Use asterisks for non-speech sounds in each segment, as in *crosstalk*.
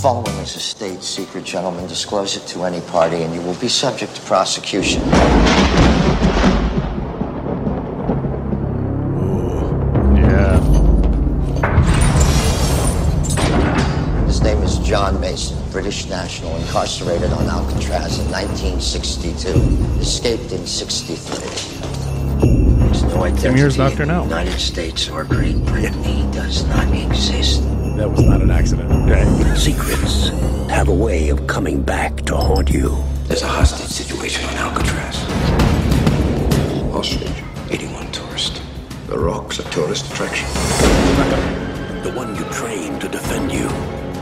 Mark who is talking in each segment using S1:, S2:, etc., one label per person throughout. S1: following is a state secret, gentlemen. Disclose it to any party, and you will be subject to prosecution.
S2: Yeah.
S1: His name is John Mason, British national, incarcerated on Alcatraz in 1962, escaped in 63. There's no identity
S2: years after
S1: in
S2: now.
S1: the United States or Great Britain. He does not exist.
S2: That was not an accident. Right.
S3: Secrets have a way of coming back to haunt you.
S4: There's a hostage situation on Alcatraz. Hostage? 81 tourists. The Rock's a tourist attraction.
S3: The one you train to defend you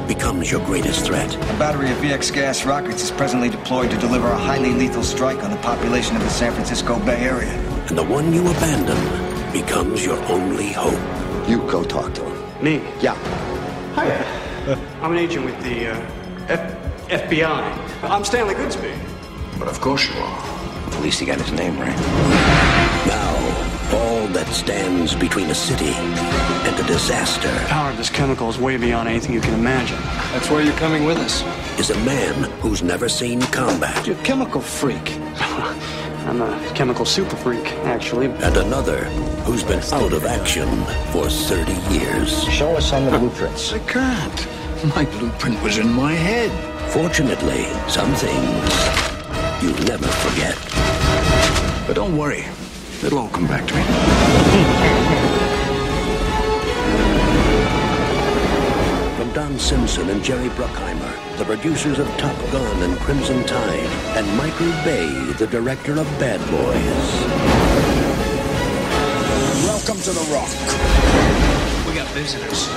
S3: becomes your greatest threat.
S5: battery of VX gas rockets is presently deployed to deliver a highly lethal strike on the population of the San Francisco Bay Area.
S3: And the one you abandon becomes your only hope.
S1: You go talk to him.
S6: Me.
S1: Yeah.
S6: Hi. I'm an agent with the uh, F- FBI. I'm Stanley Goodsby.
S4: But of course you are. At least he got his name right.
S3: Now, all that stands between a city and a disaster
S6: The power of this chemical is way beyond anything you can imagine.
S5: That's where you're coming with us.
S3: is a man who's never seen combat
S5: You're a chemical freak.
S6: I'm a chemical super freak, actually.
S3: and another who's been out of action for 30 years.
S1: Show us on the blueprints.
S4: I can't. My blueprint was in my head.
S3: Fortunately, some things you never forget.
S4: But don't worry. It'll all come back to me.
S3: *laughs* From Don Simpson and Jerry Bruckheimer, the producers of Top Gun and Crimson Tide, and Michael Bay, the director of Bad Boys.
S4: Welcome to the Rock. We got visitors.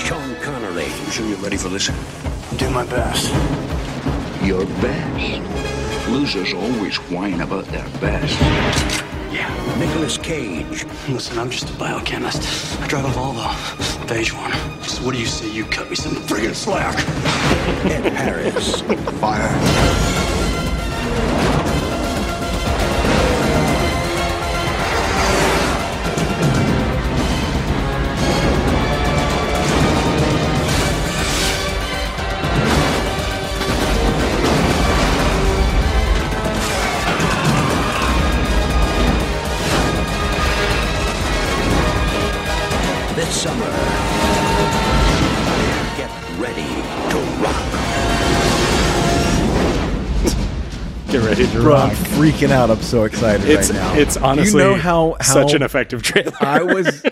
S3: Sean Connery,
S4: You sure you're ready for this?
S6: Do my best.
S4: Your best. Losers always whine about their best.
S6: Yeah.
S3: Nicolas Cage,
S6: Listen, I'm just a biochemist. I drive a Volvo, a beige one. So what do you say you cut me some friggin' slack?
S3: Ed Harris,
S4: Fire.
S3: this summer. Get ready to rock.
S7: Get ready to
S2: Bro, I'm
S7: rock.
S2: freaking out. I'm so excited
S7: It's
S2: right now.
S7: it's honestly
S2: you know how, how
S7: such an effective trailer. *laughs*
S2: I was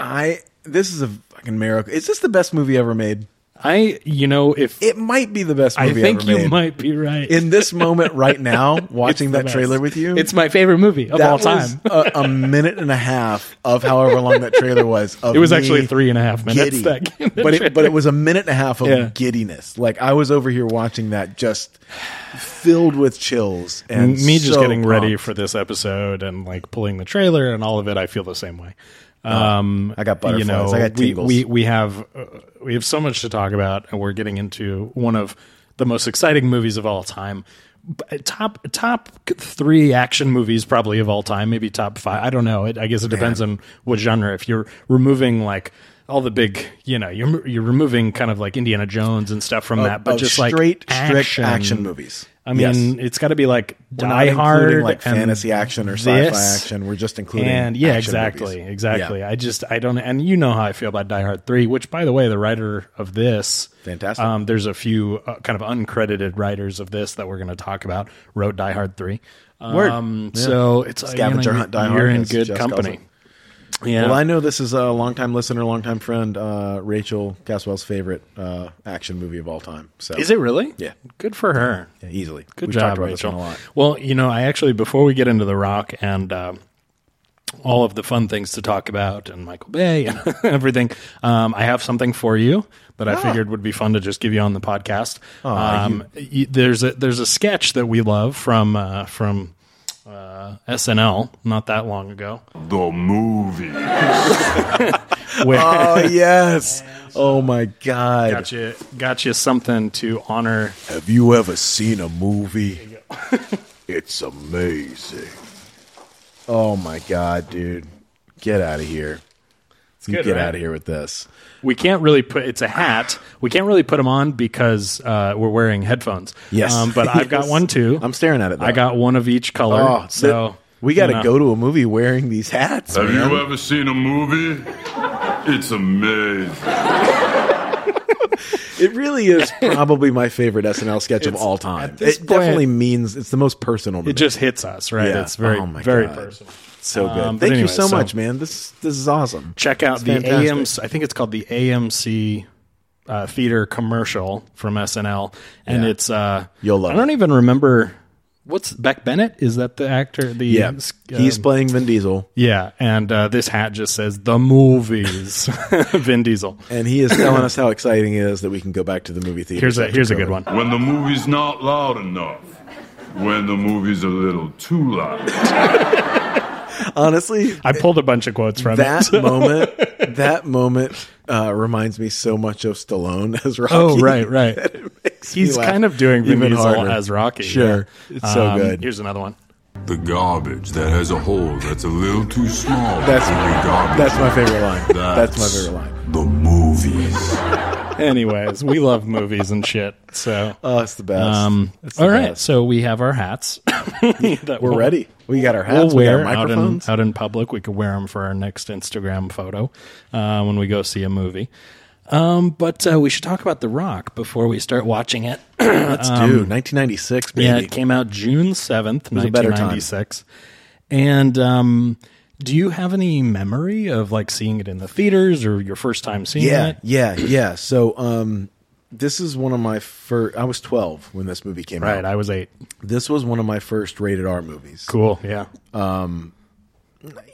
S2: I this is a fucking miracle. Is this the best movie ever made?
S7: I you know if
S2: It might be the best
S7: I
S2: movie
S7: think
S2: ever made.
S7: you might be right.
S2: In this moment right
S7: *laughs*
S2: now,
S7: It's
S2: watching
S7: the
S2: that
S7: best.
S2: trailer with you,
S7: it's my favorite movie of
S2: that
S7: all
S2: was
S7: time.
S2: a, a minute and a half of however long that trailer was. Of
S7: *laughs* It was
S2: me
S7: actually three and a half minutes.
S2: giddy.
S7: That *laughs*
S2: but it, but it was a minute and a half of
S7: Yeah.
S2: giddiness. Like I was over here watching that, just filled with chills and
S7: me just
S2: so
S7: getting ready
S2: pumped.
S7: for this episode and like pulling the trailer and all of it. I feel the same way. Um,
S2: I got butterflies. I got
S7: we,
S2: tingles.
S7: we we have uh, we have so much to talk about, and we're getting into one of the most exciting movies of all time. B- Top top three action movies probably of all time, maybe top five. I don't know. It, I guess it depends on what genre. If you're removing like all the big, you know, you're you're removing kind of like Indiana Jones and stuff from that, but
S2: of
S7: just
S2: straight,
S7: like
S2: strict action movies.
S7: I mean,
S2: Yes.
S7: it's got to be like
S2: We're
S7: Die
S2: not
S7: Hard,
S2: including like
S7: and
S2: fantasy action or
S7: this,
S2: sci-fi action. We're just including
S7: and yeah,
S2: action
S7: exactly,
S2: movies.
S7: exactly.
S2: Yeah.
S7: I just I don't, and you know how I feel about Die Hard three, which by the way, the writer of this
S2: Fantastic.
S7: Um, there's a few uh, kind of uncredited writers of this that we're going to talk about. Wrote Die Hard three.
S2: Word.
S7: Um, So it's uh, you
S2: Scavenger
S7: know,
S2: Hunt Die
S7: You're
S2: Hard,
S7: in
S2: as
S7: good
S2: Jess
S7: company.
S2: calls
S7: Yeah.
S2: Well, I know this is a longtime listener, longtime friend, uh, Rachel Caswell's favorite uh, action movie of all time. So
S7: is it really?
S2: Yeah.
S7: Good for her.
S2: yeah, easily?
S7: Good
S2: We've
S7: job,
S2: talked about
S7: Rachel.
S2: This one a lot.
S7: Well, you know, I actually before we get into The Rock and uh, all of the fun things to talk about and Michael Bay and *laughs* everything, um, I have something for you that I figured would be fun to just give you on the podcast. um, y- there's a there's a sketch that we love from uh, from uh, SNL not that long *laughs* ago.
S8: The movie.
S7: Where,
S2: Oh
S7: *laughs*
S2: yes! Oh my God!
S7: got you got you something to honor
S2: Have you ever seen a movie?
S8: It's amazing.
S2: Oh my God, dude! Get out of here! you
S7: good,
S2: get
S7: right?
S2: out of here with this.
S7: we can't really put it's a hat. We can't really put them on because uh, we're wearing headphones.
S2: Yes.
S7: um, but I've got
S2: *laughs* Yes.
S7: one too.
S2: I'm staring at it, though.
S7: I got one of each color.
S2: Oh,
S7: so
S2: th- we
S7: you
S2: got to
S7: know.
S2: go to a movie wearing these hats.
S9: Have
S2: man.
S9: you ever seen a movie? It's amazing.
S2: It really is probably my favorite SNL sketch of
S7: It's-
S2: all time. It
S7: this point-
S2: definitely means it's the most personal. To
S7: It just hits us right.
S2: Yeah.
S7: It's very
S2: Oh my
S7: very
S2: God.
S7: personal.
S2: so good.
S7: um, but
S2: Thank you
S7: anyway,
S2: so,
S7: so-
S2: much, man. This this is awesome.
S7: Check out
S2: It's
S7: the
S2: fantastic.
S7: AMC. I think it's called the AMC uh, theater commercial from SNL, and
S2: Yeah.
S7: it's uh,
S2: You'll love
S7: I don't
S2: it.
S7: even remember what's Beck Bennett. Is that the actor? The
S2: Yeah, he's
S7: um,
S2: playing Vin Diesel,
S7: Yeah, and uh, this hat just says the
S2: *laughs*
S7: movies. Vin Diesel.
S2: and he is telling us how exciting it is that we can go back to the movie theater.
S7: Here's a here's a good one.
S9: When the movie's not loud enough. When the movie's a little too loud.
S2: Honestly,
S7: I pulled a bunch of quotes from
S2: that
S7: *laughs* it.
S2: moment, that moment uh, reminds me so much of Stallone as Rocky.
S7: Oh right,
S2: *laughs*
S7: right.
S2: Makes me
S7: He's
S2: laugh
S7: kind of doing Vin
S2: even
S7: Diesel
S2: harder.
S7: as Rocky.
S2: Sure,
S7: yeah.
S2: it's so
S7: Um,
S2: good.
S7: Here's another one.
S10: The garbage that has a hole that's a little too small.
S2: That's-
S10: to be garbage.
S2: That's my favorite
S7: *laughs*
S2: line. That's my favorite line.
S10: The movies.
S7: Anyways, we love movies and shit. So,
S2: Oh, it's the best.
S7: um,
S2: It's the
S7: all right.
S2: best.
S7: So we have our
S2: *laughs*
S7: hats. that
S2: we're
S7: we'll-
S2: ready. We got our hats.
S7: We'll
S2: we got our
S7: wear out in, uh,
S2: microphones.
S7: out in public. We could wear them for our next Instagram photo uh, when we go see a movie. Um, but uh, we should talk about The Rock before we start watching it.
S2: Let's do 1996, baby.
S7: um, Yeah, it came out June seventh,
S2: was a better
S7: nineteen
S2: time.
S7: ninety six. And um, do you have any memory of like seeing it in the theaters or your first time seeing
S2: yeah,
S7: it?
S2: yeah, yeah. So, um, this is one of my first. I was 12 when this movie came
S7: Right,
S2: out.
S7: I was eight.
S2: this was one of my first rated R movies.
S7: Cool. Yeah.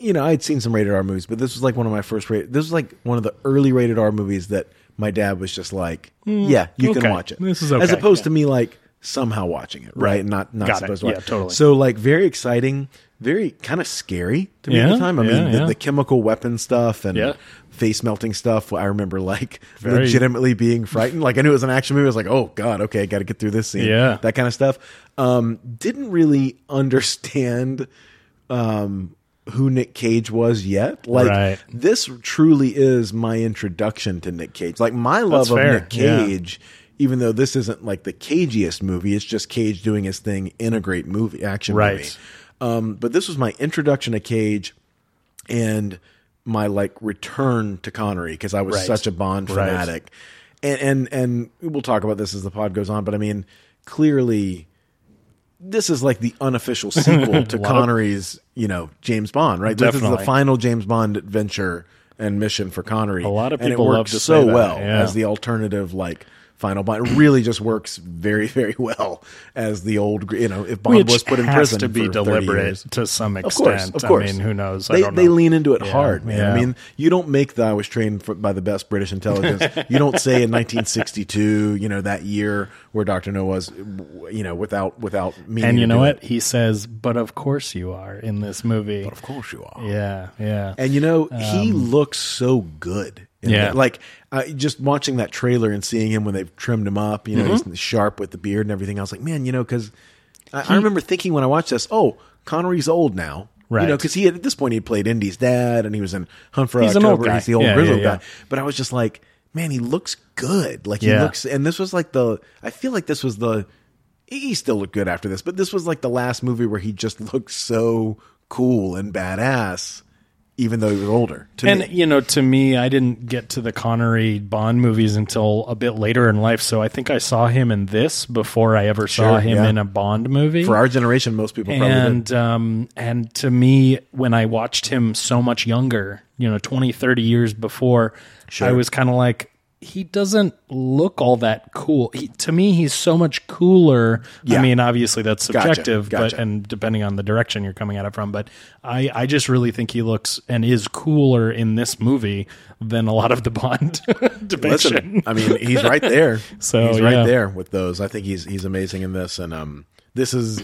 S2: You know, I had seen some rated R movies, but this was like one of my first rated. This was like one of the early rated R movies that my dad was just like, "Yeah, you
S7: Hmm, okay.
S2: can watch it."
S7: This is
S2: as
S7: okay,
S2: opposed
S7: yeah.
S2: to me like somehow watching it, right?
S7: Right.
S2: Not not
S7: Got it.
S2: supposed to. Watch.
S7: Yeah, totally.
S2: So like very exciting, very kind of scary to me at
S7: Yeah,
S2: the time. I
S7: yeah,
S2: mean, the,
S7: yeah.
S2: the chemical weapon stuff and
S7: Yeah.
S2: face melting stuff. I remember like
S7: Very-
S2: legitimately being frightened. Like I knew it was an action movie. I was like, "Oh God, okay, I got to get through this scene."
S7: Yeah.
S2: that kind of stuff. Um, didn't really understand um, who Nick Cage was yet. Like
S7: Right.
S2: this truly is my introduction to Nick Cage. Like my love
S7: That's
S2: of
S7: fair,
S2: Nick
S7: yeah.
S2: Cage, even though this isn't like the cagiest movie, it's just Cage doing his thing in a great movie action
S7: Right.
S2: movie. Um, but this was my introduction to Cage and my like return to Connery because I was
S7: Right.
S2: such a Bond
S7: Right.
S2: fanatic. And, and and we'll talk about this as the pod goes on, but I mean, clearly this is like the
S7: *laughs*
S2: unofficial sequel to Connery's, you know, James Bond, right? This is the
S7: Definitely.
S2: final James Bond adventure and mission for Connery. A
S7: lot of
S2: and it
S7: people
S2: works
S7: love to
S2: so
S7: say that,
S2: well
S7: yeah.
S2: as the alternative, like final Bond. It really just works very, *laughs* very well as the old, you know, if Bond
S7: Which
S2: was put in
S7: has
S2: prison
S7: to be
S2: for 30
S7: deliberate
S2: years.
S7: to some extent.
S2: Of course, of course.
S7: I mean, who knows?
S2: They,
S7: I don't
S2: they
S7: know.
S2: lean into it
S7: Yeah,
S2: hard, man.
S7: yeah.
S2: I mean, you don't make the I was trained for, by the best
S7: *laughs*
S2: British intelligence. you don't say in 1962, you know, that year where Doctor No was, you know, without without meaning.
S7: and you
S2: to
S7: know
S2: do
S7: what
S2: it.
S7: he says? But of course you are in this movie.
S2: Of course you are.
S7: Yeah, yeah. Um,
S2: And you know, he looks so good. in
S7: Yeah.
S2: that. Like uh, just watching that trailer and seeing him when they've trimmed him up, you know,
S7: Mm-hmm.
S2: he's sharp with the beard and everything. I was like, man, you know, because I, I remember thinking when I watched this, oh, Connery's old now. You know,
S7: Right.
S2: because he had, at this point he had played Indy's dad and he was in Hunt for
S7: He's an
S2: October.
S7: old guy.
S2: He's the old
S7: Yeah,
S2: grizzled
S7: yeah, yeah.
S2: guy. But I was just like, man, he looks good. Like he
S7: Yeah.
S2: looks, and this was like the. I feel like this was the. He still looked good after this, but this was like the last movie where he just *laughs* looked so cool and badass, even though he was older. To
S7: and
S2: me.
S7: you know, to me, I didn't get to the Connery Bond movies until a bit later in life. So I think I saw him in this before I ever saw
S2: Sure,
S7: him
S2: yeah.
S7: in a Bond movie.
S2: for our generation, most people probably did.
S7: and um and to me when i watched him so much younger you know 20 30 years before i was kind of like he doesn't look all that cool he, to me he's so much cooler
S2: Yeah.
S7: i mean obviously that's
S2: Gotcha,
S7: subjective
S2: gotcha.
S7: but and depending on the direction you're coming at it from but i i just really think he looks and is cooler in this movie than a lot of the bond *laughs* depiction
S2: Listen, I mean, he's
S7: *laughs*
S2: right there.
S7: So,
S2: he's right
S7: yeah.
S2: there with those. I think he's he's amazing in this, and um, this is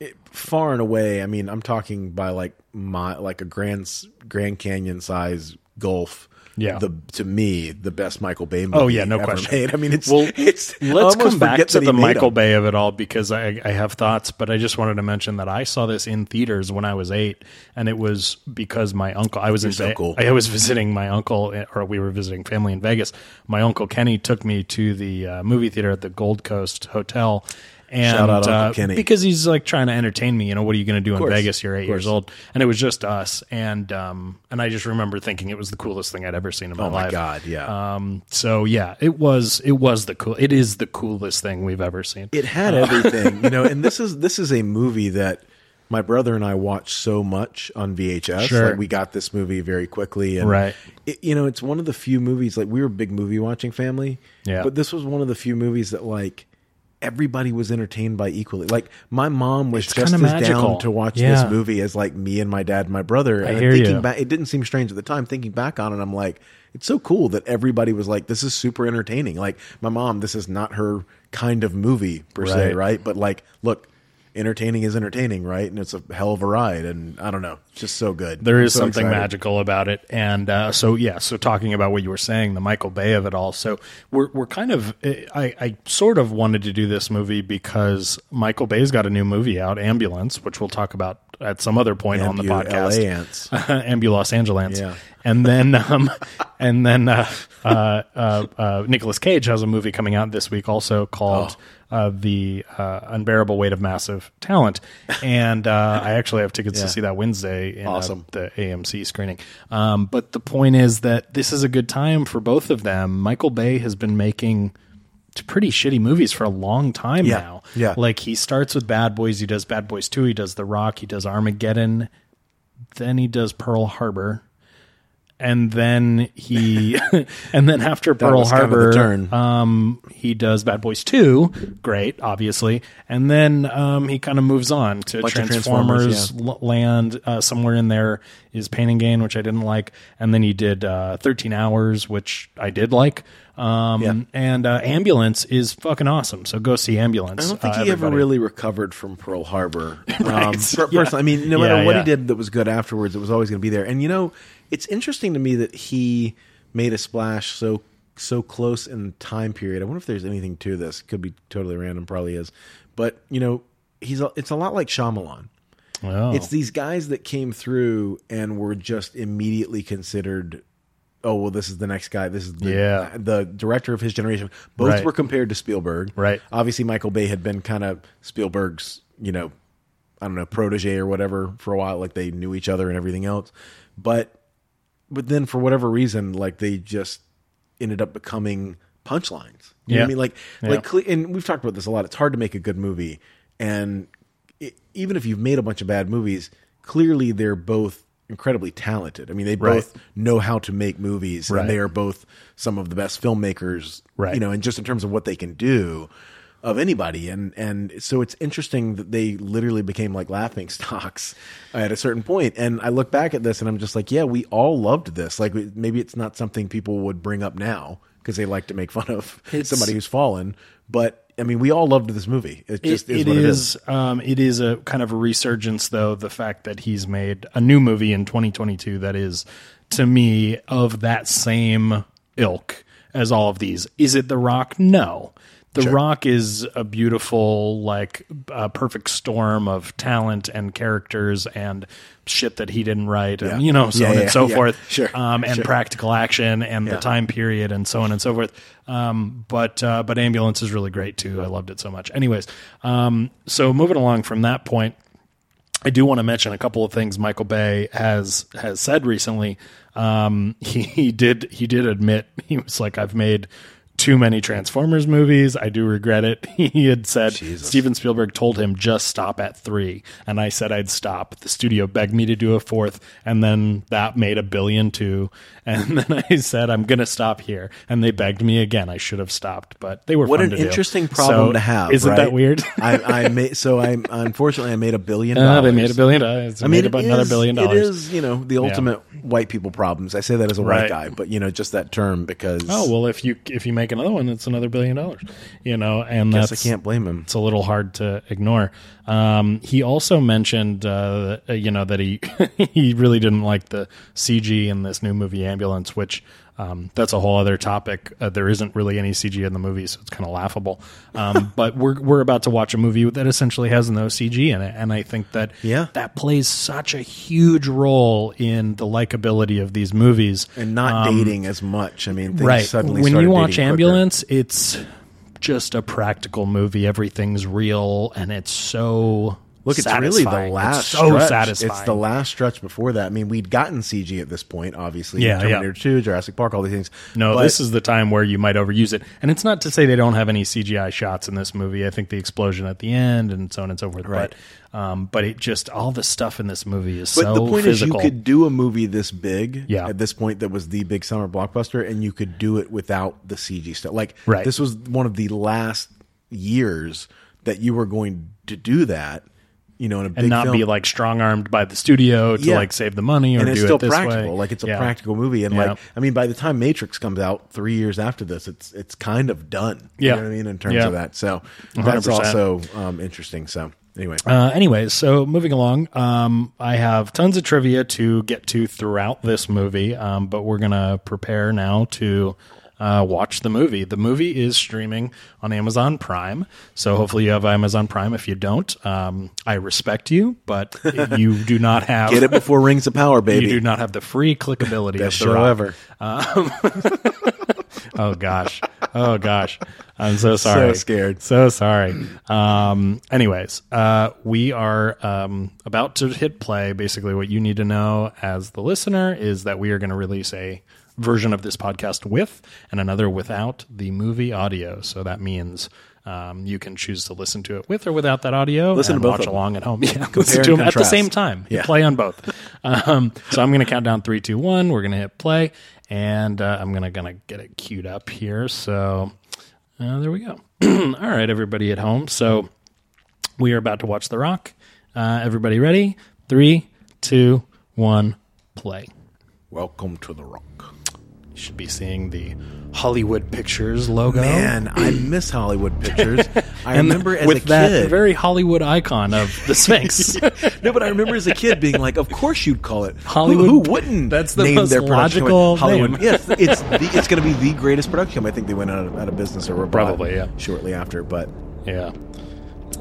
S2: it, far and away. I mean, I'm talking by like my like a grand s- Grand Canyon size Gulf.
S7: Yeah.
S2: the to me the best Michael Bay. Movie
S7: Oh yeah, no
S2: ever
S7: question.
S2: made. I mean, it's
S7: well,
S2: *laughs* it's
S7: let's
S2: almost
S7: come back
S2: forget
S7: to
S2: that he
S7: the
S2: made
S7: Michael
S2: them.
S7: Bay of it all because I, I have thoughts, but I just wanted to mention that I saw this in theaters when I was eight, and it was because my uncle. I was in
S2: so
S7: Ve-
S2: cool.
S7: I was *laughs* visiting my uncle, or we were visiting family in Vegas. My uncle Kenny took me to the uh, movie theater at the Gold Coast Hotel. And
S2: Shout out Uncle
S7: uh,
S2: Kenny.
S7: because he's like trying to entertain me, you know, what are you going to do in
S2: course,
S7: Vegas? You're
S2: of
S7: eight years
S2: course.
S7: old, and it was just us. And um, and I just remember thinking it was the coolest thing I'd ever seen in my
S2: Oh my
S7: life.
S2: god, yeah.
S7: Um, so yeah, it was it was the cool it is the coolest thing we've ever seen.
S2: It had everything, you know.
S7: *laughs*
S2: And this is this is a movie that my brother and I watched so much on VHS.
S7: Sure.
S2: Like we got this movie very quickly, and
S7: Right.
S2: it- you know, it's one of the few movies. Like we were a big movie watching family,
S7: Yeah.
S2: But this was one of the few movies that like everybody was entertained by equally. Like my mom was
S7: It's
S2: just as
S7: kinda magical.
S2: down to watch
S7: Yeah.
S2: this movie as like me and my dad and my brother. And I'm
S7: hear
S2: thinking
S7: you.
S2: back, it didn't seem strange at the time. Thinking back on it, I'm like, it's so cool that everybody was like, this is super entertaining. Like my mom, this is not her kind of movie per se,
S7: Right.
S2: right? But like, look, entertaining is entertaining, right? And it's a hell of a ride. And I don't know, it's just so good.
S7: There
S2: I'm
S7: is
S2: so
S7: something
S2: excited.
S7: magical about it, and uh, so yeah. So talking about what you were saying, the Michael Bay of it all. So we're we're kind of eh, I, I sort of wanted to do this movie because Michael Bay's got a new movie out, Ambulance, which we'll talk about at some other point on the
S2: Ambu-
S7: podcast.
S2: LA
S7: *laughs*
S2: ants.
S7: Ambu Los Angeles.
S2: Yeah.
S7: And then, um, *laughs* and then uh, uh, uh, uh, Nicolas Cage has a movie coming out this week also called
S2: Oh.
S7: uh, The uh, Unbearable Weight of Massive Talent. And uh, I actually have tickets to
S2: Yeah.
S7: see that Wednesday in uh,
S2: Awesome.
S7: the AMC screening. Um, but the point is that this is a good time for both of them. Michael Bay has been making t- pretty shitty movies for a long time
S2: Yeah.
S7: now.
S2: Yeah.
S7: Like he starts with Bad Boys, he does Bad Boys 2, he does The Rock, he does Armageddon, then he does Pearl Harbor. And then
S2: *laughs*
S7: he and then after Pearl
S2: was kind of the
S7: Harbor
S2: turn.
S7: um he does Bad Boys 2, great, obviously. And then um he kind of moves on to
S2: Bunch of
S7: Transformers,
S2: Transformers,
S7: L- Land uh, somewhere in there is Pain and Gain, which I didn't like, and then he did uh, 13 Hours, which I did like. Um,
S2: Yeah.
S7: and uh, Ambulance is fucking awesome. So go see Ambulance.
S2: I don't think
S7: uh,
S2: he
S7: everybody.
S2: ever really recovered from Pearl Harbor.
S7: *laughs*
S2: um,
S7: Right.
S2: per-
S7: Yeah.
S2: Personally, I mean, no
S7: Yeah,
S2: matter what
S7: yeah.
S2: he did that was good afterwards, it was always going to be there. And you know, it's interesting to me that he made a splash so so close in time period. I wonder if there's anything to this. Could be totally random. Probably is. But you know, he's a, it's a lot like Shyamalan.
S7: Oh.
S2: It's these guys that came through and were just immediately considered. Oh well, this is the next guy. This is the,
S7: Yeah.
S2: the director of his generation. Both
S7: Right.
S2: were compared to Spielberg.
S7: Right.
S2: Obviously, Michael Bay had been kind of Spielberg's, you know, I don't know, protege or whatever for a while. Like they knew each other and everything else. But but then for whatever reason, like they just ended up becoming punchlines. You know what
S7: Yeah.
S2: I mean, like
S7: Yeah.
S2: like cle- and we've talked about this a lot. It's hard to make a good movie, and i even if you've made a bunch of bad movies, clearly they're both incredibly talented. I mean, they
S7: Right.
S2: both know how to make movies,
S7: Right.
S2: and they are both some of the best filmmakers.
S7: Right.
S2: You know, and just in terms of what they can do of anybody and and so it's interesting that they literally became like laughing *laughs* stocks at a certain point and i look back at this and i'm just like yeah we all loved this like we- maybe it's not something people would bring up now because they like to make fun of *laughs*
S7: It's-
S2: somebody who's fallen but i mean we all loved this movie it just is
S7: it
S2: what it
S7: is.
S2: is
S7: Um, it is a kind of a resurgence, though. The fact that he's made a new movie in 2022 that is, to me, of that same ilk as all of these. Is it The Rock? No. The Rock is a beautiful, like, uh, perfect storm of talent and characters and shit that he didn't write, and
S2: Yeah.
S7: you know, so
S2: Yeah,
S7: on
S2: yeah,
S7: and so
S2: yeah.
S7: forth.
S2: Sure.
S7: Um, and
S2: Sure.
S7: practical action and the
S2: Yeah.
S7: time period and so on and so forth. Um, but uh, but ambulance is really great too. I loved it so much. Anyways, um, so moving along from that point, I do want to mention a couple of things Michael Bay has has said recently. Um, he, he did he did admit he was like I've made too many Transformers movies. I do regret it. *laughs* He had said Steven Spielberg told him just stop at 3 and I said I'd stop. The studio begged me to do a fourth and then that made a billion too *laughs* and then I said I'm going to stop here and they begged me again. I should have stopped, but they were
S2: what
S7: fun
S2: an
S7: to do.
S2: interesting
S7: So,
S2: problem to have
S7: Isn't that
S2: right?
S7: weird?
S2: *laughs*
S7: *laughs*
S2: i i made so i unfortunately i made a billion
S7: Uh,
S2: dollars
S7: they made a billion dollars. I
S2: I mean,
S7: made
S2: it
S7: about another
S2: is-
S7: billion dollars.
S2: It is, you know, the ultimate white people problems. I say that as a
S7: Right.
S2: white guy, but you know, just that term because
S7: Oh well, if you if you make make another one that's another billion dollars. You know, and
S2: Guess I
S7: that's
S2: can't blame him.
S7: it's a little hard to ignore. Um, he also mentioned, uh, you know, that he *laughs* he really didn't like the CG in this new movie Ambulance, which um, that's a whole other topic. Uh, there isn't really any CG in the movie, so it's kind of laughable.
S2: *laughs*
S7: Um, but we're we're about to watch a movie that essentially has no CG in it, and I think that
S2: Yeah.
S7: that plays such a huge role in the likability of these movies
S2: And not
S7: Um,
S2: dating as much. I mean, things suddenly
S7: when
S2: started
S7: you watch
S2: dating quicker.
S7: ambulance it's just a practical movie everything's real and it's so
S2: Look, it's really the
S7: satisfying.
S2: last
S7: It's so
S2: stretch.
S7: satisfying
S2: It's the last stretch before that. I mean, we'd gotten CG at this point, obviously.
S7: Yeah, yeah.
S2: Terminator 2, Jurassic Park, all these things.
S7: no
S2: But-
S7: this is the time where you might overuse it and it's not to say they don't have any cgi shots in this movie i think the explosion at the end and so on and so forth
S2: Right.
S7: but um but it just all the stuff in this movie is
S2: But
S7: so
S2: the point
S7: physical
S2: is, you could do a movie this big
S7: Yeah.
S2: at this point that was the big summer blockbuster, and you could do it without the CG stuff. Like,
S7: Right.
S2: this was one of the last years that you were going to do that, you know, in a big
S7: and not
S2: film.
S7: be like strong armed by the studio to
S2: Yeah.
S7: like save the money or
S2: and
S7: do
S2: it's still
S7: it this
S2: practical.
S7: way.
S2: Like it's a
S7: Yeah.
S2: practical movie, and
S7: Yeah.
S2: like I mean, by the time Matrix comes out three years after this, it's it's kind of done.
S7: Yeah.
S2: you know what I mean in terms
S7: Yeah.
S2: of that. So that's
S7: 100%.
S2: also um, interesting. So
S7: *laughs*
S2: anyway,
S7: Uh, anyways, so moving along, um, I have tons of trivia to get to throughout this movie, um, but we're gonna prepare now to uh, watch the movie. The movie is streaming on Amazon Prime, so hopefully you have Amazon Prime. If you don't, um, I respect you, but
S2: *laughs*
S7: you do not have
S2: get it before Rings of Power,
S7: *laughs* you do
S2: baby.
S7: not have the free clickability
S2: Best
S7: of the
S2: show
S7: Rock.
S2: ever.
S7: Oh gosh. Oh gosh. I'm so sorry.
S2: scared.
S7: So sorry. Um anyways, uh we are um about to hit play. Basically what you need to know as the listener is that we are going to release a version of this podcast with and another without the movie audio. So that means um, you can choose to listen to it with or without that audio.
S2: Listen to
S7: and
S2: both
S7: watch
S2: of them.
S7: along at home. *laughs* Yeah, listen
S2: and
S7: to them at the
S2: contrast.
S7: same time. You
S2: Yeah.
S7: Play on both. *laughs* Um, so I'm going to count down three, two, one. We're going to hit play, and uh, I'm going to gonna get it queued up here. So uh, there we go. *clears throat* All right, everybody at home. So we are about to watch The Rock. Uh, everybody ready? Three, two, one, play.
S2: Welcome to the Rock.
S7: You should be seeing the Hollywood Pictures logo.
S2: Man, I miss
S7: *laughs*
S2: Hollywood pictures. I
S7: And
S2: remember as
S7: with
S2: a kid.
S7: that very Hollywood icon of
S2: *laughs*
S7: the Sphinx.
S2: no, but I remember as a kid being like, "Of course you'd call it Who-
S7: Hollywood-
S2: Who, wouldn't?
S7: That's the
S2: name
S7: most
S2: their production
S7: logical
S2: Hollywood.
S7: *laughs* name.
S2: yes, it's the, it's going to be the greatest production. I think they went out of, out of business or were bought
S7: Probably, yeah. Uh,
S2: shortly after. But
S7: yeah.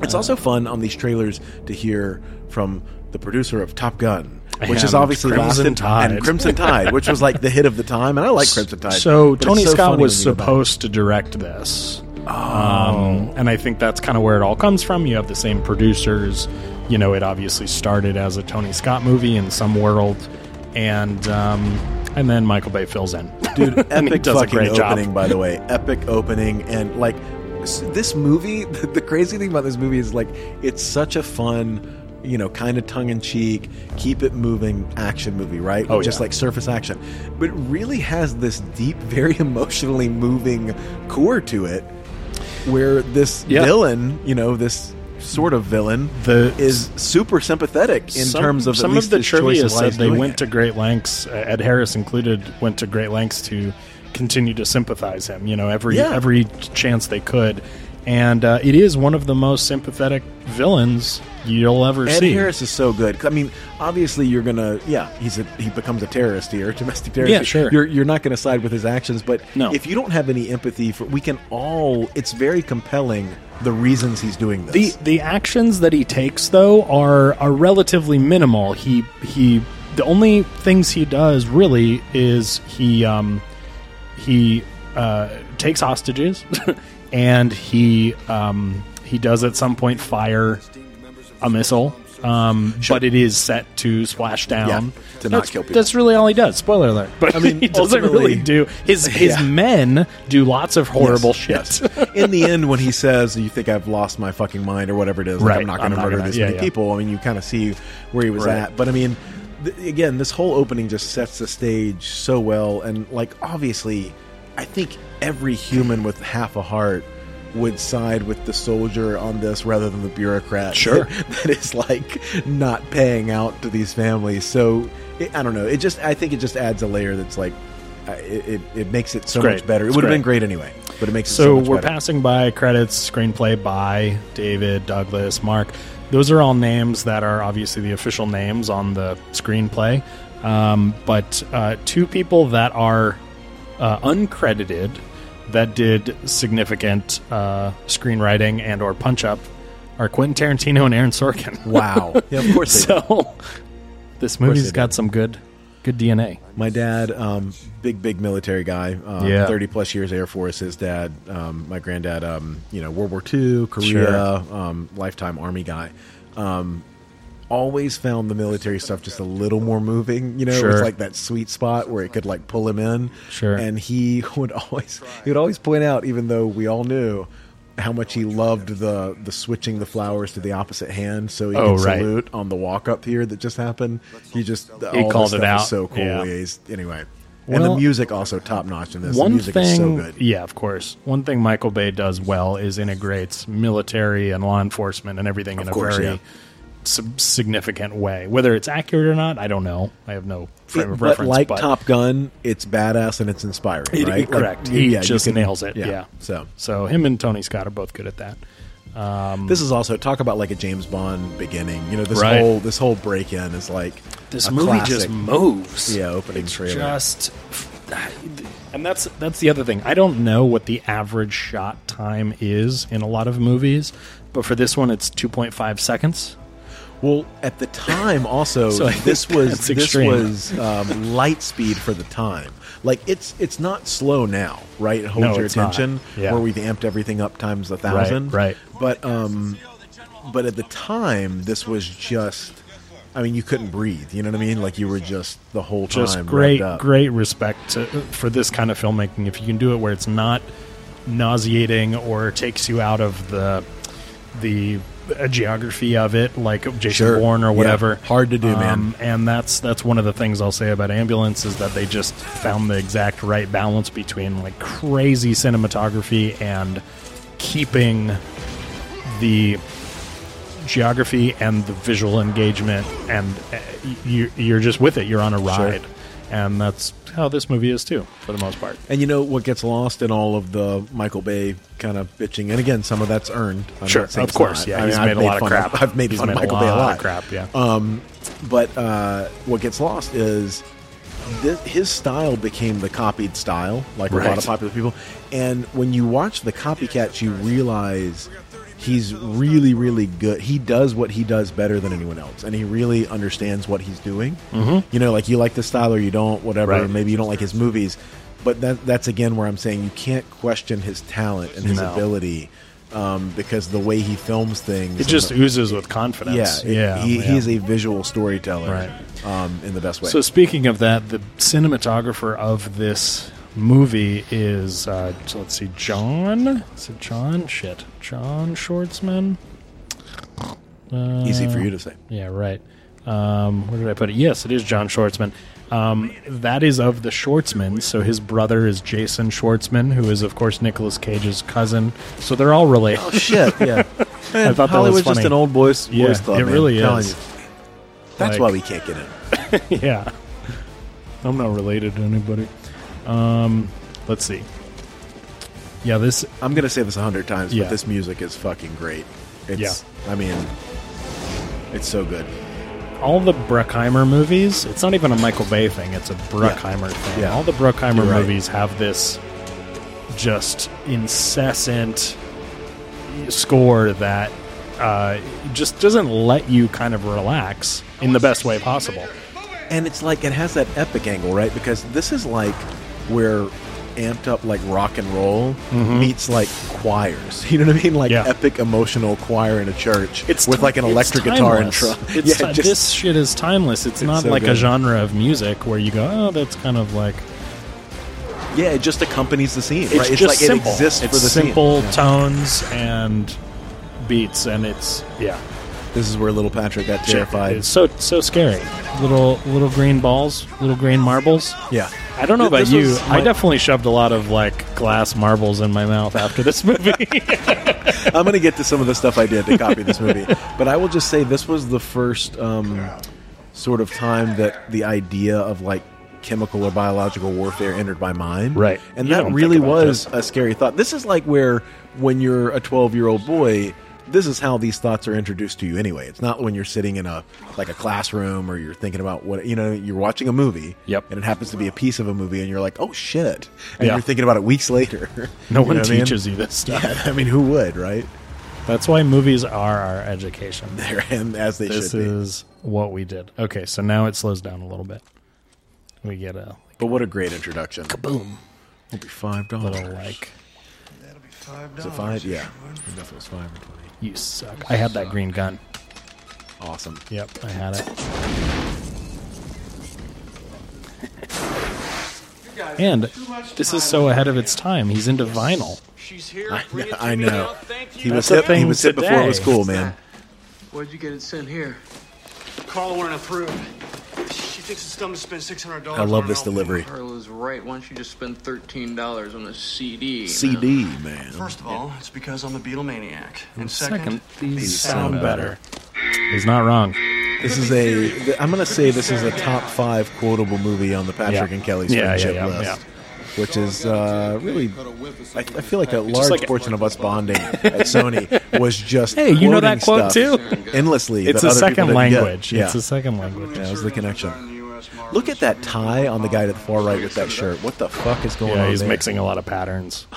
S2: It's also fun on these trailers to hear from the producer of Top Gun, which is
S7: And
S2: obviously
S7: Crimson
S2: lasted-
S7: Tide.
S2: and Crimson Tide, which was like the hit of the time. And I like Crimson Tide.
S7: So
S2: but it's
S7: Tony Scott
S2: funny
S7: was
S2: when you go back. Oh.
S7: supposed to direct this. Um, and I think that's kind of where it all comes from. You have the same producers. You know, it obviously started as a Tony Scott movie in some world, and um, and then Michael Bay fills in. *laughs* Dude, and he
S2: epic
S7: does a
S2: fucking
S7: great job.
S2: opening, by the way. Epic opening and like s- this movie. *laughs* The, the crazy thing about this movie is like it's such a fun. You know, kind of tongue in cheek, keep it moving action movie, right?
S7: Oh,
S2: Just
S7: yeah.
S2: like surface action. But it really has this deep, *laughs* very emotionally moving core to it where this
S7: Yeah.
S2: villain, you know, this sort of villain
S7: The-
S2: is super sympathetic in
S7: Some-
S2: terms of at
S7: some
S2: least
S7: of the
S2: his choice
S7: trivia
S2: of why
S7: said
S2: he's
S7: they
S2: doing
S7: went
S2: it.
S7: to great lengths. uh, Ed Harris included went to great lengths to continue to sympathize him. You know, every
S2: Yeah.
S7: every chance they could, and uh, it is one of the most sympathetic villains you'll ever
S2: Ed
S7: see.
S2: Harris is so good. 'Cause, I mean, obviously you're gonna, yeah, he's a, he becomes a terrorist here, *laughs* domestic terrorist.
S7: Yeah, sure.
S2: You're you're not gonna side with his actions, but
S7: No.
S2: if you don't have any empathy for, we can all. It's very compelling the reasons he's doing
S7: the
S2: this.
S7: the actions that he takes though are are relatively minimal. He he the only things he does really is he um he uh, takes hostages *laughs* and he um he does at some point fire a missile. Um, but it is set to splash down
S2: Yeah, to not
S7: That's-
S2: kill people.
S7: That's really all he does. Spoiler alert! But I mean,
S2: mean,
S7: he doesn't really
S2: ultimately-
S7: do his his
S2: Yeah.
S7: men do lots of horrible
S2: Yes,
S7: shit.
S2: *laughs* yes. In the end, when he says, "You think I've lost my fucking mind" or whatever it is, like,
S7: Right,
S2: I'm not
S7: I'm
S2: going to
S7: not
S2: murder
S7: gonna-
S2: this
S7: yeah,
S2: many
S7: yeah.
S2: people. I mean, you kind of see where he was
S7: Right.
S2: at, but I mean, th- again, this whole opening just sets the stage so well, and like obviously, I think every human with half a heart would side with the soldier on this rather than the bureaucrat.
S7: Sure.
S2: *laughs* that is like not paying out to these families. So it, I don't know. It just I think it just adds a layer that's like. uh, It, it, it makes it so
S7: great.
S2: much better. It
S7: It's
S2: would have
S7: great.
S2: been great anyway. But it makes it so,
S7: So
S2: much
S7: we're
S2: better.
S7: passing by credits, screenplay by David, Douglas, Mark. Those are all names that are obviously the official names on the screenplay. Um, but uh, two people that are uh, uncredited that did significant uh, screenwriting and or punch up are Quentin Tarantino and Aaron Sorkin. *laughs*
S2: Wow. *laughs* yeah, of course. they do.
S7: so this movie's
S2: they
S7: got some good, good DNA.
S2: My dad, um, big big military guy, um,
S7: Yeah.
S2: thirty plus years Air Force. His dad, um, my granddad, um, you know World War II, Korea, um, lifetime Army guy. Um, always found the military stuff just a little more moving. You know, it was
S7: Sure.
S2: like that sweet spot where it could like pull him in.
S7: Sure.
S2: And he *laughs* would always he would always point out, even though we all knew. How much he loved the the switching the flowers to the opposite hand, so he
S7: Oh,
S2: could
S7: right.
S2: salute on the walk up here that just happened. He just
S7: He
S2: all
S7: called
S2: this
S7: it
S2: stuff is
S7: out.
S2: So cool.
S7: Yeah.
S2: Yeah, he's- anyway, and
S7: Well,
S2: the music also top notch in this.
S7: one
S2: the music
S7: thing,
S2: is so good.
S7: yeah, of course. One thing Michael Bay does well is integrates military and law enforcement and everything in a
S2: course,
S7: very
S2: yeah.
S7: sub- significant way. Whether it's accurate or not, I don't know. I have no frame of
S2: but
S7: reference.
S2: like
S7: but
S2: Top Gun, it's badass and it's inspiring,
S7: It-
S2: right?
S7: it- correct.
S2: Like,
S7: he
S2: yeah, you
S7: just
S2: can-
S7: nails it. Yeah.
S2: So
S7: so him and Tony Scott are both good at that.
S2: this is also talk about like a James Bond beginning. You know, this
S7: Right.
S2: whole this whole break in is like
S7: This
S2: a
S7: movie just
S2: classic,
S7: moves.
S2: yeah opening trailer.
S7: just and that's that's the other thing i don't know what the average shot time is in a lot of movies but for this one it's 2.5 seconds
S2: Well, at
S7: *laughs*
S2: the time, also
S7: So I think
S2: this was
S7: that's
S2: this
S7: extreme.
S2: was um, light speed for the time. Like it's it's not slow now, right? It holds
S7: No,
S2: your
S7: it's not.
S2: attention.
S7: Yeah.
S2: Where we've amped everything up times a thousand,
S7: right.
S2: But um, but at the time, this was just. I mean, you couldn't breathe. You know what I mean? Like you were just the whole time.
S7: just great
S2: revved up.
S7: great respect to, for this kind of filmmaking if you can do it where it's not nauseating or takes you out of the the uh, geography of it like Jason
S2: Sure.
S7: Bourne or
S2: Yeah.
S7: whatever um,
S2: Hard to do, man.
S7: and that's that's one of the things I'll say about ambulance is that they just found the exact right balance between like crazy cinematography and keeping the geography and the visual engagement, and uh, you, you're just with it. You're on a ride, and that's how this movie is too, for the most part.
S2: And you know what gets lost in all of the Michael Bay kind of bitching, and again, some of that's earned. I'm
S7: Sure,
S2: not saying
S7: of
S2: it's
S7: course,
S2: not.
S7: yeah.
S2: I
S7: he's
S2: mean,
S7: made a lot of
S2: fun
S7: crap.
S2: I've made
S7: He's
S2: fun of
S7: made
S2: Michael Bay a
S7: lot
S2: lot. Um,
S7: of crap. Yeah,
S2: But uh, what gets lost is this, his style became the copied style, like a lot
S7: Right.
S2: of popular people. And when you watch the copycats, you realize he's really, really good. He does what he does better than anyone else, and he really understands what he's doing. Mm-hmm. You know, like you like the style or you don't, whatever.
S7: Right.
S2: Maybe you don't like his movies, but that, that's again where I'm saying you can't question his talent and his
S7: No.
S2: ability. Um, because the way he films things,
S7: it
S2: and
S7: just
S2: the-
S7: oozes with confidence.
S2: yeah, it-
S7: yeah,
S2: He,
S7: yeah.
S2: he is a visual storyteller,
S7: Right.
S2: Um, in the best way.
S7: So speaking of that, the cinematographer of this movie is uh, so let's see, John. Is it John? Shit, John Schwartzman. Uh,
S2: Easy for you to say.
S7: *laughs* Yeah, right. Um, where did I put it? Yes, it is John Schwartzman. Um, that is of the Schwartzman. So his brother is Jason Schwartzman, who is, of course, Nicolas Cage's cousin. So they're all related.
S2: Shit, *laughs* yeah. Man,
S7: I thought that was
S2: Hollywood's just
S7: funny.
S2: an old boys,
S7: Yeah,
S2: boys club.
S7: it
S2: man,
S7: really
S2: telling
S7: is.
S2: you. That's
S7: Like-
S2: why we can't get in.
S7: *laughs* yeah. I'm not related to anybody. Um, let's see. Yeah, this
S2: I'm gonna say this a hundred times,
S7: Yeah.
S2: but this music is fucking great. It's,
S7: Yeah.
S2: I mean, it's so good.
S7: all the Bruckheimer movies. It's not even a Michael Bay thing; it's a Bruckheimer thing.
S2: Yeah.
S7: All the Bruckheimer
S2: You're right.
S7: movies have this just incessant score that uh, just doesn't let you kind of relax in the best way possible.
S2: And it's like it has that epic angle, right? Because this is like where amped up like rock and roll meets like choirs. *laughs* You know what I mean? Like
S7: Mm-hmm. Yeah.
S2: epic emotional choir in a church
S7: It's
S2: with
S7: ti-
S2: like an
S7: it's
S2: electric guitar and
S7: timeless. *laughs*
S2: drum. *laughs*
S7: It's
S2: Yeah,
S7: ti-
S2: just-
S7: this shit is timeless. It's, not
S2: so
S7: like a
S2: good.
S7: genre of music where you go, "Oh, that's kind of like."
S2: Yeah, it just accompanies the scene.
S7: It's
S2: right?
S7: just
S2: like
S7: simple.
S2: it exists
S7: it's
S2: for the
S7: simple
S2: Scene.
S7: tones and beats, and it's yeah.
S2: This is where little Patrick got terrified.
S7: It's so so scary. Little little green balls, little green marbles.
S2: Yeah.
S7: I don't know
S2: Th-
S7: about
S2: this
S7: you.
S2: was
S7: I
S2: my-
S7: definitely shoved a lot of like glass marbles in my mouth after this
S2: *laughs*
S7: movie.
S2: I'm going to get to some of the stuff I did to copy this movie, but I will just say this was the first um, sort of time that the idea of like chemical or biological warfare entered my mind.
S7: Right.
S2: And
S7: You
S2: that
S7: don't
S2: really
S7: think about
S2: was a scary thought. This is like where when you're a 12 year old boy, this is how these thoughts are introduced to you anyway. It's not when you're sitting in a like a classroom or you're thinking about what you know, you're watching a movie
S7: Yep.
S2: and it happens to be a piece of a movie and you're like, "Oh shit." And
S7: Yeah.
S2: you're thinking about it weeks later.
S7: No
S2: *laughs*
S7: one
S2: You know what I mean?
S7: teaches you this stuff.
S2: Yeah, *laughs* I mean, who would, right?
S7: That's why movies are our education.
S2: *laughs* And as they
S7: This
S2: should be.
S7: is what we did. Okay, so now it slows down a little bit. We get a
S2: But what a great introduction. Kaboom. It'll be five dollars.
S7: little like,
S2: Is it five? Yeah. I don't know if it was five or twenty.
S7: you suck. I had that green gun.
S2: Awesome.
S7: Yep, I had it. and this is so ahead of its time. He's into vinyl.
S11: She's here.
S2: I know. I know. He was
S7: That's the
S2: hip. He
S7: thing
S2: was hip before it
S7: today.
S2: was cool, man.
S11: Where'd you get it sent here? Carla wouldn't approve. She thinks it's dumb to spend six hundred dollars.
S2: I love this delivery.
S12: Carla's right. Why don't you just spend thirteen dollars on a CD?
S2: CD, man.
S11: First of all, it's because I'm a Beatle maniac, and
S7: Second,
S11: second,
S7: these
S2: sound
S7: sound better. He's not wrong.
S2: This is a. th- I'm gonna say this is a top five quotable movie on the Patrick
S7: Yeah.
S2: and Kelly's
S7: Yeah, yeah,
S2: friendship
S7: yeah,
S2: list, which is uh, really. I, I feel like a
S13: lot.
S2: large
S7: like-
S2: portion of us bonding at Sony was just.
S7: Hey, you know
S2: quoting
S7: that quote
S2: stuff
S7: too?
S2: Endlessly.
S7: It's
S2: that
S7: a
S2: other people
S7: second
S2: didn't get.
S7: language.
S2: Yeah.
S7: It's a second language.
S2: yeah, that was the connection. Look at that tie on the guy to the far right with that shirt. What the fuck is going on?
S7: Yeah, he's
S2: there?
S7: mixing a lot of patterns.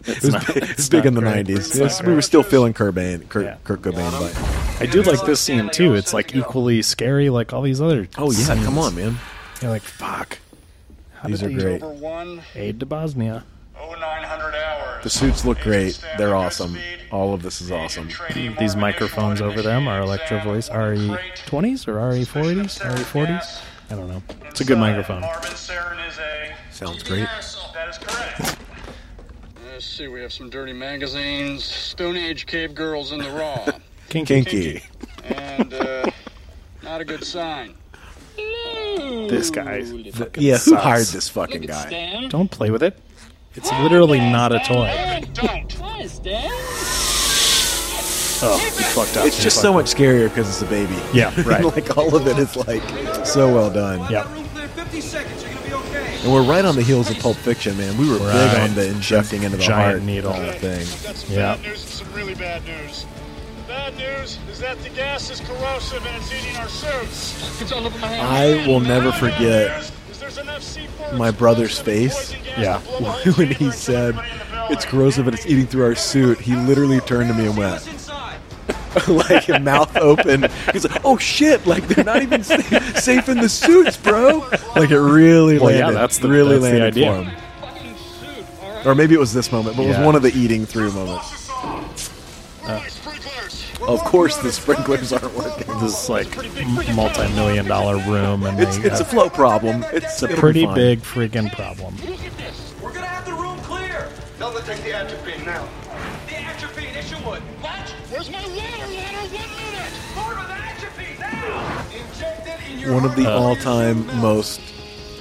S7: it's
S2: It was
S7: not-
S2: big, it was
S7: it's
S2: big
S7: not
S2: in the
S7: great.
S2: '90s.
S7: It's
S2: It was-
S7: not
S2: we were
S7: great.
S2: still feeling Kurt, Bain, Kurt,
S7: Yeah.
S2: Kurt Cobain, but
S7: I do like this scene too. It's like equally scary, like all these other.
S2: oh yeah,
S7: scenes.
S2: come on, man.
S7: You're like fuck. How
S2: These
S7: did
S2: are
S7: they
S2: great.
S13: One
S7: Aid to Bosnia.
S13: oh nine hundred hours.
S2: The suits look great. They're awesome. All of this is awesome.
S7: These microphones over them are Electro Voice RE20s or E RE40s, RE40s. I don't know. It's a good microphone.
S2: Sounds great.
S13: That is correct.
S12: Uh, Let's see. We have some dirty magazines. Stone Age cave girls in the raw,
S2: Kinky.
S12: and uh, *laughs* not a good sign.
S7: This guy. fucking
S2: Yeah, who
S7: sucks.
S2: hired this fucking
S12: Look at
S2: guy?
S12: Stan.
S7: Don't play with it. It's literally not a toy.
S13: Don't.
S12: Hi, Stan.
S7: Oh, you fucked up.
S2: It's just so much scarier because it's a baby.
S7: Yeah, right.
S2: *laughs* like all of it is like so well done.
S7: *laughs* Yeah.
S14: Room clear. 50 seconds. You're gonna be okay.
S2: And we're right on the heels of Pulp Fiction, man. We were big
S7: Right.
S2: on the injecting into the
S7: Giant
S2: heart
S7: needle.
S2: kind of thing.
S13: Got some
S7: Yeah.
S13: bad news and some really bad news. Bad news is that the gas is corrosive and it's eating our suits.
S12: It's all over my hand.
S2: I will never
S13: Really bad
S2: forget
S13: news is there's enough C4
S2: my brother's
S13: explosive and
S2: face. *laughs*
S13: poison gas
S7: Yeah.
S13: to blow the whole
S2: when
S13: chamber
S2: he
S13: and kill
S2: said
S13: everybody in the building.
S2: it's corrosive and it's eating through our suit. He literally turned to me and went, *laughs*
S14: What's inside?
S2: like mouth open. He's like, "Oh shit! Like they're not even safe, *laughs* safe in the suits, bro." Like it really landed.
S7: Well, yeah, that's the-
S2: really
S7: that's the
S2: landed
S7: idea.
S2: for him. Or maybe it was this moment, but it
S7: Yeah. Uh,
S2: was one of the eating through moments. Of course, the sprinklers aren't working.
S7: This like m- multi-million dollar room, and
S2: It's,
S7: they
S2: it's a
S7: have-
S2: flow problem.
S7: it's
S2: It's
S7: a pretty big freaking problem.
S14: We're gonna have the room clear. Tell them to take the atropine now. The atropine, issue wood. What?
S13: Where's my ladder, ladder? One minute!
S14: Order the atropine now. Inject it in your
S2: One of the
S7: Uh,
S14: artery.
S2: all-time most.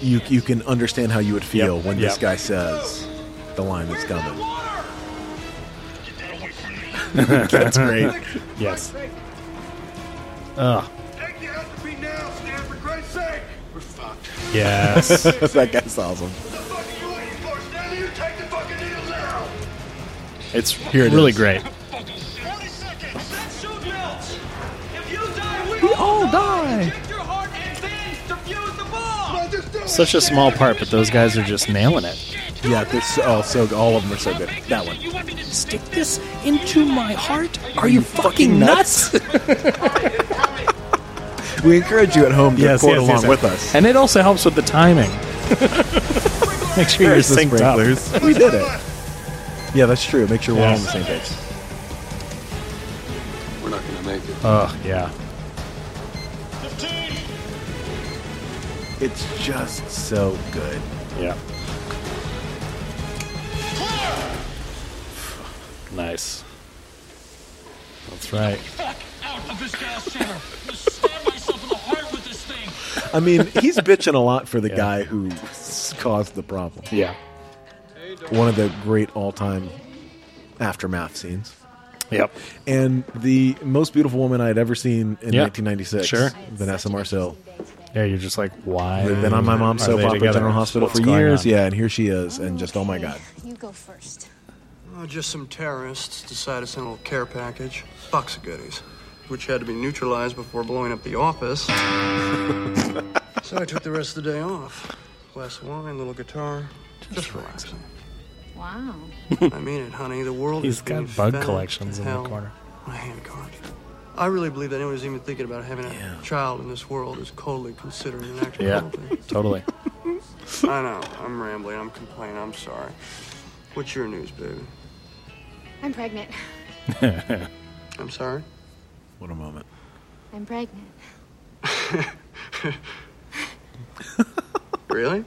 S2: You you can understand how you would feel
S7: Yep,
S2: when this
S7: yep.
S2: guy says the line that's
S14: Where's that
S2: coming. *laughs*
S14: water?
S13: Get that away from me.
S7: That's great. Yes.
S14: Take
S7: Ugh.
S14: the atropine now, Stan, for Christ's sake. We're fucked.
S7: Yes.
S2: that guy's awesome.
S14: What the fuck are you waiting for, Stan? You take the fucking needle now.
S7: *laughs* It's
S2: it
S7: really
S2: is.
S7: great.
S13: 40 seconds!
S14: Set shoe belts. If you die, we,
S7: We all die.
S14: Inject your heart and then defuse the bomb.
S7: Such a small part, but those guys are just nailing it.
S2: Yeah, they're so, oh, so all of them are so good. That one.
S7: Stick this into my heart? Are you fucking *laughs* nuts?
S2: We encourage you at home to
S7: Yes,
S2: quote
S7: yes,
S2: along
S7: yes, yes.
S2: with us.
S7: And it also helps with the *laughs* timing. Make sure you're
S2: There's the
S7: synced up.
S2: sprinklers. we did it. Yeah, that's true. Make sure we're all on the
S7: Yes.
S2: same page.
S12: We're not gonna make it.
S7: Oh yeah.
S13: 15!
S2: It's just so good.
S7: Yeah. Nice. That's right.
S13: Fuck out of this gas chamber! I'm gonna stab myself in the heart with this thing!
S2: I mean, he's bitching a lot for the
S7: Yeah.
S2: guy who s- caused the problem.
S7: Yeah.
S2: One of the great all-time aftermath scenes.
S7: Yep.
S2: And the most beautiful woman I had ever seen in
S7: Yeah.
S2: 1996,
S7: Sure.
S2: Vanessa Marcel,
S7: Yeah, you're just like, why?
S2: They've been on my mom's
S7: are
S2: soap
S7: they
S2: opera,
S7: together?
S2: General Hospital,
S7: What's
S2: for
S7: going
S2: years.
S7: on?
S2: Yeah, and here she is, and just oh my god.
S15: You go first.
S6: Uh, just some terrorists decided to send a little care package, box of goodies, which had to be neutralized before blowing up the
S12: *laughs*
S6: office. so I took the rest of the day off. Glass of wine, little guitar, just relaxing.
S15: Wow.
S6: I mean it, honey. The world
S7: He's
S6: is being
S7: got bug
S6: fed
S7: collections
S6: to
S7: in the
S6: hell. *laughs*
S7: corner.
S6: My hand caught. I really believe that anyone's even thinking about having a child in this world is coldly considering an act of
S7: Yeah,
S6: cruelty.
S7: totally.
S6: I know. I'm rambling. I'm complaining. I'm sorry. What's your news, baby?
S15: I'm pregnant.
S6: I'm sorry.
S2: What a moment.
S15: I'm pregnant.
S6: Really?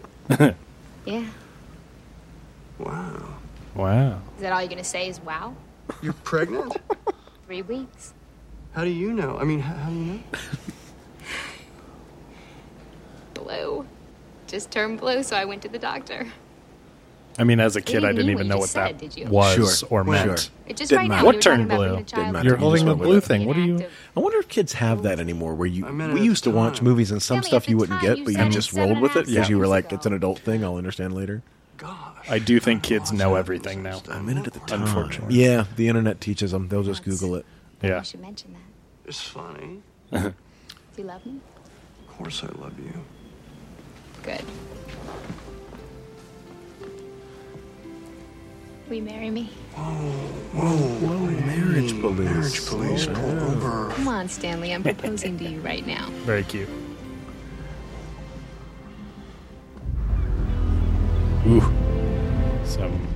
S15: Yeah.
S6: wow.
S7: Wow.
S15: Is that all you're gonna say? Is wow?
S6: You're pregnant?
S15: Three weeks.
S6: How do you know? I mean, how, how do you know?
S15: Blue. Just turned blue, so I went to the doctor.
S7: I mean, as a
S15: You
S7: kid, I didn't
S15: knew
S7: even
S15: what
S7: know
S15: you
S7: what
S15: just
S7: that
S15: said, did you?
S7: was
S2: Sure.
S7: or
S2: Well,
S7: meant.
S2: sure.
S15: It just right now.
S7: What
S15: we
S7: turned
S15: were talking about
S7: blue?
S15: being a child.
S7: You're holding the
S2: Just went
S7: blue
S2: with it.
S7: thing. What do you?
S2: I wonder if kids have that anymore. Where you we
S6: at
S2: used to watch movies and some stuff you wouldn't get, but you just rolled with it because
S7: Yeah.
S2: you were like, it's an adult thing. I'll understand later.
S7: I do think kids know everything now. A
S2: minute at the
S7: time. Unfortunately.
S2: Yeah, the internet teaches them. They'll just Google it.
S7: Yeah.
S15: You should mention that.
S6: It's funny.
S15: Do you love me?
S6: Of course I love you.
S15: Good. Will you marry me?
S6: Whoa. Whoa, marriage
S2: police.
S6: Marriage police, pull over.
S15: Come on, Stanley. I'm proposing to you right now.
S7: Very cute. Ooh. Some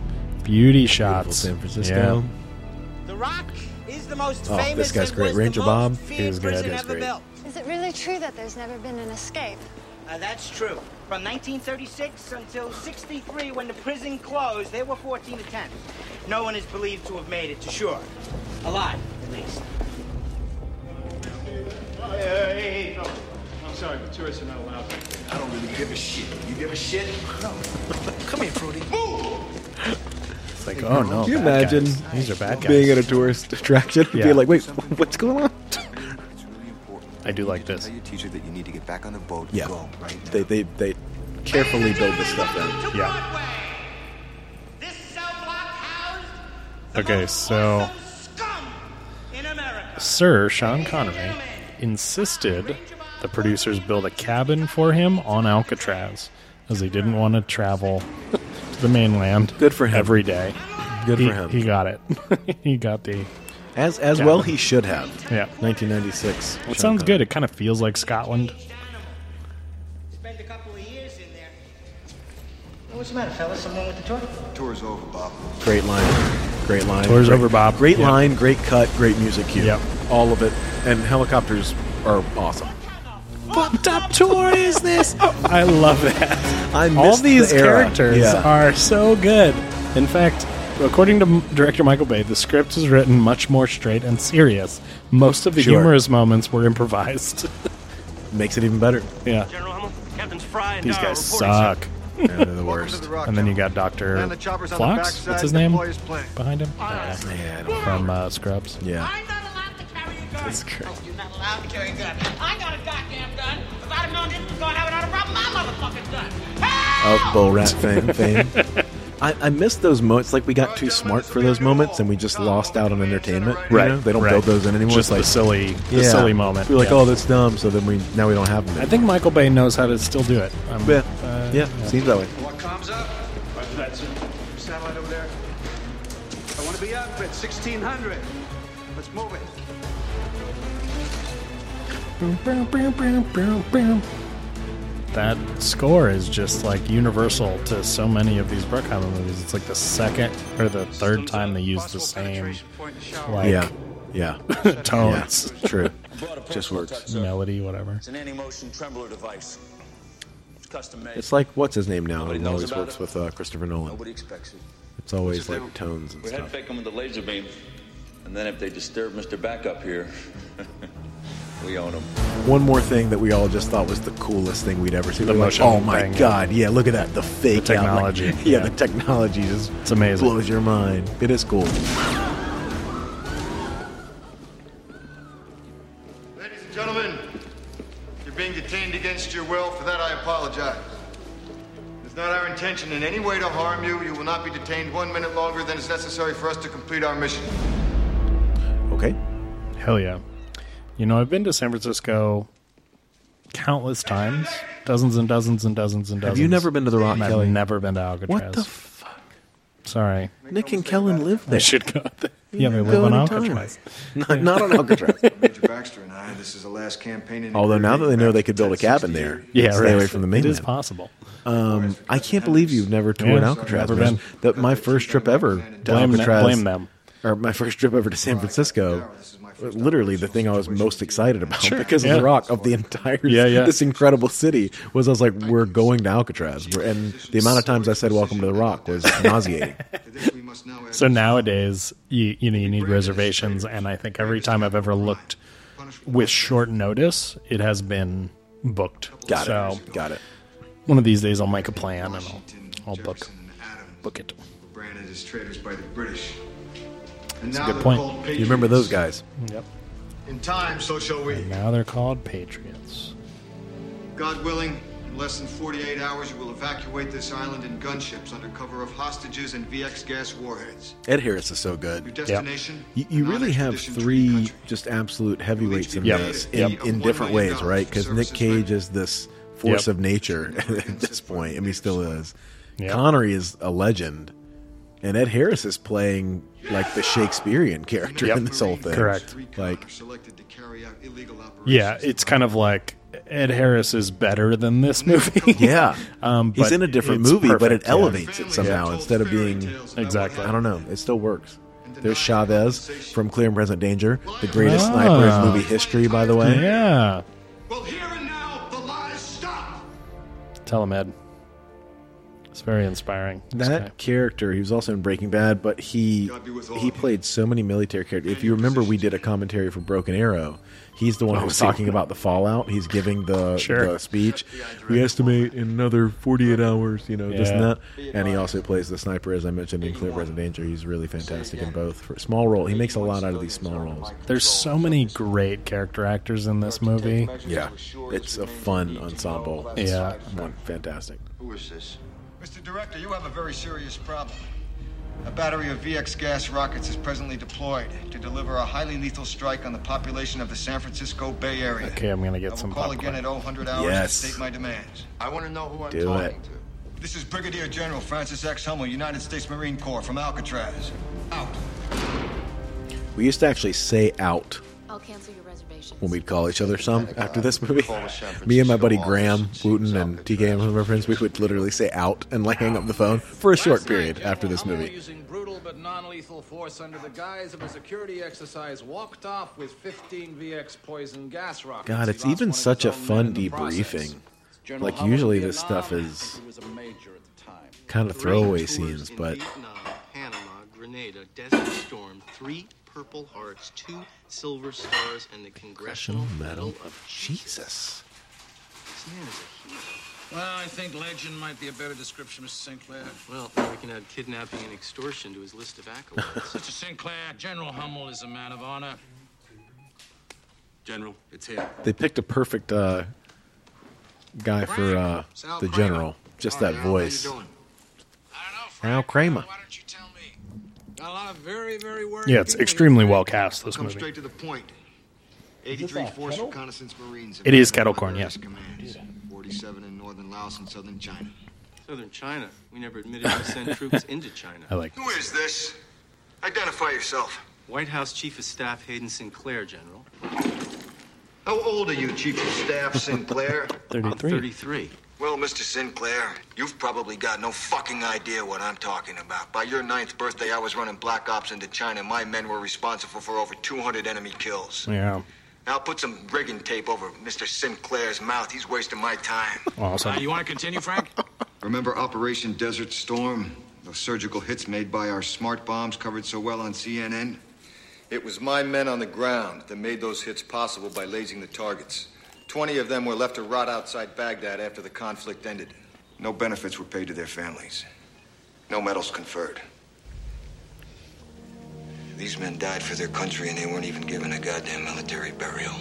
S7: beauty shots. San
S2: Francisco.
S16: The Rock is the most
S2: Oh,
S16: famous.
S2: this guy's
S16: and
S2: great.
S16: was
S2: Ranger
S16: the
S2: Bob,
S16: Most
S2: he was
S16: feared
S2: great.
S16: prison
S2: He was
S16: ever
S2: great.
S16: built.
S17: Is it really true that there's never been an escape?
S16: Uh, that's true. From 1936 until 63, when the prison closed, there were 14 attempts. No one is believed to have made it to shore, alive at least.
S13: Hey, hey, hey, no. I'm sorry, but tourists are not allowed. I don't really give a shit. You give a shit? No. Come here, Fruity.
S7: It's like, oh no.
S2: Can you
S7: bad
S2: imagine
S7: guys. These are bad guys.
S2: being at a tourist attraction?
S7: Yeah.
S2: Being like, wait, *laughs* what's going on?
S7: I do like this.
S18: Tell your teacher that you need to get back on the boat.
S2: Yeah, they they they carefully build this stuff in.
S7: Yeah. Okay, so Sir Sean Connery insisted the producers build a cabin for him on Alcatraz, as he didn't want to travel to the mainland. Good for him. Every day.
S2: Good
S7: He-
S2: for him.
S7: He got
S2: *laughs*
S7: it. he got the.
S2: As as
S7: Yeah.
S2: well, he should have.
S7: Yeah.
S2: 1996.
S7: It sounds good. It kind of feels like Scotland.
S16: What's the matter, fellas? Someone with the tour?
S14: Tour's over, Bob.
S2: Great line. Great line.
S7: Tours
S2: Great-
S7: over, Bob.
S2: Great
S7: Yep.
S2: line. Great cut. Great music cue.
S7: Yep.
S2: All of it. And helicopters are awesome.
S7: What top tour is
S2: *laughs*
S7: this? I love that.
S2: I
S7: All
S2: missed
S7: these
S2: the era.
S7: characters
S2: Yeah.
S7: are so good. In fact, according to m- director Michael Bay, the script was written much more straight and serious. Most of the
S2: Sure.
S7: humorous moments were improvised. *laughs*
S2: Makes it even better.
S7: yeah,
S5: General Hummel, Captains Fry and
S7: these
S5: Dyer
S7: guys
S5: reporting, sir.
S7: suck.
S2: Yeah, they're the worst.
S7: and then you got Doctor
S5: And the
S7: Flox.
S5: chopper's on the
S7: What's
S5: backside,
S7: his
S5: the
S7: name
S5: boy is playing.
S7: behind him?
S2: Yeah,
S7: from uh, Scrubs.
S2: oh, Yeah,
S7: that's great.
S16: Oh, You're not allowed to carry a gun. I got a goddamn gun. If I'd have known this was going to happen, I'd have brought my motherfucking gun.
S7: *laughs*
S2: of Oh, bull rat fame. fame. I, I miss those moments. Like we got too smart for those moments, and we just lost out on entertainment. you
S7: Right,
S2: know? They don't
S7: right.
S2: build those in anymore.
S7: Just
S2: it's like
S7: the silly- the silly moment,
S2: We're like,
S7: yeah.
S2: oh, that's dumb. So then we now we don't have them.
S7: I think Michael Bay knows how to still do it. Um,
S2: Yeah.
S7: uh,
S2: yeah. Seems that way.
S13: What comes up? Roger that, sir. Satellite over there. I want to be up at 1600. Let's move it.
S7: That score is just like universal to so many of these Bruckheimer movies. It's like the second or the third time they use the same, like Oh,
S2: yeah,
S7: *laughs*
S2: yeah,
S7: tones. *laughs*
S2: Yeah, true. Just works.
S7: melody, whatever.
S19: It's an anti-motion trembler device. It's custom made.
S2: It's like what's his name now? It
S19: knows
S2: always
S19: about
S2: works
S19: it.
S2: with uh, Christopher Nolan.
S19: Nobody expects it.
S2: It's always like tones and
S19: We had
S2: stuff.
S19: Beckham with the laser beam, and then if they disturb Mr. Backup here, we own him.
S2: One more thing that we all just thought was the coolest thing we'd ever seen.
S7: The
S2: We're like,
S7: motion
S2: oh my
S7: thing.
S2: god! Yeah, look at that. The fake out, like-
S7: technology.
S2: *laughs*
S7: Yeah.
S2: yeah, the technology just
S7: It's amazing.
S2: Blows your mind. It is cool.
S13: Ladies and gentlemen, you're being detained against your
S5: apologize. It's not our intention in any way to harm you. You will not be detained one minute longer than is necessary for us to complete our mission.
S2: Okay.
S7: Hell yeah. You know, I've been to San Francisco countless times, dozens and dozens and dozens and
S2: Have
S7: dozens.
S2: you never been to the Rock,
S7: And I've
S2: Kelly?
S7: never been to Alcatraz.
S2: What the
S7: fuck? Sorry.
S2: Nick and Kellen live
S7: *laughs*
S2: there.
S7: I should go. There.
S2: You
S7: Yeah, they
S2: can
S7: live
S2: go
S7: on
S2: anytime.
S7: Alcatraz.
S2: Not, not on Alcatraz.
S5: Major Baxter and I, this is the last campaign in
S2: *laughs* Although now that they know they could build a cabin there,
S7: Yeah,
S2: stay
S7: right.
S2: away from the mainland.
S7: It is possible.
S2: Um, I can't believe you've never toured
S7: Yeah.
S2: Alcatraz.
S7: Never been.
S2: man. That my first trip ever to
S7: Blame them-
S2: Alcatraz.
S7: blame them.
S2: Or my first trip ever to San Francisco. Literally, the thing I was most excited about
S7: Sure,
S2: because
S7: yeah.
S2: of the rock of the entire
S7: Yeah, yeah.
S2: this incredible city was I was like, we're going to Alcatraz, We're- and the amount of times I said "Welcome to the Rock" was
S7: *laughs*
S2: nauseating.
S7: So nowadays, you you know you need reservations, and I think every time I've ever looked with short notice, it has been booked.
S2: Got it.
S7: so,
S2: Got it.
S7: One of these days, I'll make a plan and I'll, I'll book book it.
S5: Branded as traitors by the British. And
S7: That's a
S5: now
S7: good
S5: they're
S7: point.
S5: called
S7: You
S2: You remember
S5: patriots.
S2: those guys?
S7: Yep.
S5: In time, so shall we.
S7: Now they're called Patriots.
S5: God willing, in less than 48 hours, you will evacuate this island in gunships under cover of hostages and VX gas warheads.
S2: Ed Harris is so good.
S5: destination,
S2: You, you really have three just absolute heavyweights in
S7: Yep.
S2: this
S7: Yep.
S2: in, in different ways, right? Because Nick Cage is this force
S7: Yep.
S2: of nature *laughs* at this point. I mean, he still is.
S7: Yep.
S2: Connery is a legend, and Ed Harris is playing like the Shakespearean character
S7: Yep.
S2: in this whole thing.
S7: Correct.
S2: Like
S7: Yeah, it's kind of like Ed Harris is better than this movie.
S2: *laughs* Yeah.
S7: um,
S2: he's
S7: but
S2: in a different
S7: it's
S2: movie, but
S7: perfect,
S2: it
S7: yeah.
S2: elevates it somehow instead of being
S7: Exactly.
S2: I don't know. It still works. There's Chavez from Clear and Present Danger, the greatest
S7: Ah.
S2: sniper in movie history, by the way.
S7: *laughs* Yeah. Tell him, Ed. It's very inspiring. This
S2: That
S7: guy.
S2: character, he was also in Breaking Bad, but he he played so many military characters. If you remember, we did a commentary for Broken Arrow. He's the one
S7: Oh,
S2: who was
S7: yeah.
S2: talking about the fallout. He's giving the,
S7: Sure.
S2: the speech. We estimate in another forty eight hours, you know, this and
S7: Yeah.
S2: that. And he also plays the sniper, as I mentioned in Clear Present Danger. He's really fantastic in both. For a small role, he makes a lot out of these small roles.
S7: There's so many great character actors in this movie.
S2: Yeah, Ah, it's a fun ensemble.
S7: Yeah.
S2: one fantastic.
S5: Who is this? Mr. Director, you have a very serious problem. A battery of VX gas rockets is presently deployed to deliver a highly lethal strike on the population of the San Francisco Bay Area.
S7: Okay, I'm gonna
S5: I
S7: get
S5: will
S7: some
S5: call again
S7: popcorn.
S5: at 0100 hours
S2: Yes.
S5: to state my demands. I want to know who I'm
S2: Do talking it.
S5: to. This is Brigadier General Francis X. Hummel, United States Marine Corps from Alcatraz. Out.
S2: We used to actually say out
S20: I'll cancel your reservation.
S2: when we'd call each other some after this movie. Me and my buddy Graham Wooten and TK and some of our friends, we would literally say out and like hang up the phone for a short period after this movie.
S21: Using brutal but non-lethal force under the guise of a security exercise, walked off with 15 VX poison gas rockets.
S2: God, it's even such a fun debriefing. Like usually this stuff is kind of throwaway scenes, but
S22: Panama, Grenada, Desert Storm, three Purple Hearts, two Silver Stars, and the
S2: Oh,
S22: Congressional Medal of
S2: Jesus.
S22: This man is a
S21: Well, I think legend might be a better description, Mr. Sinclair.
S22: Well, we can add kidnapping and extortion to his list
S21: *laughs*
S22: of accolades.
S21: Mr. Sinclair, General Hummel is a man of honor.
S22: General, it's here.
S2: they picked a perfect uh, guy for uh, the general. Just that voice. Al Kramer.
S7: Yeah, it's extremely well cast. This
S5: Come
S7: movie.
S5: straight to the point. 83 Force Reconnaissance Marines.
S7: It is kettle corn. Yes.
S5: Commands. 47 in northern Laos and southern China.
S22: Southern China. We never admitted we sent troops into China.
S7: I like
S5: Who is this? Identify yourself.
S22: White House Chief of Staff Hayden Sinclair, General.
S5: How old are you, Chief of
S7: *laughs*
S5: Staff Sinclair?
S22: I'm 33.
S5: Well, Mr. Sinclair, you've probably got no fucking idea what I'm talking about. By your ninth birthday, I was running black ops into China. My men were responsible for over 200 enemy kills.
S7: Yeah.
S5: Now put some rigging tape over Mr. Sinclair's mouth. He's wasting my time.
S7: Awesome.
S5: you want to continue, Frank? *laughs* Remember Operation Desert Storm? Those surgical hits made by our smart bombs covered so well on CNN? It was my men on the ground that made those hits possible by lasing the targets. Twenty of them were left to rot outside Baghdad after the conflict ended. No benefits were paid to their families. No medals conferred. These men died for their country and they weren't even given a goddamn military burial.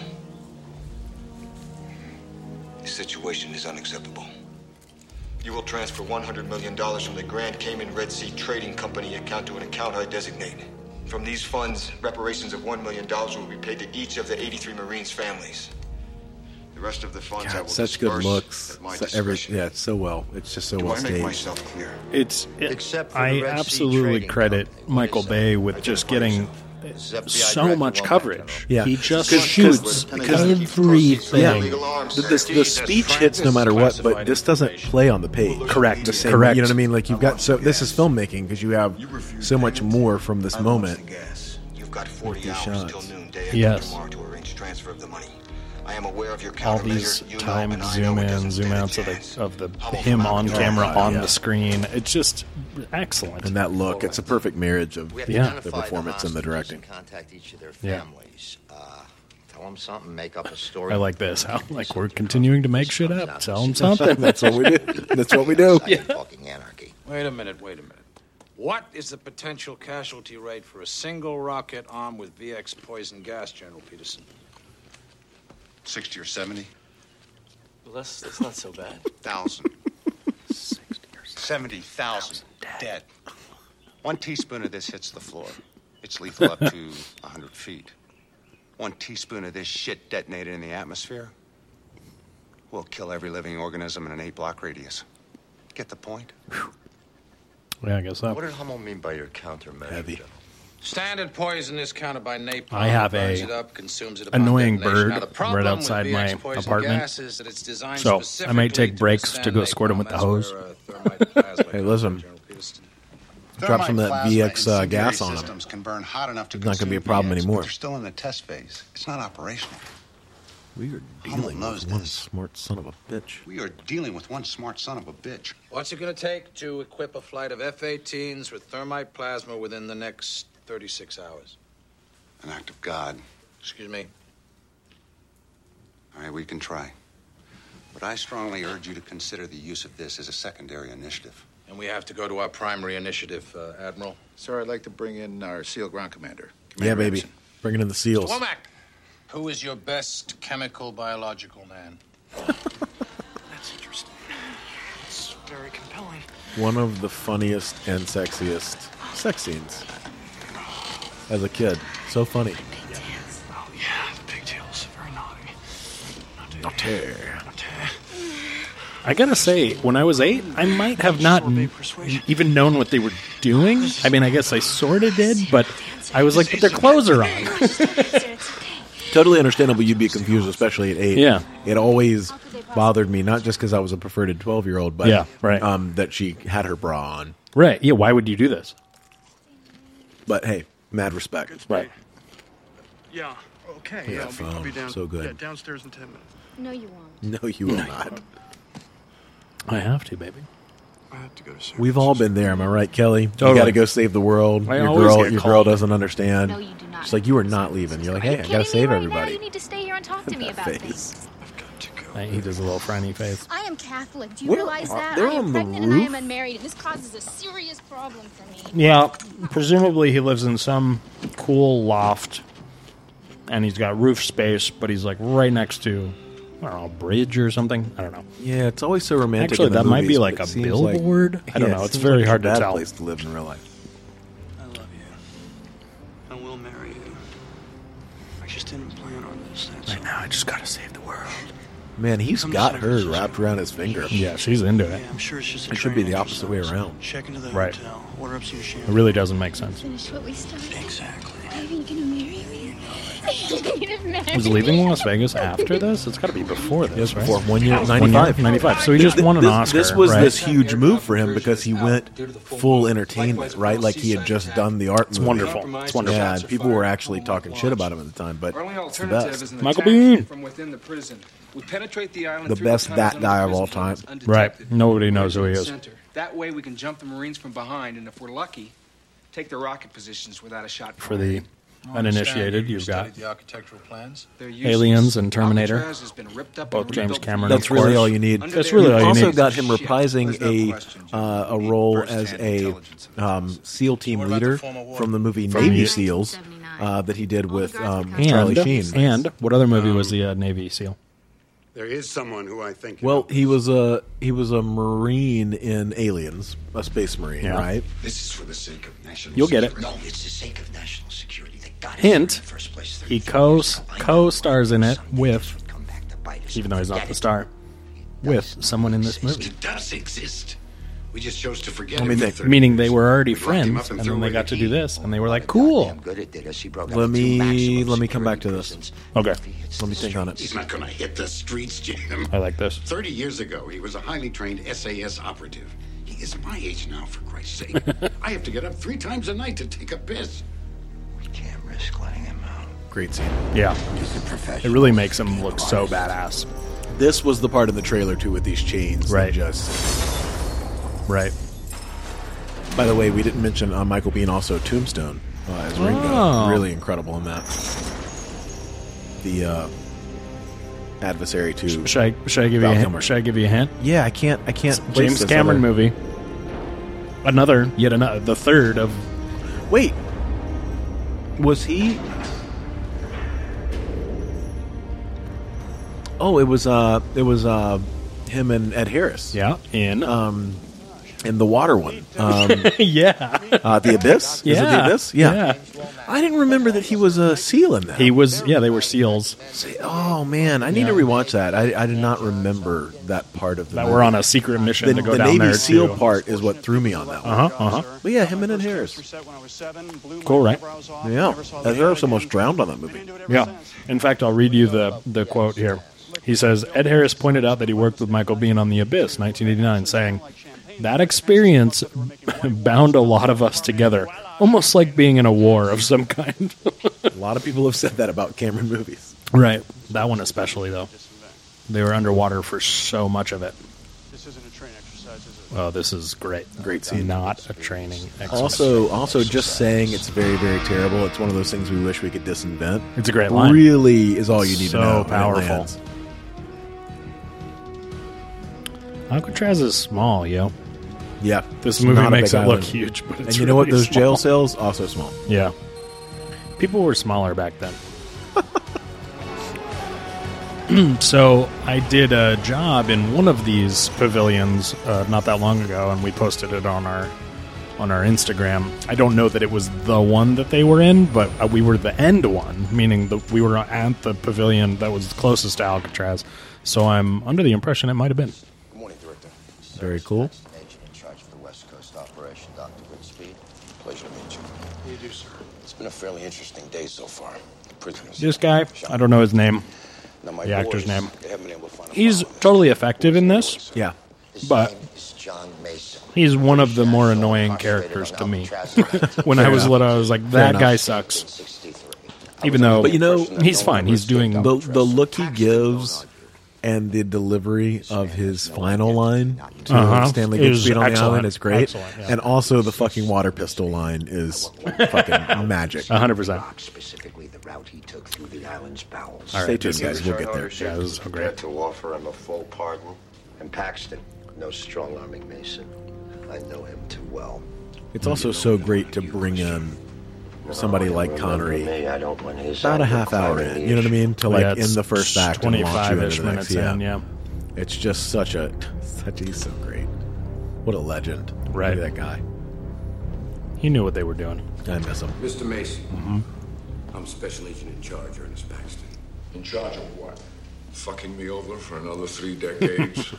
S5: The situation is unacceptable. You will transfer $100 million from the Grand Cayman Red Sea Trading Company account to an account I designate. From these funds, reparations of $1 million will be paid to each of the 83 Marines' families. The rest of the funds I will
S2: God, such good
S5: disperse
S2: looks.
S5: at my
S2: So every, yeah, it's so well. It's just so
S5: Do
S2: well
S5: I make
S2: staged.
S5: myself clear?
S7: It's it,
S5: Except for the
S7: I
S5: Red Sea
S7: absolutely
S5: Trading
S7: credit Michael Bay with just getting so much coverage.
S2: Yeah.
S7: he just
S2: 'Cause- 'cause-
S7: shoots
S2: 'cause-
S7: everything.
S2: Yeah. The, the, the speech hits no matter what, but this doesn't play on the page.
S7: Correct.
S2: The same,
S7: Correct.
S2: You know what I mean? Like you've got so this is filmmaking because you have so much more from this moment.
S5: You've got 40
S2: these
S5: hours
S2: shots.
S5: till noonday after
S7: Yes.
S5: tomorrow to arrange transfer of the money. I am aware of your
S7: all
S5: countermeasure.
S7: these
S5: you know
S7: timed
S5: and I know
S7: zoom
S5: it
S7: in,
S5: doesn't
S7: zoom
S5: stand a
S7: outs of
S5: chance.
S7: the, of the
S5: Hubble
S7: him
S5: from
S7: on
S5: outer
S7: camera
S5: darkness.
S7: on
S2: Yeah.
S7: the screen. It's just excellent.
S2: And that look, it's a perfect marriage of
S1: We have to
S2: yeah.
S1: identify
S2: the performance and the directing.
S1: Contact each of their
S7: Yeah.
S1: families. Uh, tell them something. Make up a story.
S7: I like this. *laughs* How like we're continuing to make shit up. Tell him something.
S2: *laughs* That's what we do. That's what we do.
S7: Yeah.
S21: Wait a minute, wait a minute. What is the potential casualty rate for a single rocket armed with VX poison gas, General Peterson?
S5: 60 or 70?
S22: Well, that's, that's not so bad.
S5: 1,000. 70,000 dead. One teaspoon of this hits the floor. It's lethal up to 100 feet. One teaspoon of this shit detonated in the atmosphere will kill every living organism in an eight block radius. Get the point?
S7: Yeah, I guess
S5: What
S7: so.
S5: did Hummel mean by your countermeasure?
S2: Heavy.
S21: Standard poison is counted by napalm.
S7: I have
S21: burns
S7: a
S21: it up, consumes it upon
S7: Annoying
S21: detonation.
S7: bird
S21: Now, the
S7: right
S21: problem
S7: outside
S21: with
S7: my
S21: VX poison
S7: apartment.
S21: gas is that it's designed
S7: So I might
S21: specifically
S7: take breaks to
S21: withstand
S7: go squirt him with the hose.
S2: *laughs* Hey, listen. Drop some of that VX uh, gas on them.
S20: systems can burn hot enough to
S2: It's not gonna be a
S20: consume
S2: problem
S20: VX, but
S2: anymore.
S20: They're still in the test phase. It's not operational.
S2: We are
S20: dealing
S2: with one smart son of a bitch.
S20: We are dealing with one smart son of a bitch.
S21: What's it going to take to equip a flight of F-18s with thermite plasma within the next 36 hours?
S20: An act of God.
S21: Excuse me.
S20: All right, we can try. But I strongly urge you to consider the use of this as a secondary initiative.
S21: And we have to go to our primary initiative, uh, Admiral.
S20: Sir, I'd like to bring in our SEAL ground commander.
S2: Yeah, baby. Bringing in the seals.
S21: Womack, who is your best chemical biological man?
S22: That's interesting. It's very compelling.
S2: One of the funniest and sexiest sex scenes. As a kid, so funny.
S22: Oh, yeah, the pigtails. Very naughty.
S7: I gotta say, when I was eight, I might have not even known what they were doing. I mean, I guess I sort of did, but I was like, but their clothes are on.
S2: Totally understandable you'd be confused, especially at eight.
S7: Yeah.
S2: It always bothered me, not just because I was a perverted 12 year old, but
S7: Yeah, right.
S2: um, that she had her bra on.
S7: Right? Yeah. Why would you do this?
S2: But hey, mad respect.
S7: Right.
S6: Yeah. Okay.
S2: Yeah,
S6: Yeah, I'll, be, I'll be
S2: phone.
S6: down.
S2: So good.
S6: Yeah, downstairs in ten minutes.
S15: No, you won't.
S2: No, you will not.
S7: I have to, baby.
S6: I have to go to sleep.
S2: We've all been there, am I right, Kelly? You
S7: Totally.
S2: got to go save the world.
S7: I
S2: your
S7: always
S2: girl,
S7: get
S2: your girl
S7: called.
S2: doesn't understand.
S15: No, you do not.
S2: She's like, you are not leaving. You're like, hey, I
S15: Kidding
S2: got to
S15: me
S2: save
S15: right
S2: everybody.
S15: Now? You need to stay here and talk to me about things.
S7: He does a little frowny face.
S15: I am Catholic. Do you
S7: Where
S15: realize
S7: are-
S15: that?
S7: uh, they're
S15: I am
S7: on the
S15: pregnant and I
S7: roof?
S15: am unmarried, and this causes a serious problem for me.
S7: Yeah, presumably he lives in some cool loft, and he's got roof space, but he's like right next to, I don't know, a bridge or something. I don't know.
S2: Yeah, it's always so romantic.
S7: Actually,
S2: in the
S7: that might be
S2: movies,
S7: like
S2: but
S7: a
S2: it seems
S7: billboard.
S2: like-
S7: I don't
S2: Yeah,
S7: know.
S2: it
S7: It's
S2: seems
S7: very
S2: like
S7: hard
S2: a
S7: to
S2: bad
S7: tell.
S2: place to live in real life.
S6: I love you. I will marry you. I just didn't plan on this. That's
S7: Right now, I just gotta save the world.
S2: Man, he's got her wrapped around his finger.
S7: Yeah, she's into it.
S6: I'm sure it's just a
S2: It should be
S6: training
S2: the opposite way
S6: exercise.
S2: around.
S6: Check into the
S7: Right.
S6: hotel. Order up some
S7: It
S6: champagne.
S7: really doesn't make sense.
S15: Finish what we started.
S6: Exactly.
S15: Are you gonna marry me? You're gonna marry
S7: Was leaving Las Vegas after this? It's got to be before this, right?
S2: For one year, at
S7: One year-
S2: 95.
S7: 95. So he just
S2: Th-
S7: won an
S2: this,
S7: Oscar.
S2: This was
S7: right?
S2: this huge move for him because he went full entertainment, right? Like he had just done the art. It's
S7: wonderful. It's wonderful.
S2: Yeah, and people were actually talking shit about him at the time, but
S13: Our only
S2: it's the
S13: alternative is
S2: best.
S13: an
S7: Michael
S13: attack
S7: Bean.
S13: from within the prison. We penetrate the island
S2: The
S13: through
S2: best
S13: tunnels
S2: that
S13: under
S2: guy
S13: the
S2: of all
S13: prison
S2: time.
S13: floors
S7: Right.
S13: undetected.
S7: Nobody knows who he is.
S13: Center. That way we can jump the Marines from behind, and if we're lucky, take their rocket positions without a shot.
S7: For the uninitiated, you've got
S21: The architectural plans?
S13: They're useless.
S7: Aliens and Terminator.
S13: Alcatraz has been ripped up
S7: Both
S13: and
S7: James
S13: rebuilt.
S7: Cameron.
S2: That's
S7: of
S2: really
S7: course.
S2: all you need.
S7: That's really all you
S2: also
S7: need.
S2: got him reprising a uh, a role as a um, SEAL team leader from the movie
S7: From
S2: Navy
S7: the-
S2: SEAls uh, that he did with um,
S7: and,
S2: Charlie Sheen.
S7: Um, And what other movie was the uh, Navy SEAL?
S8: There is someone who I think.
S2: Well, he was a he was a marine in Aliens, a space marine,
S7: Yeah.
S2: right?
S8: This is for the sake of national.
S7: You'll get it.
S8: security.
S5: No, it's the sake of national security. They got it
S7: Hint:
S5: in the first place.
S7: He co co stars in it with, even though he's not the star, with someone in this movie.
S8: It does exist. We just chose to forget.
S7: I
S8: it
S7: mean,
S8: for
S7: they,
S8: 30
S7: meaning they were already
S8: We locked him
S7: friends,
S8: up
S7: and
S8: threw
S7: then they
S8: away
S7: got
S8: the
S7: to
S8: key.
S7: do this, and they were like, "Cool."
S5: Good at this. He broke
S2: Let me let me come back to this.
S7: Okay,
S2: Let me think on it.
S8: He's not going to hit the streets, Jim.
S7: I like this.
S8: 30 years ago, he was a highly trained SAS operative. He is my age now, for Christ's sake.
S2: *laughs*
S8: I have to get up three times a night to take a piss.
S5: Can't risk letting him out.
S2: Great scene.
S7: Yeah,
S5: He's a
S7: it
S5: professional.
S7: really makes him look so badass.
S2: This was the part in the trailer too with these chains.
S7: Right.
S2: Right. Just.
S7: Right.
S2: By the way, we didn't mention uh, Michael Bean also Tombstone uh, as Ringo.
S7: Oh.
S2: Really incredible in that. The uh, adversary to
S7: Should I should I give you
S2: Val
S7: a
S2: Kilmer.
S7: hint? Should I give you a hint?
S2: Yeah, I can't. I can't. place
S7: James
S2: this
S7: Cameron
S2: other-
S7: movie. Another yet another the third of
S2: Wait, was he? Oh, it was. Uh, it was uh, him and Ed Harris.
S7: Yeah, in uh, *laughs*
S2: um, in the water one. Um,
S7: yeah
S2: *laughs* uh, the Abyss. Is it
S7: Yeah,
S2: the Abyss? Yeah. I didn't remember that he was a seal in that.
S7: He was yeah they were seals
S2: Oh man, I need to rewatch that. I, I did not remember that part of the
S7: that
S2: movie.
S7: were on a secret mission
S2: The,
S7: to go
S2: the
S7: down
S2: Navy
S7: there
S2: SEAL
S7: too.
S2: part is what threw me on that one.
S7: Uh huh. Uh huh.
S2: But yeah, him and Ed Harris.
S7: Cool, right?
S2: Yeah, Ed Harris almost drowned on that movie.
S7: Yeah. In fact, I'll read you the, the quote here. He says Ed Harris pointed out that he worked with Michael Bean on The Abyss, 1989, saying, That experience *laughs* bound a lot of us together, almost like being in a war of some kind. *laughs*
S2: a lot of people have said that about Cameron movies.
S7: Right. That one, especially, though. They were underwater for so much of it.
S13: This isn't a train exercise, is it?
S7: Oh, this is great. Great scene. Not a training exercise.
S2: Also, also just saying it's very, very terrible. It's one of those things we wish we could disinvent.
S7: It's a great line.
S2: Really, is all you need
S7: So
S2: to know. when it
S7: powerful.
S2: lands.
S7: Alcatraz is small, yo.
S2: Yeah,
S7: This
S2: It's
S7: movie
S2: not a
S7: makes it
S2: big
S7: look
S2: island.
S7: huge, but it's
S2: and you know what?
S7: really
S2: Those jail
S7: small.
S2: cells also small.
S7: Yeah. People were smaller back then. *clears throat* so I did a job in one of these pavilions uh, not that long ago, and we posted it on our on our Instagram. I don't know that it was the one that they were in, but uh, we were the end one, meaning that we were at the pavilion that was closest to Alcatraz. So I'm under the impression it might have been.
S5: Good morning, Director.
S2: Very cool.
S5: Agent in charge of the West Coast operation, Dr. Goodspeed. Pleasure to meet you. You do, sir. It's been a fairly interesting day so far. The prisoners.
S7: This guy, I don't know his name,
S5: Now, my
S7: the actor's
S5: boys,
S7: name.
S5: They haven't been able to find a
S7: He's
S5: bomb.
S7: totally effective in this.
S2: Yeah.
S7: But
S5: It's John Mason.
S7: He's one of the more annoying characters to me. *laughs* when I
S2: Fair
S7: was
S2: enough.
S7: little, I was like,
S2: Fair
S7: that
S2: enough.
S7: guy sucks. Even though,
S2: But you know,
S7: he's fine. He's doing
S2: the the look he gives and the delivery of his final line to
S7: Uh-huh.
S2: Stanley
S7: It was
S2: Goodspeed on the
S7: excellent.
S2: island is great,
S7: Excellent, yeah.
S2: and also the fucking water pistol line is
S7: *laughs*
S2: fucking magic.
S7: 100%.
S5: Specifically, the route he took through the island's bowels.
S2: Stay tuned, guys. We'll get there.
S7: Yeah, this is so great.
S5: To offer him a full pardon. And Paxton, no strong arming Mason. I know him too well.
S2: It's also so great to bring in somebody like Connery
S5: Me, I don't want his
S2: about a
S5: anger
S2: half hour
S5: climbing
S2: in.
S5: the
S2: You know what I
S5: issue.
S2: mean? To like
S7: Yeah, it's
S2: in the first act and launch you into
S7: 25-ish
S2: the next.
S7: minutes
S2: Yeah.
S7: in, yeah.
S2: it's just such a such. He's so great. What a legend. Look at
S7: Right.
S2: that guy.
S7: He knew what they were doing.
S2: I miss him.
S3: Mr. Mason.
S2: Mm-hmm.
S3: I'm Special Agent in Charge, Ernest Paxton. In charge of what? Fucking me over for another three
S2: *laughs*
S3: decades.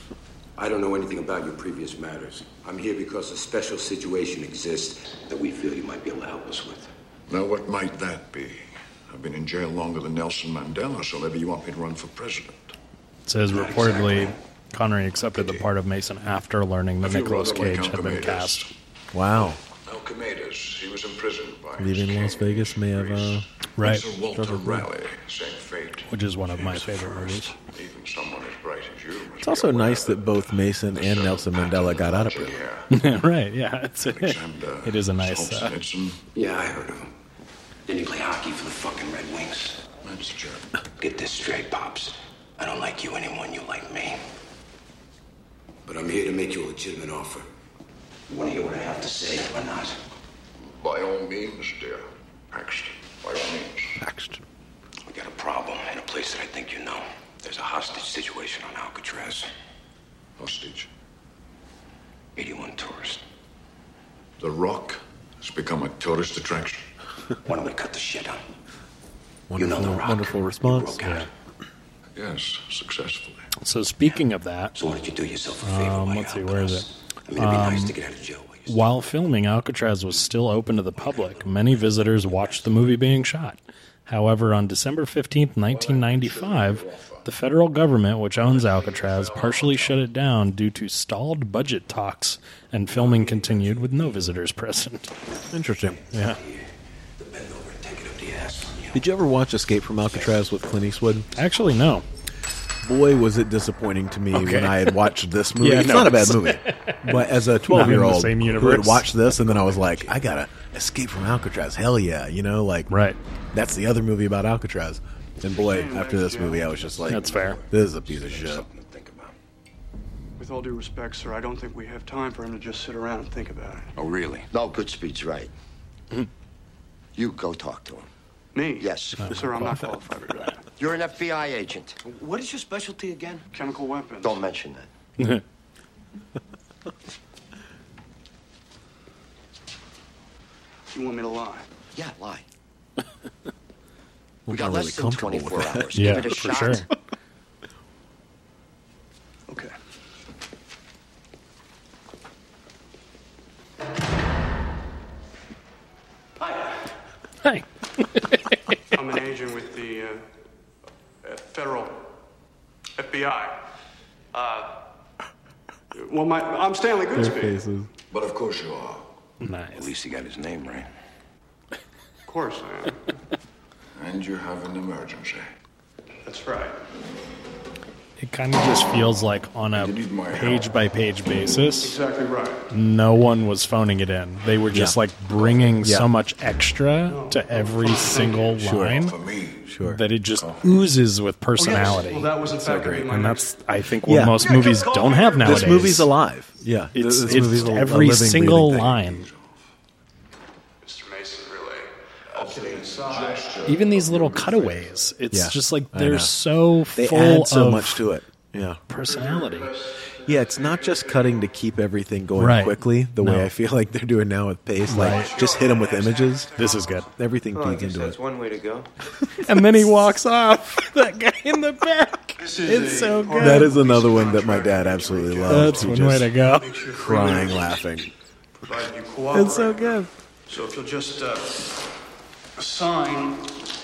S3: I don't know anything about your previous matters. I'm here because a special situation exists that we feel you might be able to help us with. Now, what might that be? I've been in jail longer than Nelson Mandela, so maybe you want me to run for president.
S7: It says reportedly, Connery accepted the part of Mason after learning that
S3: If you
S7: Nicolas
S3: rather like
S7: Cage had been
S3: Alcibiades.
S7: cast.
S2: Wow.
S3: Alcibiades, he was imprisoned by
S2: Leaving Las Vegas may have uh,
S7: Right.
S3: Sir Walter Raleigh, same fate.
S7: Which is one of my favorite movies.
S3: Even someone as bright as you.
S2: It's also nice that both Mason and Nelson Mandela got out of prison.
S7: *laughs* right, yeah. It's it is a nice. Uh,
S3: Yeah, I heard of him. Then he play hockey for the fucking Red Wings. That's a jerk. Get this straight, Pops. I don't like you anyone, you like me. But I'm here to make you a legitimate offer. You want to hear what I have to say or not? By all means, dear. Paxton. By all means. Paxton. I got a problem in a place that I think you know. There's a hostage situation on Alcatraz. Hostage? 81 tourists.
S8: The Rock has become a tourist attraction.
S3: Why don't we cut the shit out?
S7: Wonderful, wonderful response. Yeah.
S8: Yes, successfully.
S7: So speaking of that,
S3: so why don't you do yourself a favor?
S7: um,
S3: while
S7: let's see,
S3: you're out
S7: where
S3: with
S7: is
S3: us? I
S7: it?
S3: mean, it'd be nice
S7: Um,
S3: to get out of jail. while you're-
S7: While filming, Alcatraz was still open to the public. Many visitors watched the movie being shot. However, on December 15th, 1995, the federal government, which owns Alcatraz, partially shut it down due to stalled budget talks, and filming continued with no visitors present.
S2: Interesting.
S7: Yeah.
S2: Did you ever watch Escape from Alcatraz with Clint Eastwood?
S7: Actually, no.
S2: Boy, was it disappointing to me
S7: Okay.
S2: when I had watched this movie.
S7: Yeah,
S2: it's
S7: no,
S2: not a bad
S7: it's-
S2: movie, but as a
S7: Not in the
S2: twelve-year-old
S7: same
S2: who had
S7: universe.
S2: watched this, and then I was like, I gotta Escape from Alcatraz. Hell yeah, you know, like
S7: right.
S2: That's the other movie about Alcatraz. And boy, after this movie, I was just like,
S7: That's fair.
S2: This is a piece of shit.
S6: With all due respect, sir, I don't think we have time for him to just sit around and think about it.
S3: Oh, really?
S1: No, Goodspeed's right.
S2: Hmm.
S1: you go talk to him.
S6: Me?
S1: Yes.
S6: Sir, I'm not qualified for that.
S1: You're an FBI agent.
S6: What is your specialty again? Chemical weapons.
S1: Don't mention that.
S6: You want me to lie?
S1: Yeah,
S5: *laughs*
S1: lie.
S2: We're
S1: We got
S2: not really
S1: less than
S2: comfortable
S1: 24
S2: with that.
S1: hours.
S7: *laughs* Yeah,
S1: Give it a
S7: for
S1: shot.
S7: sure.
S6: Okay.
S7: Hey.
S6: I'm an agent with the uh, uh, federal FBI. Uh, well, my, I'm Stanley Goodspeed.
S2: faces.
S3: But of course you are.
S7: *laughs* Nice.
S3: At least he got his name right.
S6: Of course I am.
S8: And you have an emergency.
S6: That's right.
S7: It kind of just feels like on a page by page basis.
S6: Exactly right.
S7: no one was phoning it in. They were just
S2: Yeah.
S7: like bringing
S2: Yeah.
S7: so much extra to every single
S2: Sure.
S7: line
S2: Sure.
S7: that it just oozes with personality.
S6: Oh. Well, that was in fact
S2: great.
S6: my
S7: And
S6: next-
S7: that's, I think, what
S2: Yeah.
S7: most movies don't have nowadays.
S2: This movie's alive. Yeah, th-
S7: It's,
S2: this
S7: it's
S2: movie's a- a
S7: every
S2: living,
S7: single
S2: breathing thing.
S7: line.
S6: Mr. Mason really. I'll get inside.
S7: Even these little cutaways. It's
S2: Yeah,
S7: just like
S2: I
S7: they're
S2: know.
S7: so
S2: They
S7: full
S2: add so
S7: of
S2: much to it. Yeah,
S7: personality.
S2: yeah. It's not just cutting to keep everything going
S7: Right.
S2: quickly the way
S7: No.
S2: I feel like they're doing now with pace. Like
S7: Right.
S2: just hit them with images.
S7: This is good.
S2: Everything
S5: Oh,
S2: feeds into it.
S23: that's one way to go.
S7: And then he walks off. *laughs* that guy in the back. It's so good.
S2: That is another one that my dad absolutely
S7: That's
S2: loves. He
S7: one way
S2: just
S7: to go.
S2: *laughs* Crying, laughing.
S6: Provided you cooperate.
S7: It's so good.
S6: So if you'll just uh, sign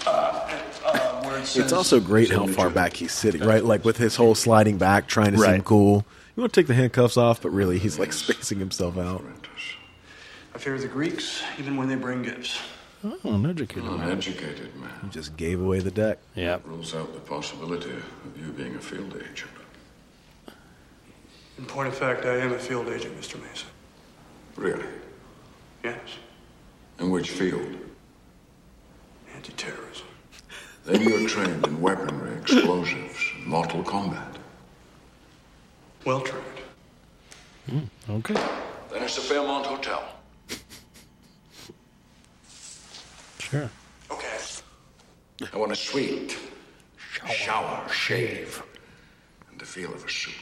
S6: uh, uh, where it says.
S2: It's also great how far back he's sitting, right? Like with his whole sliding back, trying to seem
S7: Right.
S2: cool. You want to take the handcuffs off, but really he's like *laughs* spacing himself out.
S6: I fear the Greeks, even when they bring gifts.
S7: Oh, an educated
S8: An
S7: man.
S8: educated man
S2: He just gave away the deck.
S7: Yep.
S8: rules out the possibility of you being a field agent.
S6: In point of fact, I am a field agent, Mr. Mason.
S8: Really?
S6: Yes,
S8: In which field?
S6: anti-terrorism.
S8: Then you're trained in weaponry, explosives, and mortal combat.
S6: Well trained.
S7: Okay.
S8: Then it's the Fairmont Hotel.
S7: Sure.
S8: Okay. I want a suite, shower, shave, and the feel of a suit.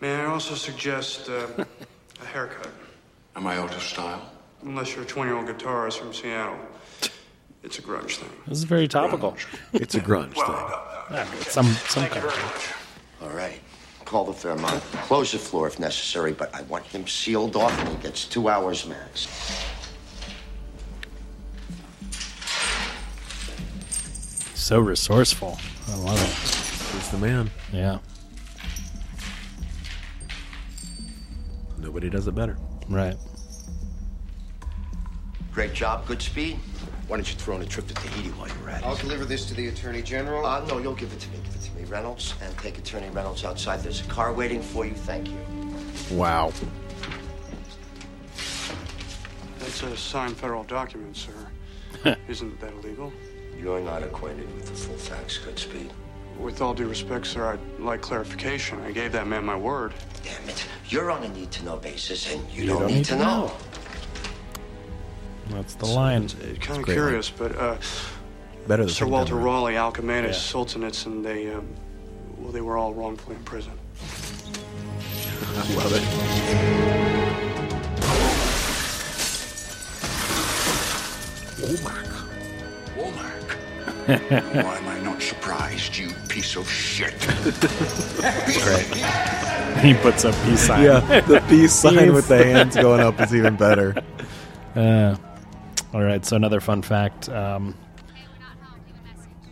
S6: May I also suggest uh, a haircut,
S8: Am I out of style?
S6: unless you're a 20-year-old guitarist from Seattle. It's a grunge thing.
S7: This is very topical.
S2: It's a grunge thing.
S7: Yeah, some some kind.
S1: All right. Call the Fairmont. Close the floor if necessary, but I want him sealed off and he gets two hours max.
S7: So resourceful. I love
S2: He's the man.
S7: it. Yeah.
S2: Nobody does it better.
S7: Right.
S1: Great job, Goodspeed. Why don't you throw in a trip to Tahiti while you're at it?
S14: I'll deliver this to the Attorney General.
S1: Uh, no, you'll give it to me. Give it to me, Reynolds, and take Attorney Reynolds outside. There's a car waiting for you. Thank you.
S2: Wow.
S6: That's a signed federal
S7: *laughs*
S6: document, sir. Isn't that illegal?
S1: You're not acquainted with the full facts, Goodspeed.
S6: With all due respect, sir, I'd like clarification. I gave that man my word.
S1: Damn it. You're on a need to know basis, and you,
S7: You
S1: don't, need, to know.
S7: That's the line.
S6: Kind of curious, but uh,
S2: Better than
S6: Sir
S2: Pink
S6: Walter
S2: Panther.
S6: Raleigh, Alcamenes,
S7: Yeah.
S6: Solzhenitsyn, they um, well, they were all wrongfully imprisoned.
S2: I love it.
S8: Womack. Womack. Why am I not surprised, you piece of shit?
S7: *laughs* he puts up peace sign.
S2: Yeah, the Oh peace sign with the hands going up is even better.
S7: Uh, all right, so another fun fact. Um,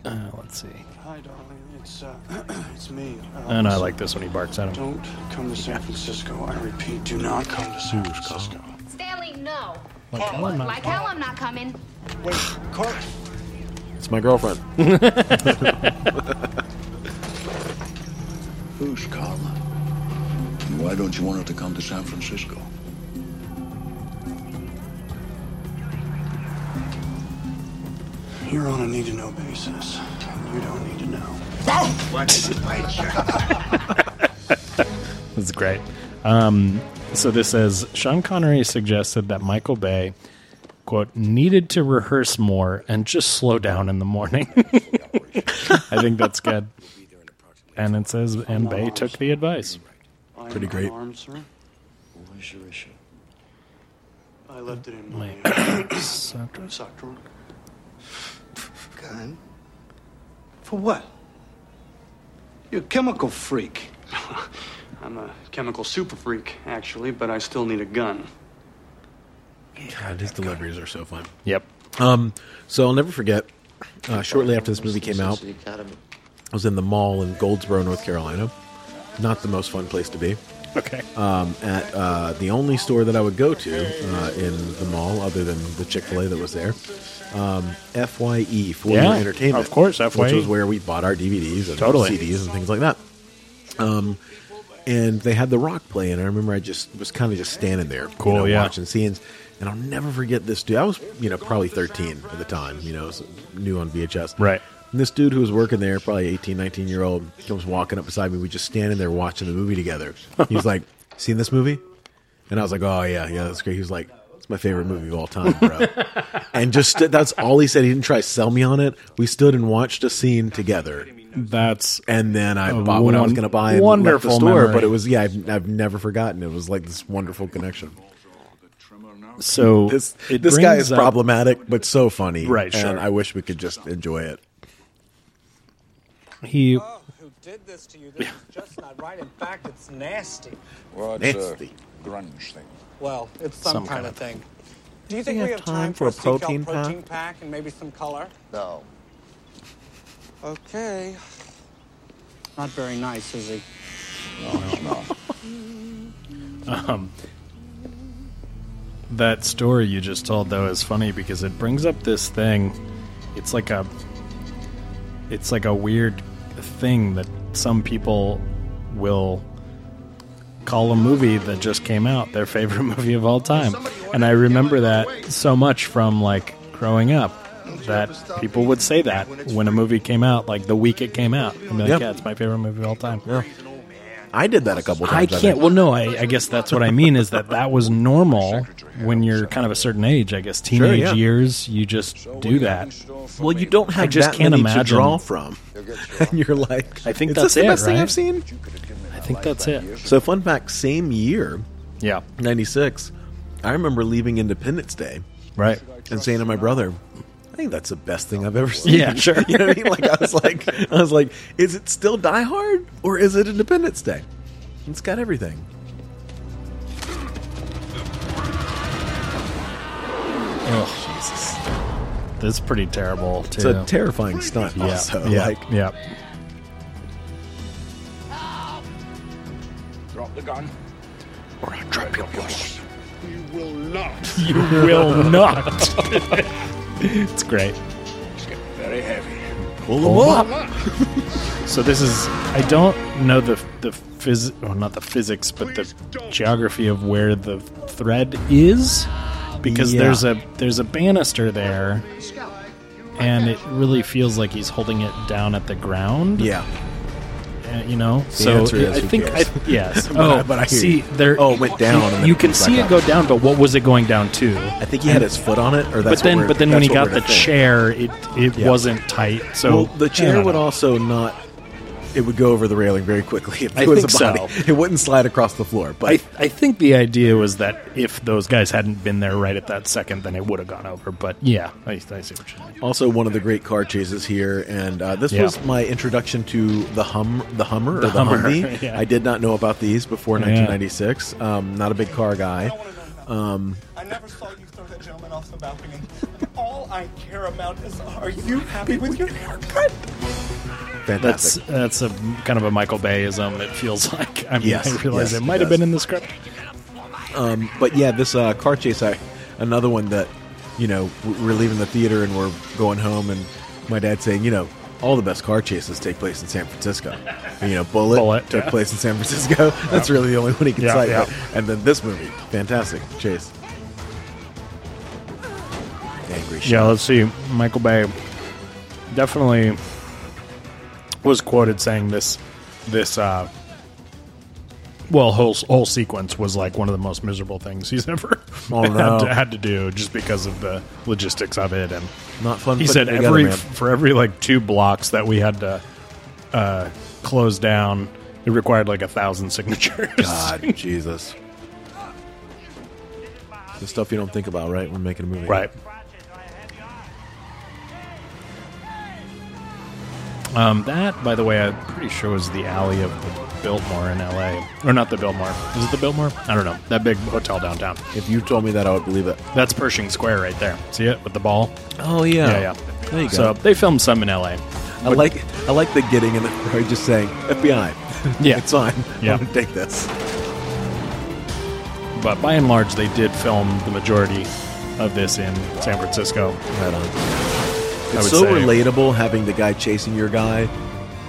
S7: uh, let's see.
S6: Hi, darling. It's uh, *clears throat* it's me. Uh,
S7: And I like this when he barks at him.
S6: Don't come to San Francisco. I repeat, do not come to San Francisco.
S15: Stanley, no.
S2: Like hell I'm not
S15: like hell, I'm not coming.
S6: Wait, Court.
S2: It's my girlfriend.
S23: Who's Carla? And why don't you want her to come to San Francisco?
S6: You're on a need to know basis. You don't need to know.
S7: That's great. Um, so this says Sean Connery suggested that Michael Bay, quote, needed to rehearse more and just slow down in the morning. *laughs* I think that's good. And it says, and Bay took the advice.
S6: I'm
S7: Pretty great.
S6: unarmed, sir. What is your issue? I left it in my
S7: sock drawer.
S6: Sock drawer.
S21: Gun? For what? You're a chemical freak.
S6: *laughs* I'm a chemical super freak, actually, but I still need a gun.
S2: God, his deliveries are so fun.
S7: Yep.
S2: Um, so I'll never forget. Uh, shortly after this movie came out, I was in the mall in Goldsboro, North Carolina. Not the most fun place to be.
S7: Okay.
S2: Um, at uh, the only store that I would go to uh, in the mall, other than the Chick Fil A that was there, um, Fye for
S7: Yeah,
S2: your entertainment,
S7: of course,
S2: which
S7: FYE.
S2: was where we bought our DVDs and
S7: Totally.
S2: CDs and things like that. Um, and they had the rock play, and I remember I just was kind of just standing there,
S7: Cool,
S2: you know,
S7: yeah.
S2: watching scenes. And I'll never forget this dude. I was, you know, probably 13 at the time, you know, so new on VHS.
S7: Right.
S2: And this dude who was working there, probably 18, 19 year old, comes walking up beside me. We just standing there watching the movie together.
S7: *laughs*
S2: He was like, Seen this movie? And I was like, Oh, yeah, yeah, that's great. He was like, It's my favorite movie of all time,
S7: *laughs*
S2: bro. and just stood- that's all he said. He didn't try to sell me on it. We stood and watched a scene together.
S7: That's
S2: and then I
S7: a
S2: bought what I was
S7: won-
S2: going to buy. And
S7: Oh, wonderful
S2: left the store,
S7: memory.
S2: but it was yeah, I've, I've never forgotten. It was like this wonderful connection.
S7: So
S2: *laughs* this
S7: it
S2: this guy
S7: brings
S2: is
S7: up-
S2: problematic, but so funny,
S7: Right,
S2: And
S7: sure.
S2: I wish we could just enjoy it.
S7: He
S9: Oh, Who did this to you? This is just not right. In fact, it's nasty.
S3: Well,
S2: it's a Nasty.
S3: grunge thing.
S9: Well, it's some,
S2: Some
S9: kind,
S2: kind
S9: of
S2: of-
S9: thing. Do you
S2: Do
S9: think
S2: you
S9: we
S2: have
S9: have
S2: time
S9: time,
S2: for a
S9: Seacal
S2: protein pack?
S9: protein pack and maybe some color?
S1: No.
S9: Okay. Not very nice, is he?
S7: Um, that story you just told though is funny because it brings up this thing. It's like a, it's like a weird thing that some people will call a movie that just came out their favorite *laughs* movie of all time, and I remember that so much from like growing up that people would say that when a movie came out, like the week it came out, and be like,
S2: Yeah.
S7: yeah, it's my favorite movie of all time.
S2: I did that a couple times.
S7: I
S2: think.
S7: can't. Well, no, I, I guess that's what I mean is that that was normal when you're kind of a certain age. I guess
S2: Sure,
S7: teenage
S2: yeah.
S7: years, you just do that.
S2: Well, you don't have
S7: I just
S2: that
S7: can't
S2: many to
S7: imagine.
S2: draw from. *laughs* and you're like,
S7: I think
S2: is
S7: that's
S2: this the
S7: it,
S2: best thing
S7: right?
S2: I've seen?
S7: I think that's it.
S2: So, fun fact: same year,
S7: yeah,
S2: '96. I remember leaving Independence Day,
S7: right,
S2: and saying to my brother, "I think that's the best thing I've ever seen."
S7: Yeah, sure.
S2: *laughs* you know what I mean? Like I was like, I was like, is it still Die Hard or is it Independence Day? It's got everything.
S7: Oh, Jesus, that's pretty terrible. Too.
S2: It's a terrifying stunt.
S7: Yeah,
S2: Also,
S7: yeah,
S2: like
S7: yeah.
S3: Drop the gun, or I'll drop your boss. You will not.
S7: You will not. *laughs* it's great.
S3: It's getting very heavy.
S2: Pull
S7: them up. So this is I don't know the the phys well, not the physics but the geography of where the thread is because
S2: Yeah.
S7: there's a there's a banister there and it really feels like he's holding it down at the ground.
S2: Yeah.
S7: Uh, you know,
S2: The
S7: so
S2: answer is
S7: I
S2: who
S7: think
S2: cares?
S7: I *laughs* yes.
S2: *laughs* But I-
S7: oh,
S2: but I hear
S7: see
S2: you.
S7: there.
S2: Oh, it went down and then
S7: You
S2: it
S7: can
S2: comes
S7: see
S2: back
S7: it go down, but what was it going down to? I
S2: think he had his foot on it, or that's
S7: but then
S2: what we're-
S7: but then when
S2: that's
S7: he
S2: what
S7: got
S2: we're
S7: the
S2: to think.
S7: chair, it it
S2: Yeah.
S7: wasn't tight. So
S2: well, the
S7: I
S2: chair
S7: don't
S2: would
S7: know.
S2: also not it would go over the railing very quickly. If
S7: I
S2: it was
S7: think
S2: a body,
S7: so.
S2: *laughs* it wouldn't slide across the floor. But
S7: I, I think the idea was that if those guys hadn't been there right at that second, then it would have gone over. But yeah, I, I see what you're saying.
S2: also one of the great car chases here, and uh, this
S7: Yeah.
S2: was my introduction to the hum, the Hummer, or
S7: The
S2: the
S7: Hummer,
S2: *laughs* Humvee.
S7: yeah.
S2: I did not know about these before
S7: Yeah.
S2: 1996. Um, not a big car guy. Um,
S11: I never saw you throw that gentleman off the balcony. All I care about is are you happy with your haircut?
S7: That's
S2: fantastic.
S7: that's a kind of a Michael Bayism. It feels *laughs* like I mean,
S2: Yes,
S7: I realize
S2: yes,
S7: it might
S2: it
S7: have been
S2: does.
S7: in the script.
S2: Um, but yeah, this uh, car chase, I, another one that, you know, w- we're leaving the theater and we're going home, and my dad's saying, you know, all the best car chases take place in San Francisco. And, you know, Bullet,
S7: Bullet,
S2: took
S7: yeah.
S2: place in San Francisco. *laughs* That's really the only one he can
S7: Yeah,
S2: cite.
S7: yeah.
S2: And then this movie, fantastic chase. Angry
S7: Yeah, let's see. Michael Bay definitely was quoted saying this this uh well whole whole sequence was like one of the most miserable things he's *laughs* ever
S2: Oh,
S7: had,
S2: no.
S7: to, had to do just because of the logistics of it and
S2: Not fun
S7: He
S2: putting
S7: said
S2: it together,
S7: every
S2: man.
S7: for every like two blocks that we had to uh close down it required like a thousand signatures. *laughs*
S2: God, Jesus. The stuff you don't think about, right? We're making a movie.
S7: Right. Um, that, by the way, I'm pretty sure was the alley of the Biltmore in L.A. Or not the Biltmore. Is it the Biltmore? I don't know. That big hotel downtown.
S2: If you told me that, I would believe it.
S7: That's Pershing Square right there. See it with the ball?
S2: Oh, yeah.
S7: Yeah, yeah.
S2: There you go.
S7: So they filmed some in L.A.
S2: I like I like the getting in the *laughs* car just saying
S7: *laughs*
S2: FBI.
S7: Yeah.
S2: it's fine. *laughs*
S7: Yeah.
S2: I'm gonna take this.
S7: But by and large, they did film the majority of this in San Francisco.
S2: Right
S7: I
S2: It's
S7: would
S2: so
S7: say-
S2: relatable having the guy chasing your guy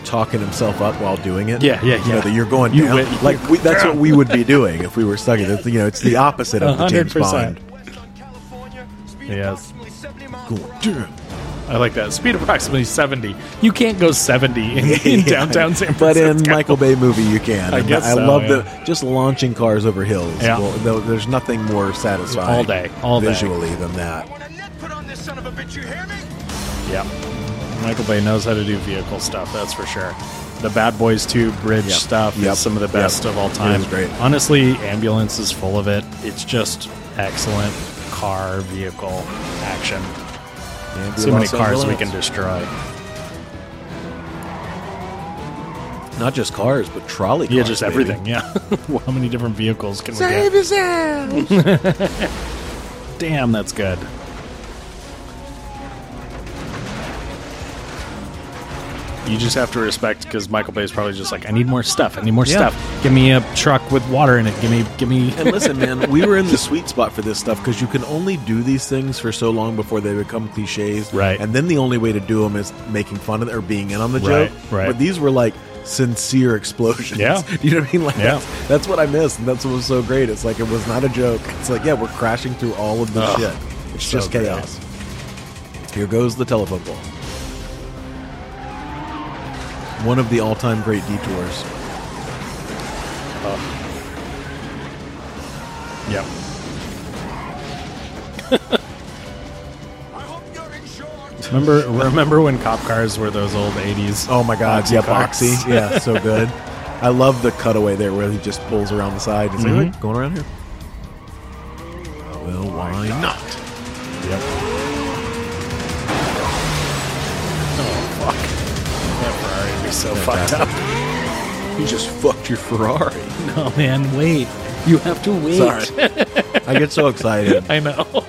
S2: talking himself up while doing it.
S7: Yeah, yeah,
S2: You know,
S7: yeah.
S2: that you're going
S7: You
S2: down.
S7: win. *laughs*
S2: like we, that's what we would be doing if we were stuck in this. You know, it's the opposite of the James
S7: 100%.
S2: Bond.
S7: Yes.
S2: Going down.
S7: I like that. Speed approximately 70. You can't go
S2: *laughs*
S7: 70 in, in
S2: Yeah.
S7: downtown San
S2: But
S7: Francisco.
S2: in Michael Bay movie, you can.
S7: I
S2: And
S7: guess
S2: I
S7: so,
S2: love
S7: yeah.
S2: the just launching cars over hills.
S7: Yeah.
S2: Well, though, there's nothing more satisfying
S7: All day, all day.
S2: visually than that.
S7: Yeah. Michael Bay knows how to do vehicle stuff, that's for sure. The Bad Boys 2 bridge
S2: Yep.
S7: stuff
S2: Yep.
S7: is some of the best
S2: Yep.
S7: of all
S2: It
S7: time.
S2: is great.
S7: Honestly, Ambulance is full of it. It's just excellent car, vehicle, action. So many
S2: Ambulance,
S7: cars we can
S2: ambulance.
S7: destroy.
S2: Not just cars, but trolley cars.
S7: Yeah, just
S2: baby.
S7: everything.
S2: *laughs*
S7: Yeah. Well, how many different vehicles can
S2: Save
S7: we
S2: yourselves.
S7: get? Damn, that's good. You just have to respect because Michael Bay is probably just like, I need more stuff. I need more
S2: Yeah.
S7: stuff. Give me a truck with water in it. Give me, give
S2: *laughs*
S7: me.
S2: and listen, man, we were in the sweet spot for this stuff because you can only do these things for so long before they become cliches.
S7: Right.
S2: And then the only way to do them is making fun of it or being in on the
S7: Right,
S2: joke.
S7: right.
S2: But these were like sincere explosions.
S7: Yeah.
S2: *laughs* you know what I mean? Like
S7: Yeah.
S2: that's, that's what I missed, and that's what was so great. It's like it was not a joke. It's like, yeah, we're crashing through all of this
S7: Ugh,
S2: shit. It's
S7: so
S2: just
S7: great.
S2: chaos. Here goes the telephone pole. One of the all time great detours.
S7: Yep. remember, remember when cop cars were those old '80s?
S2: Oh my God!
S7: boxy
S2: yeah,
S7: cars?
S2: boxy. Yeah, so *laughs* good. I love the cutaway there where he just pulls around the side. He's like,
S7: Mhm.
S2: "Wait, going around here. Mm-hmm. Well, why not?
S7: Yep. Oh fuck! That Ferrari would be so fucked up.
S2: You just fucked your Ferrari.
S7: No Oh, man, wait. You have to wait.
S2: Sorry, *laughs* I get so excited.
S7: I know.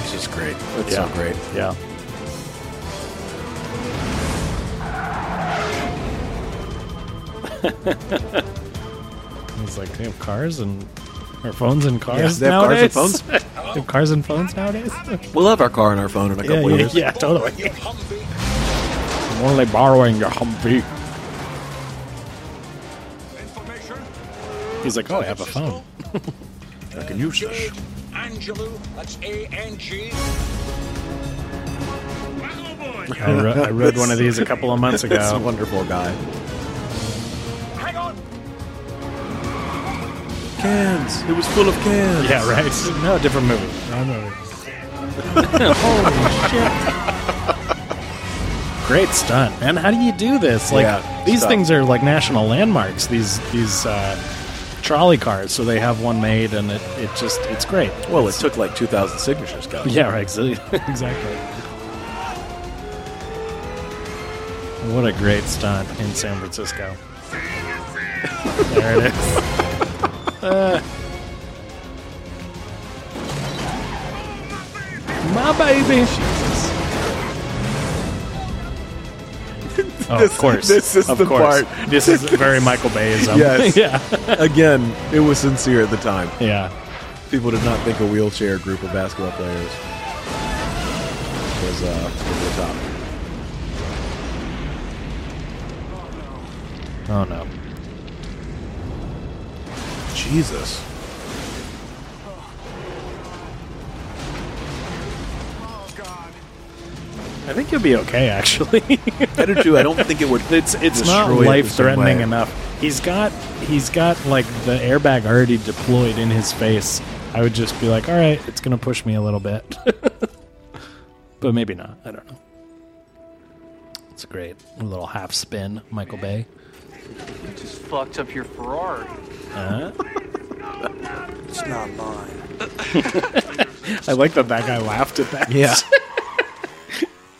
S2: It's just great. It's
S7: Yeah.
S2: so great.
S7: *laughs* Yeah. it's like they have cars and or phones and cars
S2: they have cars
S7: nowadays. *laughs*
S2: and phones?
S7: they have cars and phones *laughs* nowadays.
S2: We'll have our car and our phone in a
S7: yeah,
S2: couple
S7: yeah,
S2: years.
S7: yeah, totally. I'm only borrowing your Humvee. He's like, oh, I have a phone.
S2: I can use this.
S13: Angelou, that's A N G.
S7: I, ro- I rode one of these *laughs* a couple of months
S2: This
S7: ago.
S2: wonderful guy. cans. It was full of cans.
S7: Yeah, right. No, different movie. No *laughs* movie. Great stunt, man. How do you do this? Like
S2: Yeah,
S7: these
S2: stuff.
S7: things are like national landmarks. These these uh, trolley cars. So they have one made, and it, it just it's great.
S2: Well, it took like 2,000 signatures, guys.
S7: Yeah, right. exa- *laughs* Exactly. What a great stunt in San Francisco. there it is. Uh, my baby. Oh,
S2: *laughs* This-
S7: of course.
S2: this is
S7: of
S2: the
S7: course.
S2: part.
S7: This is very Michael Bayism.
S2: *laughs* Yes.
S7: yeah.
S2: Again, it was sincere at the time.
S7: *laughs* Yeah.
S2: People did not think a wheelchair group of basketball players was uh, over the top.
S7: Oh no.
S2: Jesus.
S7: I think you'll be okay, actually.
S2: I do too. I don't think it
S7: *laughs*
S2: would
S7: It's it's not
S2: destroy it in some
S7: life threatening
S2: way.
S7: enough. He's got he's got like the airbag already deployed in his face. I would just be like, all right, it's gonna push me a little bit, *laughs* but maybe not. I don't know. It's great. A little half spin, Michael Bay.
S22: You just fucked up your Ferrari.
S7: Huh?
S22: It's not mine.
S7: I like that that guy laughed at that. *laughs*
S2: Yeah.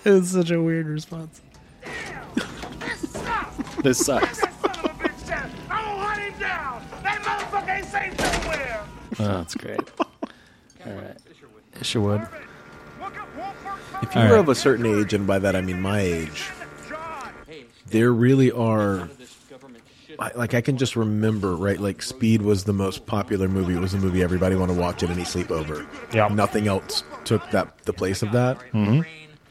S7: it was such a weird response. this sucks. Oh, that's great. All right. Isherwood.
S2: If you
S7: All
S2: were
S7: right.
S2: of a certain age, and by that I mean my age, there really are. I, like I can just remember, right? Like Speed was the most popular movie. It was the movie everybody wanted to watch at any sleepover.
S7: Yeah.
S2: Nothing else took that the place of that.
S7: Mhm.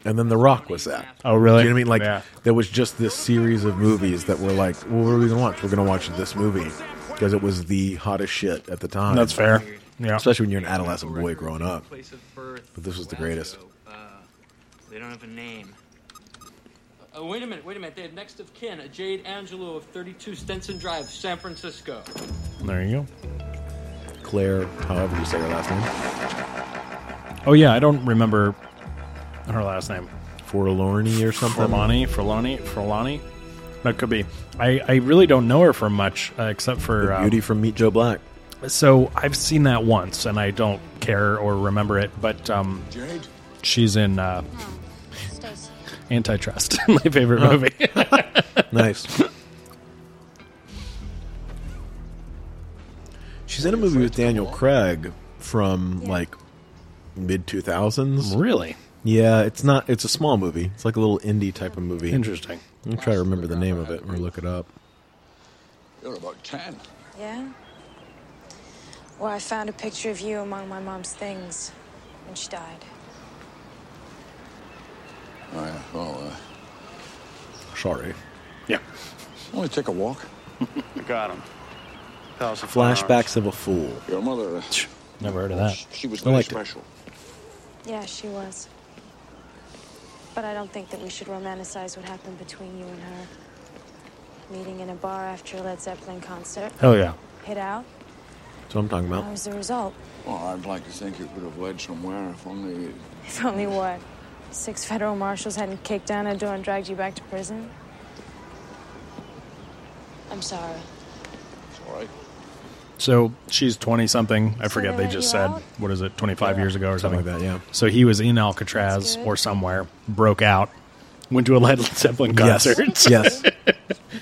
S2: And then The Rock was that.
S7: Oh, really?
S2: Do you know what I mean? Like
S7: Yeah.
S2: there was just this series of movies that were like, well, what are we gonna watch? We're gonna watch this movie because it was the hottest shit at the time.
S7: That's fair. Yeah.
S2: Especially when you're an adolescent boy growing up. But this was the greatest.
S10: They don't have a name. Uh, wait a minute, wait a minute. They have next of kin, a Jade Angelo of 32 Stenson Drive, San Francisco.
S7: There you
S2: Claire, however you say her last name.
S7: go. Oh yeah, I don't remember her last name.
S2: Forlorny or something.
S7: Forlani, Forlani, Forlani. That could be. I, I really don't know her from much uh, except for
S2: The beauty from Meet Joe Black.
S7: So I've seen that once, and I don't care or remember it. But um, she's in uh, Antitrust, *laughs* my favorite
S2: Huh.
S7: movie.
S2: *laughs* nice. She's in a movie with Daniel Craig from like mid two thousands.
S7: Really?
S2: Yeah, it's not. It's a small movie. It's like a little indie type of movie.
S7: Interesting.
S2: I'm try to remember the name of it or look it up.
S3: You're about 10.
S12: Yeah? Well, I found a picture of you among my mom's things when she died.
S3: All right, well, uh,
S2: Sorry.
S7: Yeah.
S3: want to take a walk?
S13: I got him.
S2: Flashbacks of a fool.
S3: Your mother. uh,
S7: Never heard of that.
S3: She was
S2: I
S3: very
S2: liked it.
S3: special.
S12: Yeah, she was. But I don't think that we should romanticize what happened between you and her. Meeting in a bar after a Led Zeppelin concert.
S2: Hell yeah.
S12: Hit out.
S2: That's what I'm talking
S12: That
S2: about.
S12: was the result. *laughs*
S3: Well, I'd like to think it would have led somewhere if only.
S12: If only what? Six federal marshals hadn't kicked down a door and dragged you back to prison? I'm sorry.
S3: It's all right.
S7: So she's 20 something. I
S12: So
S7: forget
S12: they
S7: they
S12: let
S7: just
S12: you
S7: said,
S12: out?
S7: what is it, 25 years ago or something,
S2: like that, yeah.
S7: So he was in Alcatraz or somewhere, broke out, went to a Led Zeppelin
S2: *laughs* Yes.
S7: concert.
S2: Yes.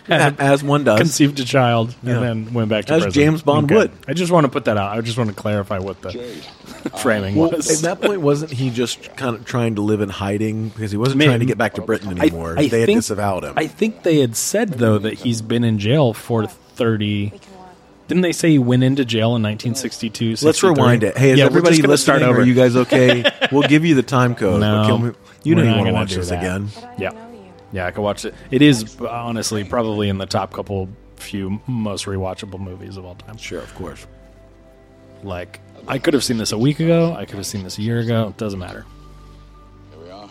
S7: Had-
S2: As one
S7: *laughs*
S2: does.
S7: Conceived a child
S2: Yeah.
S7: and then went back to
S2: As
S7: prison.
S2: James Bond would.
S7: I just want to put that out. I just want to clarify what the *laughs* framing
S2: Uh, Well, at
S7: was.
S2: that point, wasn't he just kind of trying to live in hiding because he wasn't
S7: Man,
S2: trying to get back to Britain
S7: I-
S2: anymore?
S7: I
S2: they had
S7: think-
S2: disavowed him.
S7: I think they had said though that he's been in jail for thirty. Didn't they say he went into jail in 1962?
S2: Let's
S7: 63?
S2: rewind it. Hey, is
S7: yeah,
S2: everybody
S7: let's
S2: listening?
S7: Start over.
S2: Are you guys okay?
S7: *laughs*
S2: we'll give you the time code.
S7: No,
S2: but can we- you know
S7: we're
S2: you
S7: not
S2: want to
S7: gonna
S2: watch
S7: do
S2: this
S7: that.
S2: again.
S7: Yeah, yeah, I could watch it. It is uh, honestly probably in the top couple few most rewatchable movies of all time.
S2: Sure, of course.
S7: Like I could have seen this a week ago. I could have seen this a year ago. It doesn't matter.
S3: Here we are.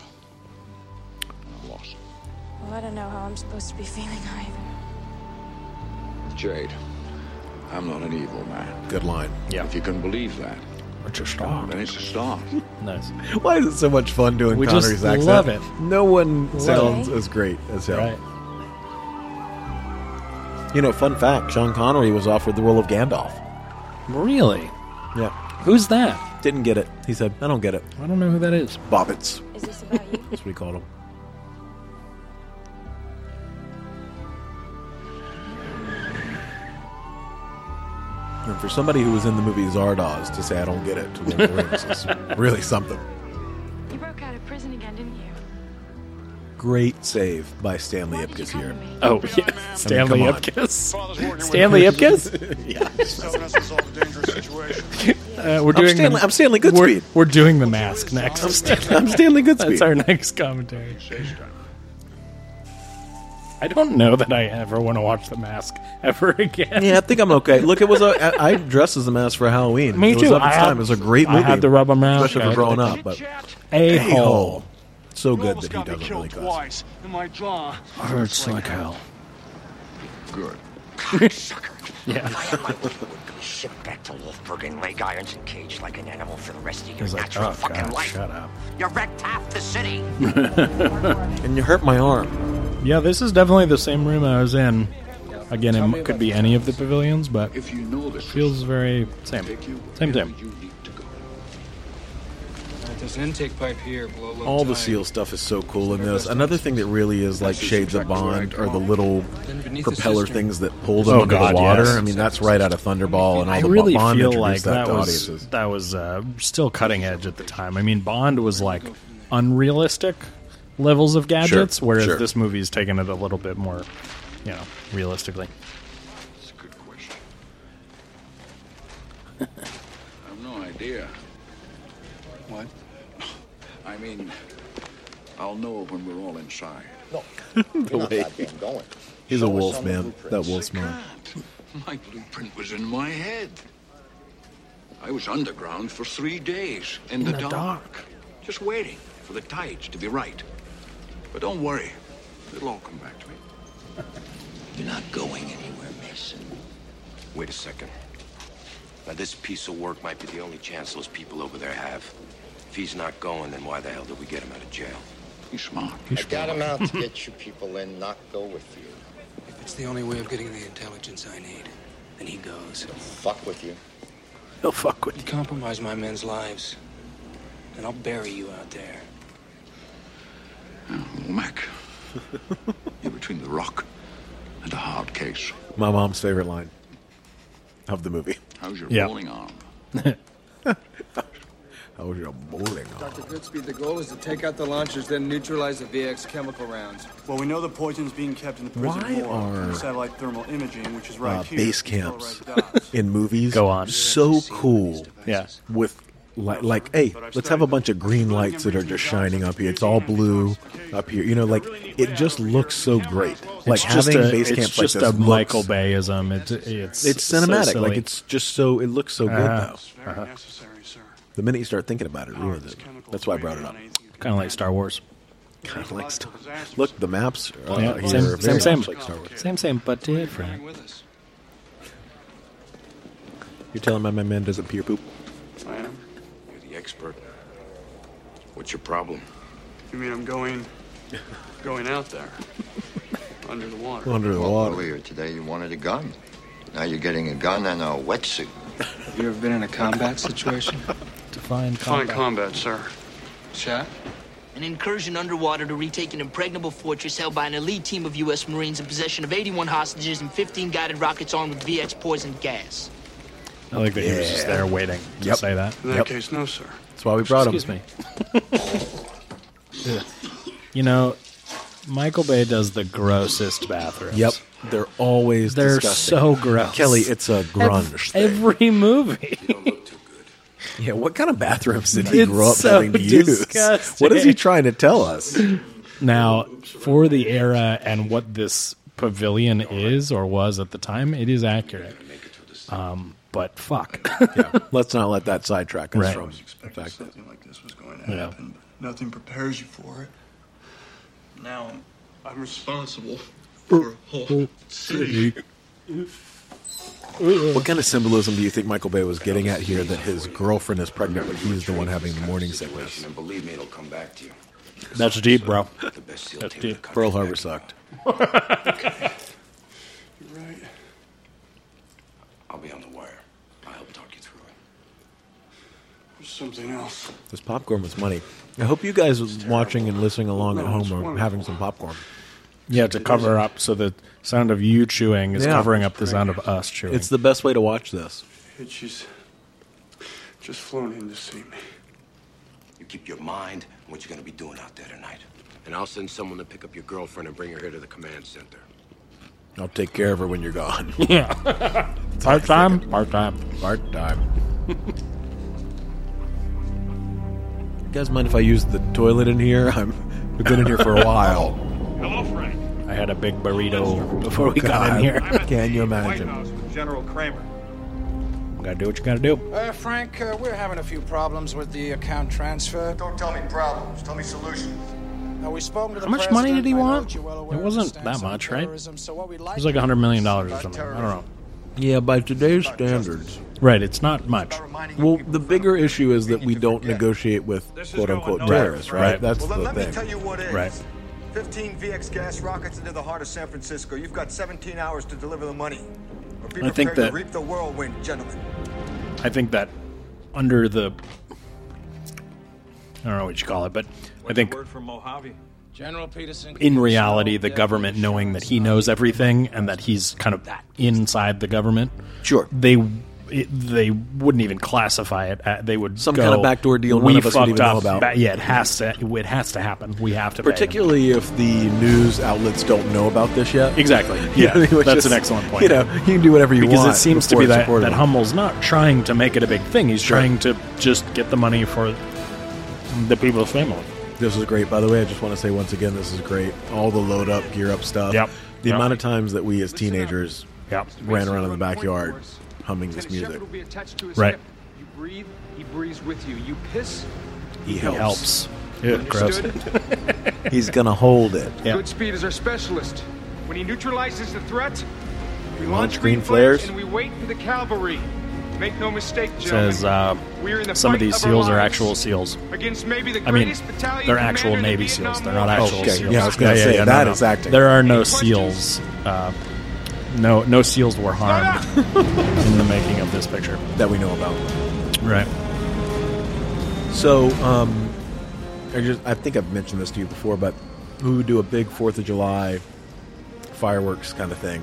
S3: I lost
S12: *laughs* Well, I don't know how I'm supposed to be feeling either.
S3: Jade. I'm not an evil man.
S2: Good line.
S7: Yeah.
S3: If you can believe that,
S7: it's a start.
S3: Then it's a start.
S7: nice.
S2: *laughs* Why is it so much fun doing
S7: We
S2: Connery's
S7: just
S2: accent?
S7: love it.
S2: No one
S7: Love
S2: sounds
S7: it.
S2: as great as him.
S7: Right.
S2: You know, fun fact: Sean Connery was offered the role of Gandalf.
S7: Really?
S2: Yeah.
S7: Who's that?
S2: Didn't get it. He said, "I don't get it."
S7: I don't know who that is.
S2: Bobbits.
S12: Is this about you?
S2: That's what he called him. And for somebody who was in the movie Zardoz to say I don't get it to Lord of the
S7: *laughs*
S2: Rings is really something.
S12: You broke out of prison again, didn't you?
S2: Great save by Stanley Ipkiss here.
S7: Oh, yeah. Stanley
S2: come on.
S7: Ipkiss. Stanley Ipkiss?
S2: *laughs*
S7: Uh, we're
S2: I'm
S7: doing
S2: Stanley-
S7: the,
S2: I'm Stanley
S7: We're,
S2: Goodspeed.
S7: we're doing the mask next. *laughs*
S2: I'm Stan- I'm Stanley Goodspeed.
S7: That's our next commentary. I don't know that I ever want to watch The Mask ever again.
S2: *laughs* Yeah, I think I'm okay. Look, it was a. I, I dressed as a mask for
S7: *laughs*
S2: Halloween.
S7: Me
S2: it
S7: too.
S2: Was up
S7: I
S2: its
S7: had-
S2: time. It was a great
S7: I
S2: movie.
S7: had the rubber mask.
S2: especially
S7: I
S2: for growing
S7: had
S2: up. But
S7: A
S2: A-hole.
S7: hole.
S2: so good that he doesn't really cuss.
S13: Twice in my jaw.
S7: Hurts like hell.
S3: Good.
S7: Yeah.
S17: I and my *laughs* people would be shipped back to Wolfburg in leg irons and caged like an animal for the rest of your
S2: He's like,
S17: natural
S2: "Oh,
S17: fucking
S2: God,
S17: life.
S2: shut up."
S17: You wrecked half the
S1: *laughs*
S17: city.
S2: and you hurt my arm.
S7: Yeah, this is definitely the same room I was in. Again, it could be any of the pavilions, but
S3: If you know this,
S7: feels very same. Same, same.
S13: This intake pipe here, blow low
S2: All the
S13: tide.
S2: seal stuff is so cool in this. Another thing that really is like Shades of Bond are the little propeller things that pull them
S7: Oh,
S2: under
S7: God,
S2: the water.
S7: yes.
S2: I mean, that's right out of Thunderball and all
S7: I
S2: the
S7: really
S2: Bond
S7: feel
S2: introduced
S7: like that
S2: to
S7: was
S2: audiences.
S7: that was uh, still cutting edge at the time. I mean, Bond was like unrealistic levels of gadgets,
S2: Sure,
S7: whereas
S2: sure.
S7: this movie's taken it a little bit more, you know, realistically.
S3: I have no idea. What? I mean, I'll know when we're all inside. No.
S2: The way- He's a wolf, man. That wolf smile.
S3: My blueprint was in my head. I was underground for three days in,
S7: In
S3: the,
S7: the
S3: dark, just waiting for the tides to be right. But don't worry, it'll all come back to me. *laughs* You're not going anywhere, Mason. Wait a second.
S18: Now, this piece of work might be the only chance those people over there have. If he's not going, then why the hell did we get him out of jail?
S3: He's smart.
S1: I got him out to get you people in, not go with you.
S18: It's the only way of getting the intelligence I need. And he goes.
S1: Fuck with you.
S7: He'll fuck with
S18: you. Compromise my men's lives. And I'll bury you out there.
S3: Mac, you're between the rock and a hard case.
S2: My mom's favorite line of the movie.
S3: How's your
S2: Yeah.
S3: bowling arm?
S2: How's your bowling arm?
S24: Dr. Goodspeed, the goal is to take out the launchers, then neutralize the VX chemical rounds.
S6: Well, we know the poison's being kept in the prison
S2: Why
S6: morgue
S2: are-
S6: through satellite thermal imaging, which is right
S2: uh,
S6: here.
S2: base camps *laughs* in movies.
S7: Go on.
S2: So cool.
S7: Yeah.
S2: With li- like, hey, let's have a bunch of green lights that are just shining up here. It's all blue up here. You know, like it just looks so great. Like
S7: it's just
S2: having
S7: a,
S2: base
S7: it's
S2: camps
S7: just
S2: like this
S7: a
S2: looks-
S7: Michael Bayism. It's it's
S2: It's
S7: so
S2: cinematic.
S7: silly.
S2: like it's just so. It looks so
S7: Uh-huh.
S2: good though. The minute you start thinking about it, it ruins it. That's why I brought it up. *laughs*
S7: kind of like Star Wars.
S2: Kind of like Star- Look, the maps. Uh,
S7: Yeah,
S2: here
S7: same,
S2: are
S7: same,
S2: very
S7: same,
S2: much like Star Wars.
S7: same, same, but different.
S2: You're telling me my man doesn't peer poop?
S6: I am.
S3: You're the expert. What's your problem?
S6: You mean I'm
S2: *laughs*
S6: going, going out there, under the water?
S2: Under the water.
S1: Earlier today, you wanted a gun. Now you're getting a gun and a wetsuit.
S24: Have you ever been in a combat
S3: *laughs*
S24: situation?
S7: Define
S6: Fine combat, sir.
S24: Chat?
S25: An incursion underwater to retake an impregnable fortress held by an elite team of U.S. Marines in possession of 81 hostages and 15 guided rockets armed with VX poison gas.
S7: I like that he was just
S2: Yeah.
S7: there waiting to
S2: Yep.
S7: say that.
S6: In that case, no, sir.
S2: That's why we brought him.
S7: Excuse me. *laughs* You know, Michael Bay does the grossest bathrooms.
S2: Yep, they're always
S7: They're
S2: disgusting.
S7: so gross.
S2: Kelly, it's a grunge
S7: Ev-
S2: thing.
S7: Every movie.
S2: Yeah, what kind of bathrooms did he
S7: It's
S2: grow up
S7: so
S2: having to use?
S7: disgusting.
S2: What is he trying to tell us?
S7: Now, for the era and what this pavilion is or was at the time, it is accurate. Um, but fuck.
S2: Let's not let that sidetrack us
S7: Right.
S2: from the fact that
S7: Yeah.
S6: Nothing prepares you for it. Now I'm,
S7: Oh.
S6: I'm responsible.
S7: City.
S2: What kind of symbolism do you think Michael Bay was getting at here that his girlfriend is pregnant, but he's the one having the morning sickness?
S18: And believe me, it'll come back to you.
S2: *laughs* That's deep, bro.
S18: That's deep.
S2: Pearl Harbor sucked.
S18: You're right. I'll be on the wire. I'll help talk you through it.
S24: There's something else.
S2: This popcorn was money. I hope you guys was watching and listening along at home are having some popcorn.
S7: Yeah, to cover up so the sound of you chewing is
S2: Yeah.
S7: covering up the sound of us chewing.
S2: It's the best way to watch this.
S24: Kid, she's just flown in to see me.
S18: You keep your mind on what you're going to be doing out there tonight. And I'll send someone to pick up your girlfriend and bring her here to the command center.
S2: I'll take care of her when you're gone.
S7: Yeah. part time, part time,
S2: part time. You guys mind if I use the toilet in here? *laughs* I'm, I've been in here for a while.
S16: Hello, Frank.
S7: I had a big burrito *laughs* before we got
S2: God,
S7: in here. *laughs*
S2: Can you
S16: White
S2: imagine?
S16: House with General Kramer.
S7: Gotta do what you gotta do.
S21: Uh, Frank, uh, we're having a few problems with the account
S5: Uh,
S21: transfer. Don't tell me problems. Tell me solutions. Now, we spoke to the
S7: How much money
S21: president.
S7: did he
S21: I know
S7: want?
S21: that you well
S7: It
S21: aware of
S7: wasn't
S21: the stance
S7: that
S21: on
S7: much, right?
S21: terrorism, so what we'd
S7: It
S21: like
S7: was like
S21: to
S7: $100 million
S21: do
S7: or
S21: about
S7: something. I don't
S21: terrorism.
S7: know.
S2: Yeah, by today's standards.
S7: Right, it's not much.
S2: Well, the bigger issue is that we don't negotiate with quote unquote terrorists, right? That's
S5: well,
S2: the
S5: then let me tell you
S2: thing.
S5: what is.
S2: Right.
S5: 15 VX gas rockets into the heart of San Francisco. You've got 17 hours to deliver the money. Or be
S7: I
S5: prepared
S7: think that-
S5: to reap the whirlwind, gentlemen.
S7: I think that under the, I don't know what you call it, but I think
S16: Word from Mojave.
S21: General Peterson.
S7: in reality, the government knowing that he knows everything and that he's kind of inside the government.
S2: Sure,
S7: they it, they wouldn't even classify it. Uh, they would
S2: Some
S7: go,
S2: kind of backdoor deal
S7: We
S2: none of us would
S7: fucked
S2: even know
S7: up
S2: about."
S7: ba- yeah, it has to. It has to happen. We have to. pay him.
S2: Particularly if the news outlets don't know about this yet.
S7: Exactly.
S2: *laughs* You
S7: Yeah,
S2: know, which
S7: that's
S2: is-
S7: an excellent point.
S2: You know, you can do whatever you
S7: because
S2: want
S7: it seems to
S2: before
S7: be
S2: it's
S7: that
S2: reported
S7: that
S2: on.
S7: Hummel's not trying to make it a big thing. He's trying to just get the money for the people's family.
S2: This is great. By the way, I just want to say once again, this is great. All the load up, gear up stuff.
S7: Yep.
S2: The
S7: Yep.
S2: amount of times that we as teenagers
S7: yep.
S2: ran around in the backyard humming this music.
S19: will be attached to his
S2: Right.
S19: hip. You breathe, he breathes with you. You piss,
S2: He
S7: helps.
S2: helps.
S7: Yeah, gross.
S19: Understood?
S2: He's gonna hold it.
S19: Goodspeed is our specialist. When he neutralizes the threat, we
S2: launch
S19: launch
S2: green
S19: green flares
S2: flares?
S19: and we wait for the cavalry. Make no mistake, gentlemen.
S7: Says uh,
S19: we are in the
S7: some of
S19: fight
S7: these
S19: our
S7: seals are
S19: lives
S7: actual seals.
S19: Against maybe the
S7: I mean,
S19: greatest battalion
S7: they're
S19: commander
S7: actual
S19: the
S7: Navy
S19: Vietnam
S7: SEALs. They're not
S19: War.
S7: actual
S2: Okay,
S7: SEALs.
S2: yeah, I was gonna say,
S7: that is
S2: that is acting.
S7: There are no SEALs. Uh, no, no SEALs were harmed in the making of this picture
S2: that we know about.
S7: Right.
S2: So, um, I just I think I've mentioned this to you before, but we would do a big Fourth of July fireworks kind of thing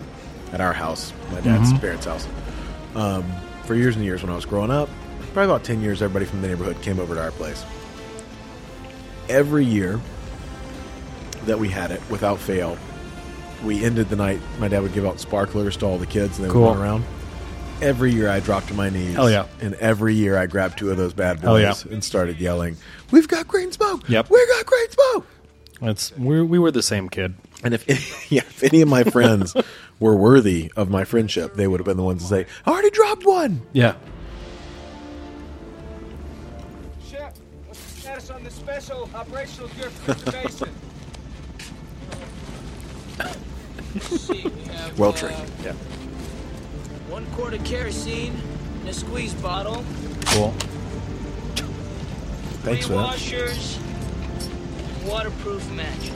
S2: at our house, my dad's
S7: Mhm.
S2: parents' house. Um, for years and years when I was growing up, probably about ten years, everybody from the neighborhood came over to our place. Every year that we had it, without fail, we ended the night. My dad would give out sparklers to all the kids, and they
S7: Cool.
S2: would run around. Every year I dropped to my knees.
S7: Hell yeah.
S2: And every year I grabbed two of those bad boys
S7: Hell yeah.
S2: and started yelling, We've got green smoke.
S7: Yep.
S2: We got great smoke.
S7: That's we we were the same kid.
S2: And if yeah, if any *laughs* of my *laughs* friends were worthy of my friendship, they would have been the ones to say, I already dropped one.
S7: Yeah.
S19: Shep, what's the status on the special operational gear for
S2: *laughs*
S19: the basin?
S2: Well trained.
S7: Yeah.
S20: One quart of kerosene in a squeeze bottle.
S7: Cool.
S2: Thanks for
S20: three
S2: that.
S20: washers, and waterproof matches.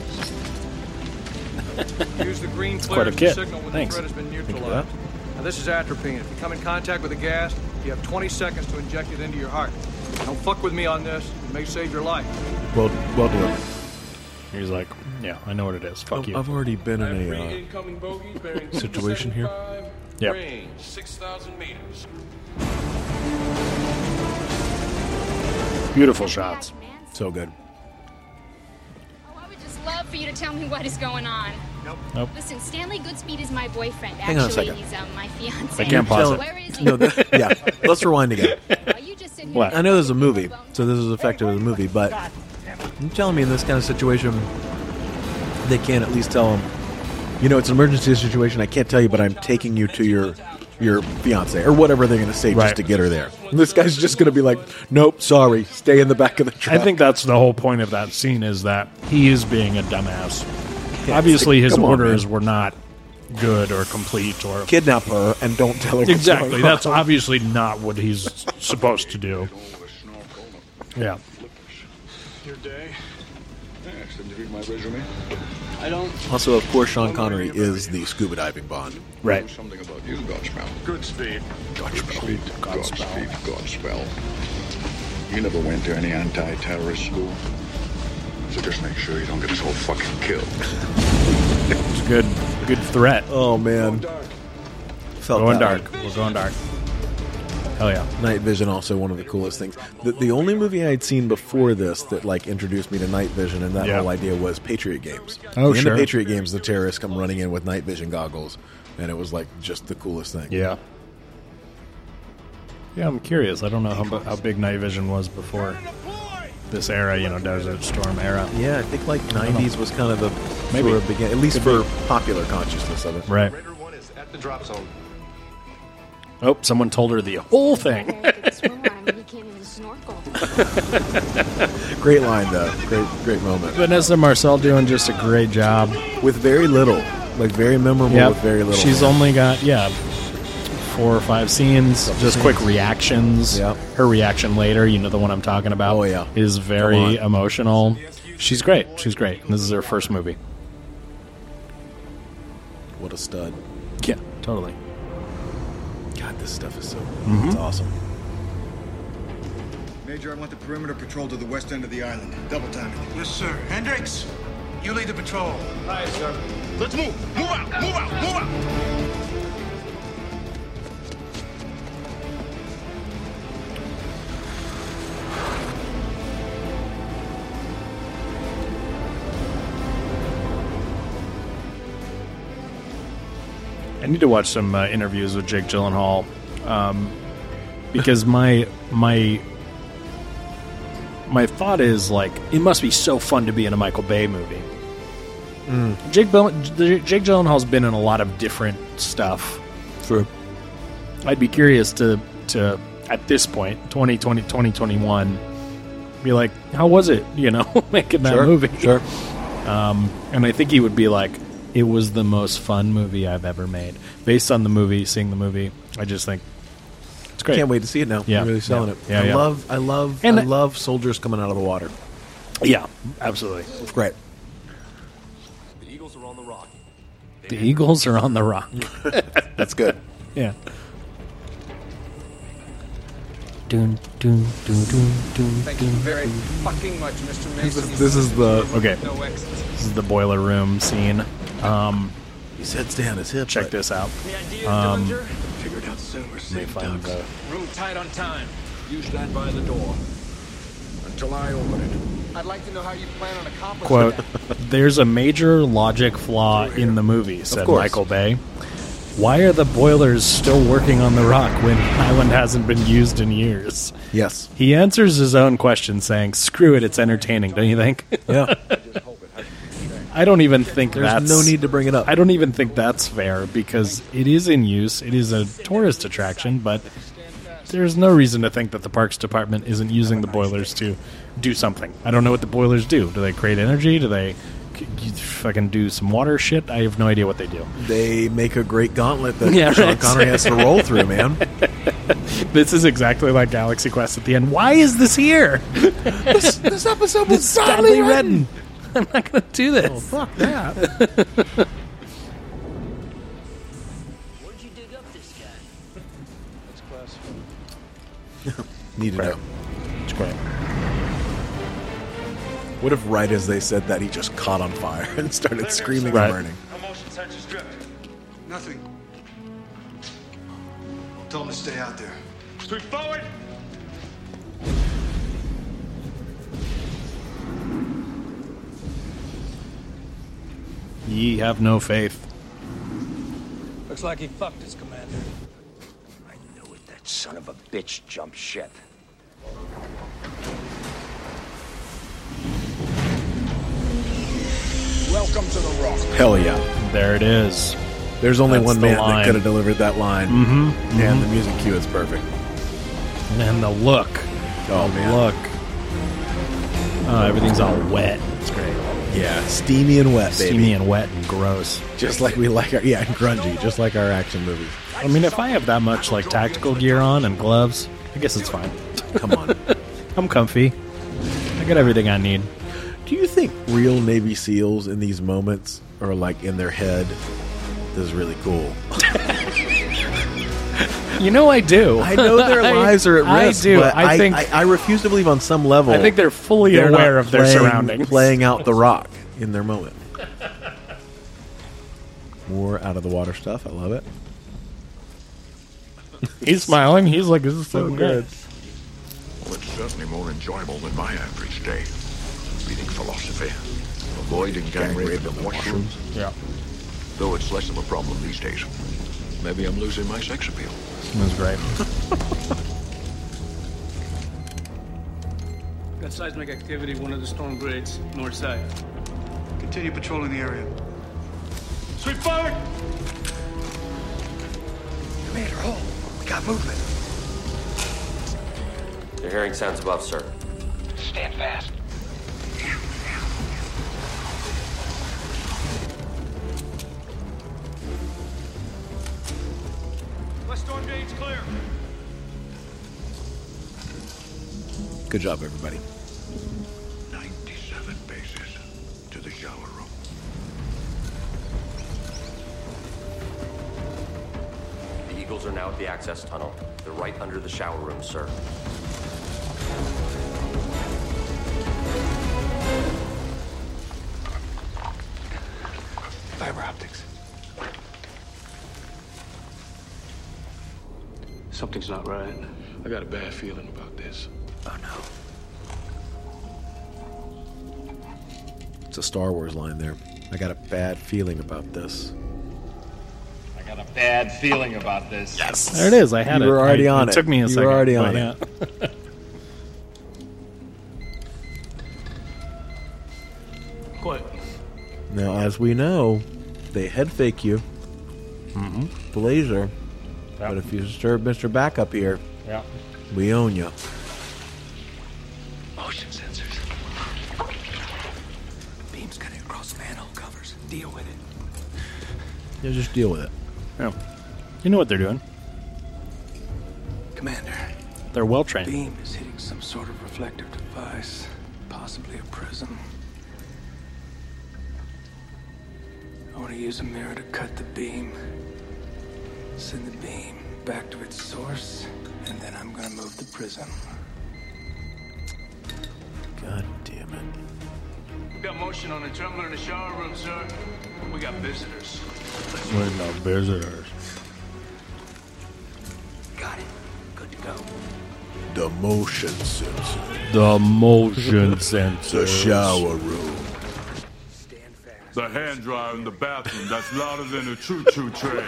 S19: Use the green
S20: It's
S19: flares
S7: quite a
S19: to
S7: kit.
S19: signal when
S7: Thanks.
S19: the threat has been
S7: Think of
S19: neutralized. Now this is atropine. If you come in contact with the gas, you have 20 seconds to inject it into your heart. Don't fuck with me on this. It may save your life.
S2: Well well delivered.
S7: He's like, yeah, I know what it is. Fuck you.
S2: I've already been in a uh,
S19: Incoming bogeys
S2: situation here.
S7: Yep.
S19: range 6,000 meters.
S7: Beautiful shots.
S2: So good.
S26: Oh, I would just love for you to tell me what is going on. Nope.
S7: Nope.
S26: Listen, Stanley Goodspeed is my boyfriend.
S2: Hang on a
S26: Actually,
S2: second.
S26: he's um, my fiance.
S2: I can't pause it.
S26: Where is he?
S2: No, that- yeah. *laughs* Let's rewind again.
S26: Well, you just sit here
S2: I know there's a movie, so this is effective as a movie, but you telling me in this kind of situation, they can't at least tell him, you know, it's an emergency situation. I can't tell you, but I'm taking you to your your fiance or whatever they're going to say
S7: Right.
S2: just to get her there. And this guy's just going to be like, nope, sorry, stay in the back of the truck.
S7: I think that's the whole point of that scene is that he is being a dumbass. Obviously,
S2: like,
S7: his
S2: come on,
S7: orders
S2: man.
S7: were not good or complete or
S2: Kidnap her and don't tell her. what's
S7: exactly.
S2: going on.
S7: That's obviously not what he's supposed to do. Yeah.
S24: Your day?
S3: Thanks. Did you read my resume?
S24: I don't.
S2: Also, of course, Sean Connery is the scuba diving Bond.
S7: Right.
S3: Something about you, Godspell. Good speed. Godspell. Godspeed. Godspell. You never went to any anti-terrorist school. So just make sure you don't get us all fucking killed.
S7: It's a good, good threat.
S2: Oh man, Felt
S7: going
S2: that.
S7: dark. We're going dark. Hell yeah.
S2: Night Vision also one of the coolest things. The, the only movie I had seen before this that like introduced me to Night Vision and that
S7: Yeah.
S2: whole idea was Patriot Games.
S7: Oh,
S2: the end
S7: sure.
S2: of Patriot Games, the terrorists come running in with night vision goggles, and it was like just the coolest thing.
S7: Yeah. Yeah, I'm curious. I don't know how, bu- how big night vision was before this era, you know, Desert Storm era.
S2: Yeah, I think like '90s was kind of the
S7: Maybe.
S2: sort of begin, at least
S7: Could
S2: for popular consciousness of it.
S7: Right.
S13: At the drop zone.
S7: Oh, someone told her the whole thing.
S2: Great line though. Great, great moment.
S7: Vanessa Marcel doing just a great job.
S2: With very little, like very memorable
S7: Yep.
S2: with very little.
S7: She's only got yeah four or five scenes, just
S2: scenes.
S7: quick reactions.
S2: Yep.
S7: Her reaction later, you know the one I'm talking about. Oh yeah, is very
S2: Come on.
S7: emotional. She's great. She's great. This is her first movie.
S2: what a stud.
S7: Yeah, totally.
S2: God, this stuff is so
S7: Mhm.
S2: it's awesome.
S5: Major, I want the perimeter patrol to the west end of the island. Double time it.
S13: Yes, sir. Hendricks, you lead the patrol. Aye, sir. Let's move. Move out. Move out. Move out.
S7: I need to watch some uh, interviews with Jake Gyllenhaal um, because my my my thought is like it must be so fun to be in a Michael Bay movie.
S2: Mm.
S7: Jake Bell- J- Jake Gyllenhaal's been in a lot of different stuff.
S2: True.
S7: I'd be curious to to at this point 2020 2021 be like how was it you know *laughs* making that
S2: Sure,
S7: movie sure um, and I think he would be like it was the most fun movie I've ever made based on the movie seeing the movie I just think it's great
S2: Can't wait to see it now.
S7: Yeah,
S2: I'm really selling
S7: yeah,
S2: it.
S7: yeah,
S2: I
S7: yeah.
S2: love, I love,
S7: And
S2: I
S7: I-
S2: love soldiers coming out of the water.
S7: yeah absolutely
S2: Great.
S23: The Eagles are on the rock.
S7: the Eagles are on
S23: *laughs*
S7: the rock *laughs*
S2: That's good.
S7: yeah dun, dun, dun, dun, dun,
S24: Thank you very fucking much, Mr. Mason.
S7: This is, this is the okay.
S24: No exit.
S7: This is the boiler room scene. Um,
S2: His head's down his hip.
S7: Check this out. Um,
S21: Um,
S2: figured out soon. We're
S7: they find the-
S2: uh,
S21: Room tight on time. You stand by the door.
S24: Until I open it. I'd like to know how you plan on accomplishing
S7: quote.
S24: that.
S7: There's a major logic flaw in the movie," said
S2: course.
S7: Michael Bay. Why are the boilers still working on the rock when the island hasn't been used in years?
S2: *laughs* Yes.
S7: He answers his own question saying, "Screw it, it's entertaining, don't you think?"
S2: Yeah.
S7: I don't even think
S2: There's
S7: that's
S2: no need to bring it up.
S7: I don't even think that's fair because it is in use. It is a tourist attraction, but there's no reason to think that the parks department isn't using the boilers to do something. I don't know what the boilers do. Do they create energy? Do they c- c- fucking do some water shit? I have no idea what they do.
S2: They make a great gauntlet
S7: *laughs*
S2: that
S7: Yeah,
S2: Sean
S7: right.
S2: Connery has to roll through, man.
S7: This is exactly like Galaxy Quest at the end. Why is this here? *laughs*
S2: this, this episode was
S7: Sadly written.
S2: *laughs*
S7: I'm not going to do this. Oh,
S2: fuck that.
S20: Where'd you dig up this guy?
S21: That's class.
S2: Need to know.
S7: It's great.
S2: What if right as they said that, he just caught on fire *laughs* and started screaming
S7: Right.
S2: and burning?
S13: Emotion sensor stripped. Nothing.
S5: Tell him to stay out there.
S13: Sweep forward.
S7: Ye have no faith.
S21: Looks like he fucked his commander.
S17: That son of a bitch jumped ship.
S13: Welcome to the rock.
S2: Hell yeah.
S7: There it is.
S2: There's only
S7: That's
S2: one
S7: the
S2: man
S7: line.
S2: that could have delivered that line.
S7: Mhm,
S2: And
S7: mhm.
S2: the music cue is perfect.
S7: And the look.
S2: Oh,
S7: the
S2: man.
S7: look. Oh, everything's all wet. It's great.
S2: Yeah, steamy and wet, baby.
S7: Steamy and wet and gross.
S2: Just like we like our yeah, and grungy, just like our action movies.
S7: I mean, if I have that much like tactical gear on and gloves, I guess it's fine.
S2: Come on.
S7: I'm comfy. I got everything I need.
S2: Do you think real Navy SEALs in these moments are like in their head? This is really cool.
S7: You know I do.
S2: I know
S7: *laughs*
S2: their
S7: I-
S2: lives are at
S7: I
S2: risk.
S7: do.
S2: but
S7: I think-
S2: I, I refuse to believe on some level.
S7: I think they're fully
S2: not
S7: aware of their
S2: playing-
S7: surroundings.
S2: playing
S7: *laughs*
S2: out the rock in their moment. More out of the water stuff. I love it.
S7: He's smiling. He's like, "This is
S2: Oh,
S7: so, good."
S8: Well, it's certainly more enjoyable than my average day. Reading philosophy, avoiding gang rape in the washrooms.
S7: Yeah.
S8: Though it's less of a problem these days. Maybe I'm losing my sex appeal.
S7: That's right.
S19: Got seismic activity, one of the storm grades, north side.
S13: Continue patrolling the area.
S19: Sweep forward!
S13: Commander, hold. We got movement.
S23: You're hearing sounds above, sir.
S17: Stand fast.
S16: West storm gate's clear.
S2: Good job, everybody.
S8: 97 bases to the shower room.
S23: The Eagles are now at the access tunnel. They're right under the shower room, sir.
S8: Fiber optics.
S19: Something's not right.
S3: I got a bad feeling about this.
S8: Oh no.
S2: It's a Star Wars line there. I got a bad feeling about this.
S14: I got a bad feeling about this. Yes.
S7: There it is. I had
S2: You were
S7: it.
S2: already
S7: I-
S2: on it.
S7: Took me a
S2: You were
S7: second.
S2: already
S7: but
S2: on it.
S7: yeah.
S19: Quiet.
S2: Now, as we know, they head fake you. Mm-hmm. Blazer. But if you disturb Mr. Backup here,
S7: Yeah.
S2: we own you.
S3: Motion sensors. Beams cutting across manhole covers. Deal with it.
S2: Yeah, just deal with it.
S7: Yeah. You know what they're doing.
S3: Commander,
S7: They're well trained.
S3: beam is hitting some sort of reflective device, possibly a prism. I want to use a mirror to cut the beam, send the beam back to its source, and then I'm going to move the prism.
S2: God damn it.
S19: We got motion on the terminal in the shower room, sir. We got visitors.
S7: We're no visitors.
S3: Got it. Good to go.
S8: The motion sensor.
S7: The motion sensor.
S8: The shower room.
S11: The hand dryer in the bathroom that's louder than a choo choo train.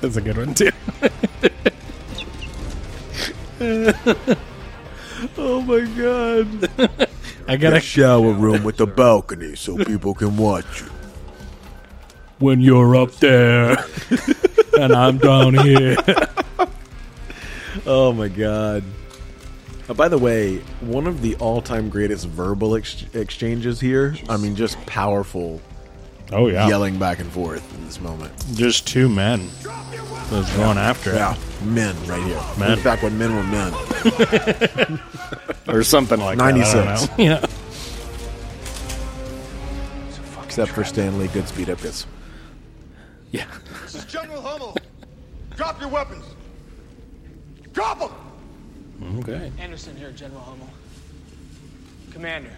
S7: That's a good one too.
S2: oh my god.
S7: *laughs* I got
S8: a
S7: a-
S8: shower room
S2: *laughs*
S8: with a balcony so people can watch you.
S7: When you're up there, and I'm down here.
S2: oh my god. Uh, by the way, one of the all-time greatest verbal ex- exchanges here. I mean, just powerful.
S7: *laughs* Oh yeah.
S2: yelling back and forth in this moment.
S7: Just two men. That's going after. it.
S2: Yeah, men right here.
S7: Men.
S2: Back when men were men.
S7: Or something like that, I don't *laughs*
S2: 96.
S7: know. Yeah.
S2: Except for Stanley Goodspeed Ipkiss.
S5: This is General Hummel. Drop your weapons. Drop them.
S2: Okay.
S20: Anderson here, General Hummel. Commander.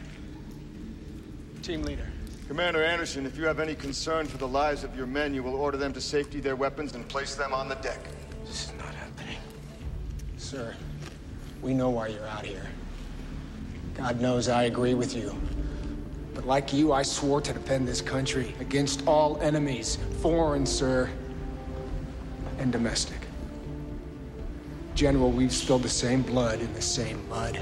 S20: Team leader.
S5: Commander Anderson, if you have any concern for the lives of your men, you will order them to safety their weapons and place them on the deck. This is not happening.
S14: Sir.
S20: We know why you're out here. God knows I agree with you. But like you, I swore to defend this country against all enemies, foreign, sir, and domestic. General, we've spilled the same blood in the same mud.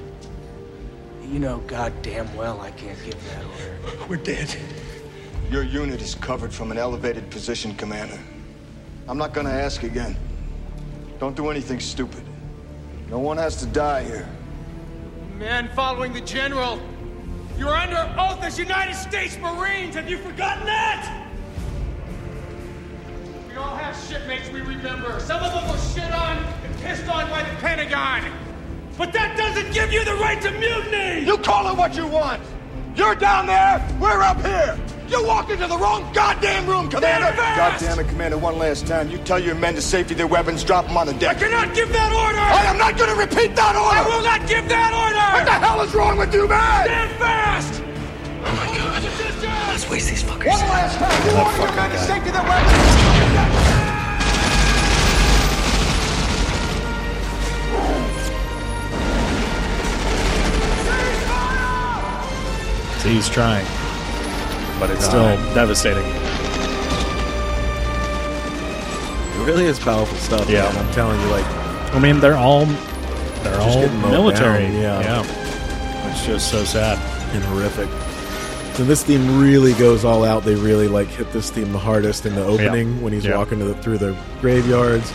S20: You know goddamn well I can't give that order.
S5: We're dead. Your unit is covered from an elevated position, Commander. I'm not gonna ask again. Don't do anything stupid. No one has to die here.
S19: Men following the general!
S15: You're under oath as United States Marines. Have you forgotten that? We all have shipmates we remember. Some of them were shit on and pissed on by the Pentagon. But that doesn't give you the right to mutiny.
S5: You call it what you want. You're down there, we're up here. You walked into the wrong goddamn room, Commander.
S27: God damn it, Commander, one last time. You tell your men to safety their weapons, drop them on the deck.
S5: I cannot give that order! I am not gonna repeat that order!
S15: I will not give that order!
S5: What the hell is wrong with you, man?
S15: Stand fast!
S28: Oh my god. Let's waste these fuckers.
S5: One last time, you order your men to safety their weapons!
S7: See, he's trying, but it's still devastating.
S2: It really is powerful stuff.
S7: Yeah.
S2: man. I'm telling you, like
S7: I mean, they're all they're
S2: Just
S7: all
S2: getting mowed
S7: military.
S2: down, yeah.
S7: yeah, it's just so sad
S2: and horrific. So this theme really goes all out. They really like hit this theme the hardest in the opening when he's
S7: Yeah.
S2: walking to the, through the graveyards,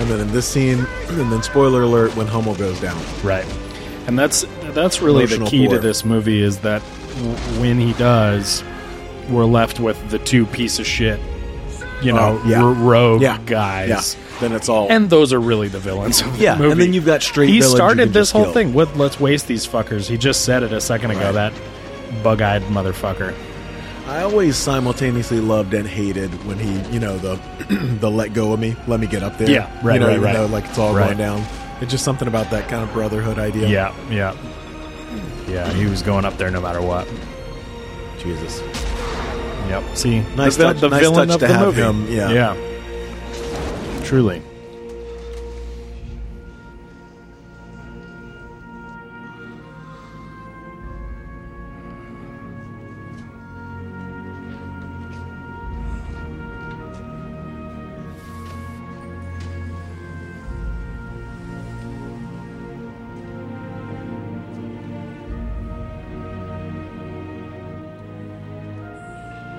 S2: and then in this scene, *clears throat* and then spoiler alert when Hummel goes down.
S7: Right. And that's that's really
S2: Emotional
S7: the key
S2: core.
S7: to this movie is that w- when he does, we're left with the two piece of shit, you know,
S2: Oh, yeah.
S7: r- rogue
S2: Yeah.
S7: guys.
S2: Yeah. Then it's all
S7: And those are really the villains of the
S2: Yeah, and
S7: movie.
S2: then you've got straight
S7: He
S2: villains you
S7: started
S2: can
S7: this
S2: just
S7: whole
S2: kill.
S7: thing with "Let's waste these fuckers." He just said it a second ago. That bug-eyed motherfucker.
S2: I always simultaneously loved and hated when he, you know, the *clears throat* the let go of me, let me get up there.
S7: Yeah, right,
S2: You know,
S7: right,
S2: even
S7: right.
S2: though like it's all
S7: Right.
S2: going down. It's just something about that kind of brotherhood idea.
S7: Yeah, yeah, yeah. He was going up there no matter what.
S2: Jesus.
S7: Yep. See,
S2: Nice
S7: the,
S2: touch-
S7: the
S2: nice
S7: villain
S2: touch
S7: of
S2: to
S7: the
S2: have
S7: movie.
S2: him, yeah.
S7: yeah. Truly.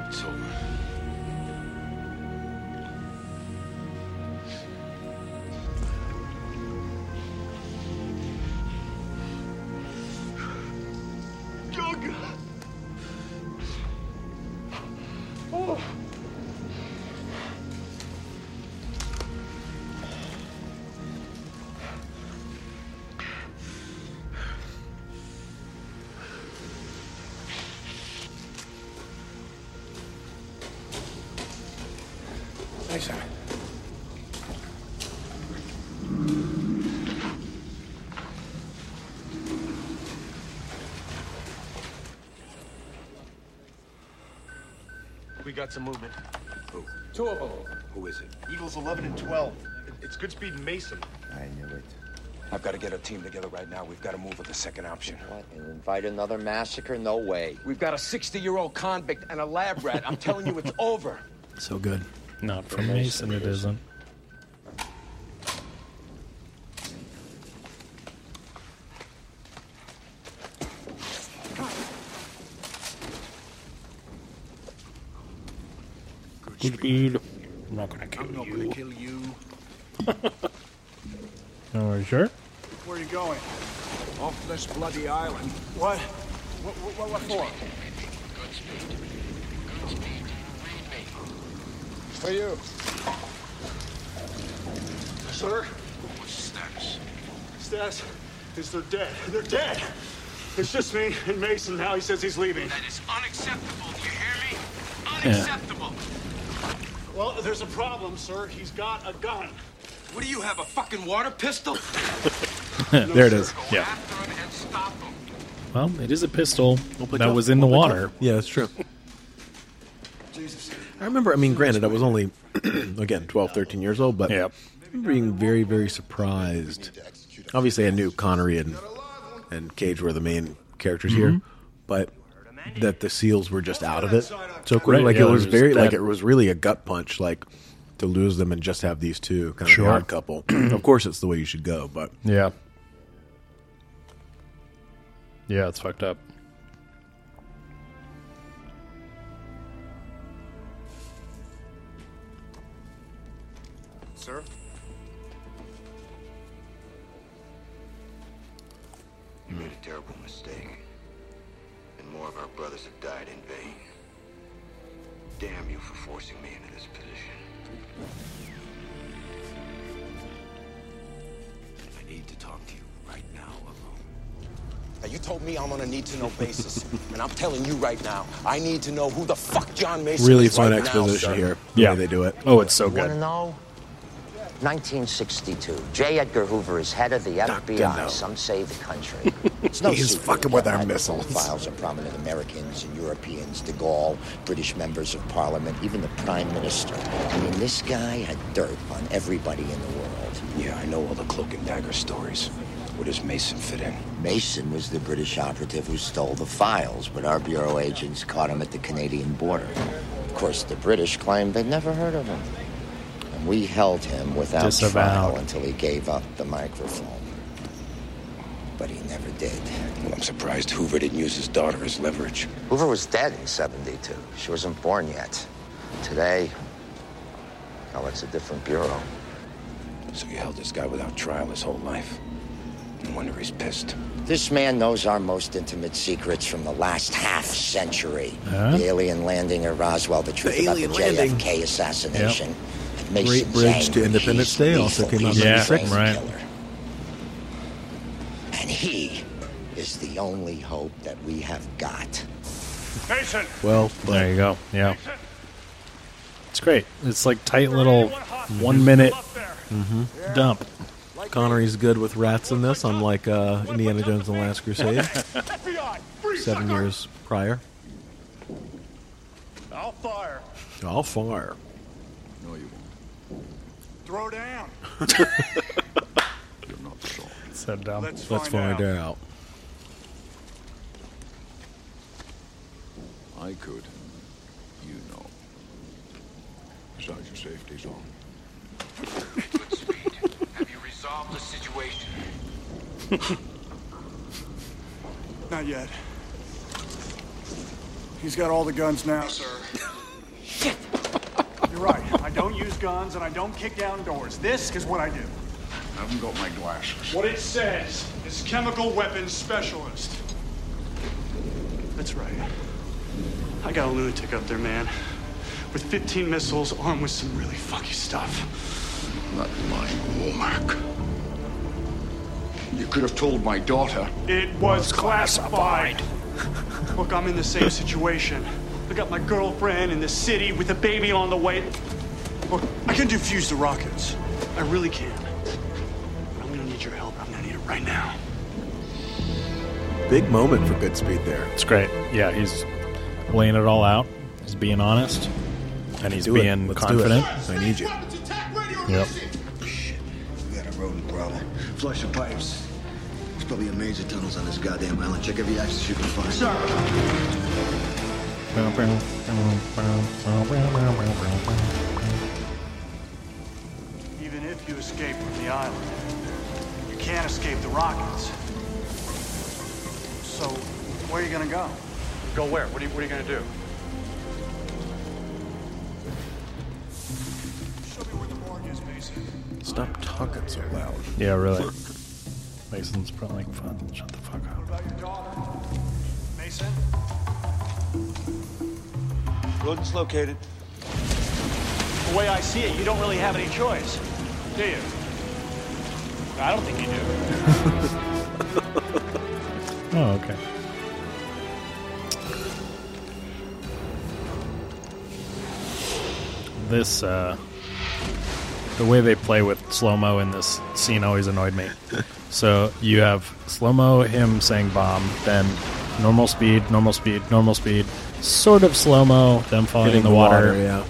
S29: It's over.
S5: Thanks, Simon.
S29: We got some movement. Who?
S6: Two of them.
S29: Who is it?
S6: Eagles 11 and 12. It's Goodspeed and Mason.
S29: I knew it. I've got to get a team together right now. We've got to move with the second option.
S1: What? And invite another massacre? No way.
S29: We've got a 60 year old convict and a lab rat. I'm telling you, it's *laughs* over.
S2: So good.
S7: Not for Mason, it isn't. Good speed. I'm not gonna kill you.
S6: kill you.
S7: Oh, are you sure?
S6: Where are you going? Off this bloody island. What? What, what, what, what for?
S27: For you.
S6: Sir? Stas? Is they're dead. They're dead. It's just me and Mason now. He says he's leaving. That is unacceptable. Do you hear me? Unacceptable. Well, there's a problem, sir. He's got a gun.
S29: What do you have? A fucking water pistol?
S2: there it is.
S7: Yeah. Well, it is a pistol that
S2: tough.
S7: was in the
S2: Won't play
S7: water.
S2: tough. Yeah, that's true. I remember, I mean, granted, I was only, *clears throat* again, 12, 13 years old, but I remember being very, very surprised. Obviously, I knew Connery and, and Cage were the main characters here,
S7: Mhm.
S2: but that the SEAls were just out of it so quick.
S7: Right,
S2: Like,
S7: yeah,
S2: it was
S7: they're just
S2: very, like,
S7: dead.
S2: it was really a gut punch, like, to lose them and just have these two kind of
S7: Sure.
S2: the
S7: *clears throat*
S2: odd couple. of course, it's the way you should go, but
S7: Yeah. Yeah, it's fucked up.
S6: Sir?
S5: You made a terrible mistake. And
S3: more of our brothers have died in vain. Damn you for forcing me into this position. I need to talk to you right now alone.
S30: Now, you told me I'm on a need to know basis, *laughs* and I'm telling you right now, I need to know who the fuck John Mason
S2: Really
S30: is.
S2: fun
S30: right
S2: exposition
S30: now, sir.
S2: here. Yeah, they do it.
S7: Oh, it's so
S1: Want to know? 1962. J. Edgar Hoover is head of the FBI.
S2: No.
S1: Some say the
S2: *laughs*
S1: country. It's no
S2: He's
S1: secret
S2: fucking
S1: that
S2: with our
S1: high-profile
S2: missiles.
S1: Files of prominent Americans and Europeans, De Gaulle, British members of Parliament, even the Prime Minister. I mean, this guy had dirt on everybody in the world.
S3: Yeah, I know all the cloak and dagger stories. Where does Mason fit in?
S1: Mason was the British operative who stole the files, but our bureau agents caught him at the Canadian border. Of course, the British claimed they'd never heard of him. And we held him without
S7: Disavowed.
S1: trial until he gave up the microphone. But he never did.
S3: Well, I'm surprised Hoover didn't use his daughter as leverage.
S1: Hoover was dead in 72. She wasn't born yet. Today, oh, it's a different bureau.
S3: So you held this guy without trial his whole life. No wonder he's pissed.
S1: This man knows our most intimate secrets from the last half century.
S3: Huh?
S1: The alien landing at Roswell, the truth
S2: The
S1: about the
S2: alien landing.
S1: JFK assassination. and
S2: Great
S1: Mason
S2: Bridge
S1: Zhang,
S2: to Independence Day also came out in
S7: Yeah,
S2: 96.
S7: right.
S1: And he is the only hope that we have got.
S31: Mason!
S2: Well,
S7: there you go. Yeah. It's great. It's like tight little one minute Mm-hmm. dump.
S2: Connery's good with rats in this, unlike uh, Indiana Jones and the Last Crusade, seven years prior.
S6: I'll fire.
S2: All far.
S5: No, you
S6: Throw down.
S5: You're not sure.
S7: So dumb.
S2: Let's, find, out.
S5: I could. You know. Besides, your safety's on.
S3: Have you resolved the situation?
S6: Not yet. He's got all the guns now, sir. Shit. *laughs* You're right. I don't use guns and I don't kick down doors. This is what I do.
S5: I haven't got my glasses.
S6: What it says is chemical weapons specialist. That's right. I got a lunatic up there, man. With 15 missiles, armed with some really funky stuff.
S5: That lying Womack. You could have told my daughter.
S6: It was classified. Look, I'm in the same situation. I got my girlfriend in the city with a baby on the way. Look, I can defuse the rockets. I really can. But I'm gonna need your help. I'm gonna need it right now.
S2: Big moment for Goodspeed there.
S7: It's great. Yeah, he's laying it all out. He's being honest. And he's
S2: Do it.
S7: being
S2: Let's do it.
S7: confident.
S2: I need you.
S7: Yep.
S32: We got a rodent problem. Flush the pipes. There's probably a maze of tunnels on this goddamn island. Check every access you can find.
S6: Even if you escape from the island, you can't escape the rockets. So, where are you gonna go? Go where? What are you, what are you gonna do?
S2: Stop talking so loud.
S7: Yeah, really. Mason's probably like, fuck, shut the fuck up.
S6: Mason?
S33: Rodent's located.
S6: The way I see it, you don't really have any choice, do you? I don't think you do.
S7: Oh, okay. This, uh, the way they play with slow mo in this scene always annoyed me. so you have slow mo, him saying bomb, then normal speed, normal speed, normal speed, sort of slow mo, them falling in
S2: Hitting
S7: the,
S2: the
S7: water.
S2: water, yeah.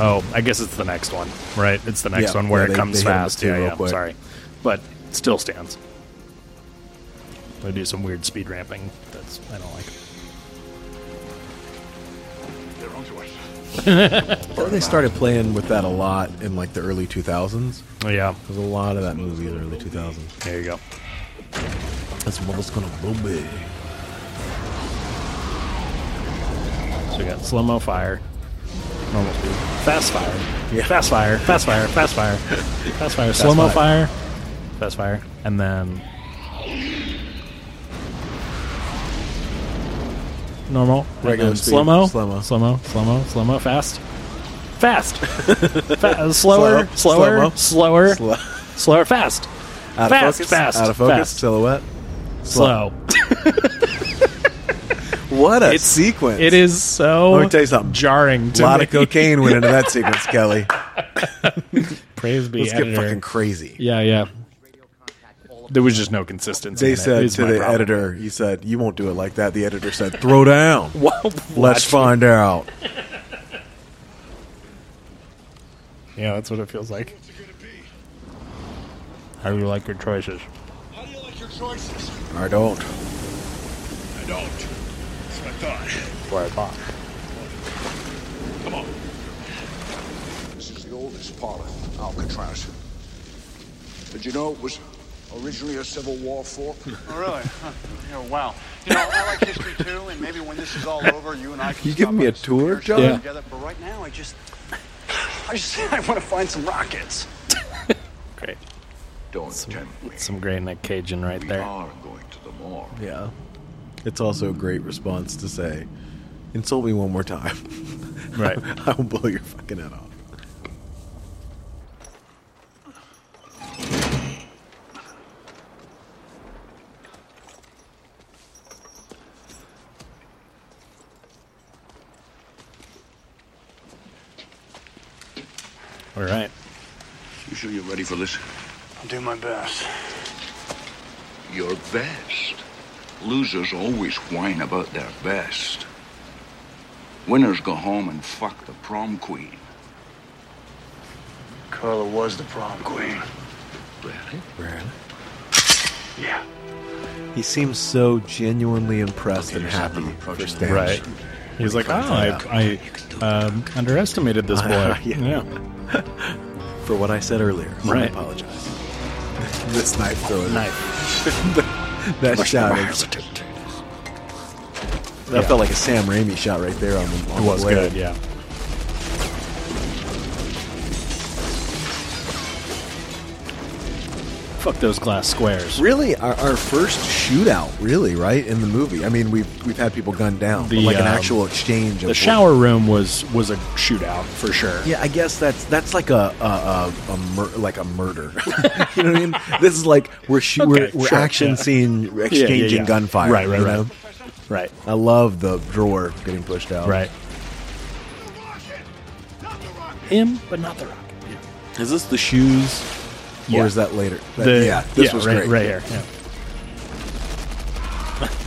S7: Oh, I guess it's the next one, right? It's the next
S2: Yeah,
S7: one where
S2: yeah,
S7: it
S2: they-
S7: comes
S2: they hit 'em
S7: fast.
S2: too
S7: Yeah,
S2: real
S7: yeah,
S2: quick.
S7: sorry. But still stands. They do some weird speed ramping. That's I don't like.
S5: They're onto us.
S2: They started playing with that a lot in like the early 2000s.
S7: Yeah,
S2: there's a lot of that movie in the early 2000s.
S7: There you go.
S2: That's what it's gonna be.
S7: So we got slow mo fire, normal speed, fast fire, yeah. fast fire, fast fire, fast fire, fast fire,
S2: Fast
S7: slow mo
S2: fire.
S7: fire, fast fire, and then normal,
S2: Regular speed,
S7: slow mo, slow
S2: slow-mo.
S7: mo, slow mo, slow mo, slow mo, fast,
S2: *laughs*
S7: fast, Fa- uh, slower, slower,
S2: Slow, slow-mo.
S7: slower,
S2: Slow.
S7: slower, fast,
S2: Out of
S7: fast,
S2: focus,
S7: fast,
S2: out of focus,
S7: fast,
S2: silhouette,
S7: slow.
S2: What a
S7: It's-
S2: sequence!
S7: It is so
S2: Let me tell you something.
S7: jarring.
S2: A
S7: To
S2: lot
S7: me.
S2: of cocaine went
S7: *laughs*
S2: into that sequence, Kelly.
S7: Praise be
S2: Let's get
S7: editor.
S2: fucking crazy.
S7: Yeah, yeah. There was just no consistency. in
S2: They
S7: it,
S2: said
S7: is
S2: to
S7: my
S2: the
S7: problem. *laughs*
S2: editor, "You said you won't do it like that." The editor said, "Throw down.
S7: Well,
S2: Let's find out."
S7: Yeah, that's what it feels like. How do you like your choices?
S5: Your choices.
S2: I don't.
S5: I don't. That's what I thought.
S7: Where I bought.
S5: Come on. This is the oldest part of Alcatraz. Did you know it was originally a Civil War fort?
S6: Oh, really? Huh. Yeah, wow. You know, I like history too, and maybe when this is all over, you and I can
S2: You giving me a tour, John?
S6: yeah. together. But right now, I just, I just, *laughs* I want to find some rockets.
S7: Great.
S5: Don't
S7: some, some great Nick Cajun right there.
S2: Yeah. It's also a great response to say, "Insult me one more time."
S7: *laughs*
S2: *laughs*
S7: Right.
S2: I will blow your fucking head off.
S7: All right.
S5: You sure you're ready for this?
S6: I'll do my best.
S5: Your best. Losers always whine about their best. Winners go home and fuck the prom queen.
S6: Carla was the prom queen.
S5: Really?
S2: Really?
S6: Yeah.
S2: He seems so genuinely impressed and happy for Stan.
S7: Right. He's like, oh, I, I um, underestimated this boy.
S2: *laughs* Yeah.
S7: yeah.
S2: For what I said earlier, I
S7: Right.
S2: apologize. *laughs* this knife throwing.
S7: Knife.
S2: that
S7: Much
S2: shot.
S7: more
S2: is- That felt like a Sam Raimi shot right there on the. On
S7: It was
S2: the
S7: good,
S2: blade.
S7: yeah. Fuck those glass squares.
S2: Really, our, our first shootout, really, right in the movie. I mean, we've we've had people gunned down, but
S7: The,
S2: like an
S7: um,
S2: actual exchange. Of
S7: The shower room was was a shootout for sure.
S2: Yeah, I guess that's that's like a a, a, a mur- like a murder. *laughs* you know what I mean? This is like we're shoo-
S7: Okay,
S2: we're, we're
S7: sure,
S2: action
S7: yeah.
S2: scene
S7: Yeah, yeah,
S2: exchanging
S7: yeah.
S2: gunfire.
S7: Right, right,
S2: you
S7: right.
S2: know?
S7: Right.
S2: I love the drawer getting pushed out.
S7: Right. Him, but not the rocket.
S2: Is this the shoes,
S7: Yeah.
S2: or is that later? That-
S7: The-
S2: yeah, this
S7: yeah,
S2: was
S7: right,
S2: great.
S7: right here. Yeah.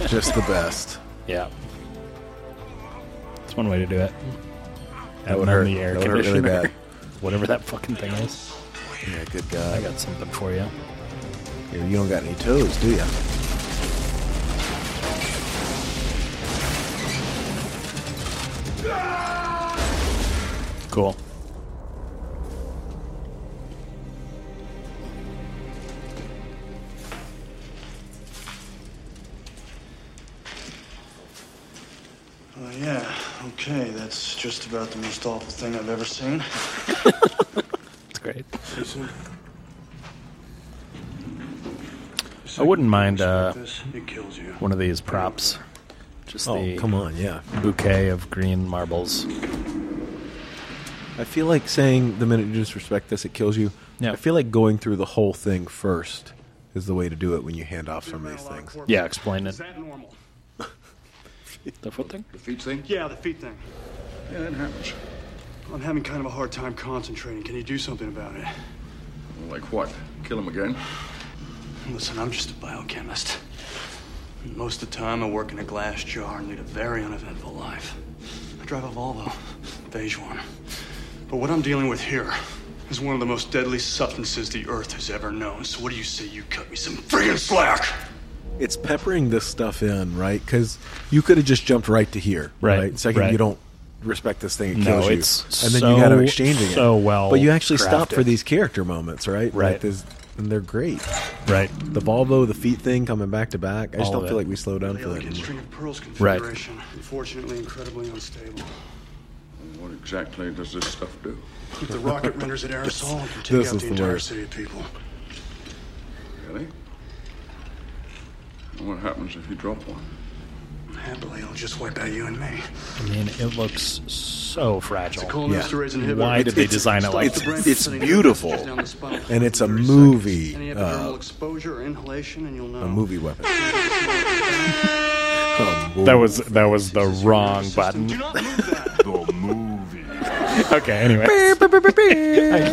S2: Just the
S7: *laughs*
S2: best.
S7: Yeah. It's one way to do it.
S2: That would
S7: And then
S2: hurt.
S7: The air
S2: That would hurt really
S7: conditioner.
S2: bad.
S7: *laughs* Whatever that fucking thing is.
S2: Yeah, good God.
S7: I got something for you.
S2: Yeah, You don't got any toes, do you?
S7: Cool.
S6: Oh yeah. Okay, that's just about the most awful thing I've ever seen.
S7: It's great. I wouldn't mind uh,
S6: It kills you.
S7: one of these props. Just
S2: Oh,
S7: the
S2: come on, yeah.
S7: bouquet of green marbles.
S2: I feel like saying the minute you disrespect this, it kills you.
S7: Yeah.
S2: I feel like going through the whole thing first is the way to do it when you hand off some of these things.
S7: Yeah, explain it.
S6: Is that normal?
S7: The foot thing?
S5: The feet thing?
S6: Yeah, the feet thing.
S5: Yeah, that happens.
S6: I'm having kind of a hard time concentrating. Can you do something about it?
S5: Like what? Kill him again?
S6: Listen, I'm just a biochemist. And Most of the time, I work in a glass jar and lead a very uneventful life. I drive a Volvo, beige one. But what I'm dealing with here is one of the most deadly substances the Earth has ever known. So what do you say you cut me some friggin' slack?
S2: It's peppering this stuff in, right? Because you could have just jumped right to here,
S7: Right,
S2: right? Second,
S7: right.
S2: you don't respect this thing, it
S7: No,
S2: kills you,
S7: it's
S2: and then you got to
S7: so-
S2: exchange it.
S7: so well
S2: but you actually stop
S7: crafted.
S2: for these character moments, right?
S7: Right.
S2: Like this, and they're great.
S7: Right.
S2: The Volvo, the feet thing coming back to back. I just
S7: All
S2: don't
S7: of
S2: feel
S7: it.
S2: like we slow down for that.
S6: Elegant
S2: anymore.
S6: string of pearls
S7: Right.
S6: configuration. Unfortunately, incredibly unstable.
S5: And what exactly does this stuff do?
S6: If the rocket renders it aerosol and can take
S2: This
S6: out
S2: is
S6: the
S2: the
S6: entire
S2: worst.
S6: city of people.
S5: Really? And what happens if you drop one?
S6: It Happily, I'll just wipe out you and me.
S7: I mean, it looks so fragile.
S6: It's a colonostal Yeah. resin inhibitor.
S7: Why did
S6: It's-
S7: they
S6: it's-
S7: design it like
S6: it's-
S7: this?
S6: it's beautiful.
S2: and it's a movie,
S6: Any epidermal
S2: uh,
S6: exposure or inhalation, and you'll know.
S2: a movie weapon.
S7: That was that was the wrong button. *laughs*
S8: *laughs*
S7: okay, anyway.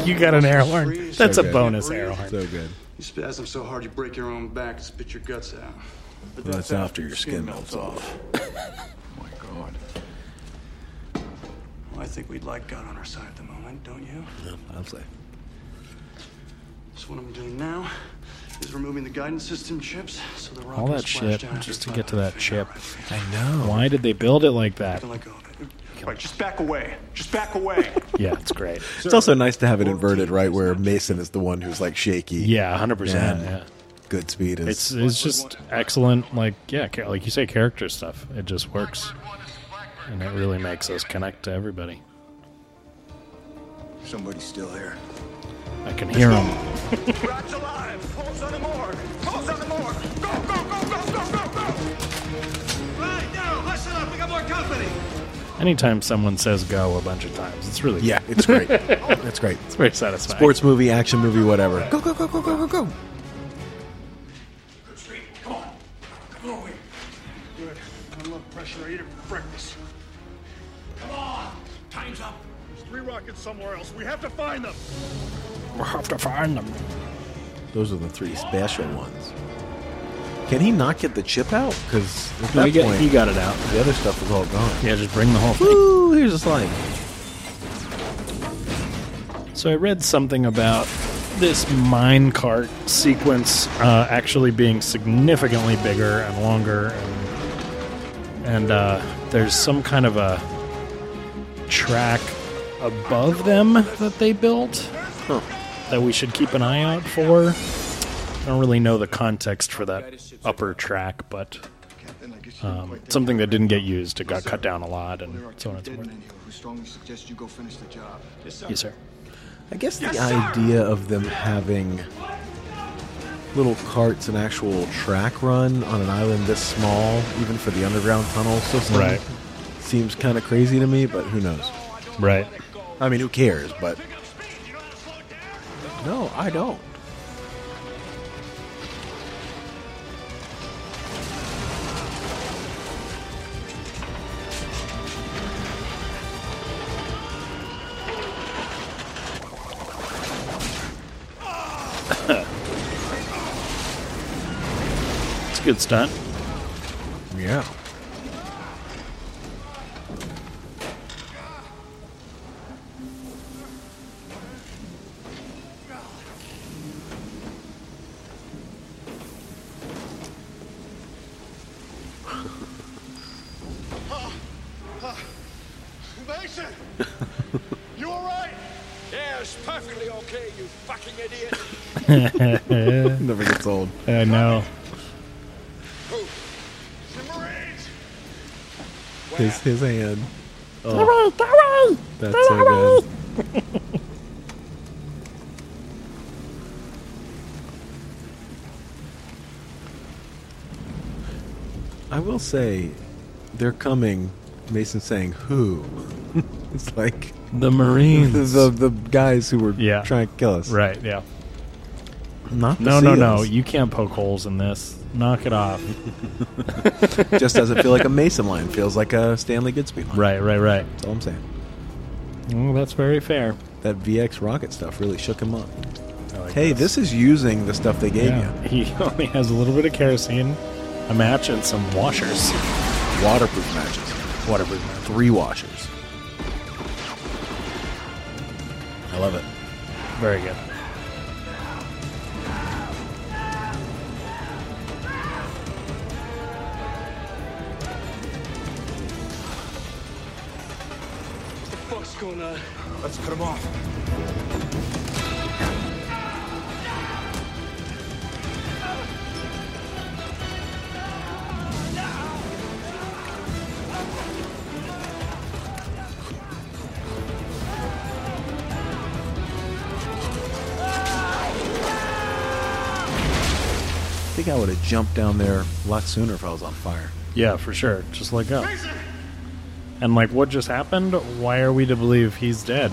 S7: you got an air horn. That's a bonus air horn.
S2: So good.
S6: You spasm so hard you break your own back, spit your guts out. But
S2: Well, that's after your skin melts off.
S6: my God. Well, I think we'd like God on our side at the moment, don't you?
S2: I'll say.
S6: So what I'm doing now is removing the guidance system chips, so the rocket
S7: All that
S6: splash
S7: shit
S6: down after
S7: just to
S6: five
S7: get to that chip. I know. Why did they build it like that?
S6: Right, just back away. Just back away.
S7: Yeah, it's great.
S2: It's also nice to have it inverted, right? Where Mason is the one who's like shaky.
S7: Yeah, 100%, yeah.
S2: Good speed is.
S7: It's it's just excellent. Like yeah, ca- like you say, character stuff. It just works, and it really makes us connect to everybody.
S5: Somebody's still here.
S7: I can hear them.
S34: Rats alive! Pulse on the morgue! Pulse on the morgue! Go, go, go, go, go, go, go! Right now, listen up, we got more company!
S7: Anytime someone says "go" a bunch of times, it's really
S2: yeah, it's great. it's great.
S7: It's very satisfying.
S2: Sports movie, action movie, whatever.
S34: go, go, go, go, go, go!
S6: Good street. Come on. Come on, wait. Good. I love pressure. I eat it for breakfast. Come on. Time's up. There's three rockets somewhere else. We have to find them.
S7: We have to find them.
S2: Those are the three special ones. Can he not get the chip out? Because at
S7: No,
S2: that
S7: he got-
S2: point,
S7: he got it out.
S2: The other stuff was all gone.
S7: Yeah, just bring the whole thing.
S2: Woo! Here's a slide.
S7: So I read something about this minecart sequence uh, actually being significantly bigger and longer, and, and uh, there's some kind of a track above them that they built that we should keep an eye out for. I don't really know the context for that upper track, but um, something that didn't get used. It got cut down a lot, and so on and so forth.
S5: Who strongly suggests you go finish the job?
S7: Yes, sir.
S2: I guess the idea of them having little carts and actual track run on an island this small, even for the underground tunnel system,
S7: Right.
S2: seems kind of crazy to me. But who knows?
S7: Right.
S2: I mean, who cares? But no, I don't.
S7: It's a good stunt.
S2: Yeah.
S6: *laughs*
S34: Mason! you alright? Yes, perfectly okay, you fucking idiot!
S2: Never gets old.
S7: I know.
S2: His his hand. Oh.
S34: Alright, alright,
S2: that's so good. I will say, they're coming. Mason saying who? *laughs* it's like
S7: The Marines.
S2: *laughs* the the guys who were
S7: Yeah.
S2: trying to kill us.
S7: Right, yeah.
S2: Not the
S7: No, no, no.
S2: SEALs.
S7: You can't poke holes in this. Knock it off.
S2: Just doesn't feel
S7: *laughs*
S2: like a Mason line. Feels like a Stanley Goodspeed line.
S7: Right, right, right.
S2: That's all I'm saying.
S7: Well, that's very fair.
S2: That VX rocket stuff really shook him up.
S7: like
S2: hey, this. is using the stuff they gave you.
S7: Yeah. He *laughs* only has a little bit of kerosene, a match, and some washers.
S2: Waterproof matches.
S7: Waterproof matches.
S2: Three washers. I love it.
S7: Very good.
S6: What the fuck's going on?
S35: Let's cut him off.
S2: I think think I would have jumped down there a lot sooner if I was on fire.
S7: Yeah, for sure. Just let go. And like, what just happened? Why are we to believe he's dead?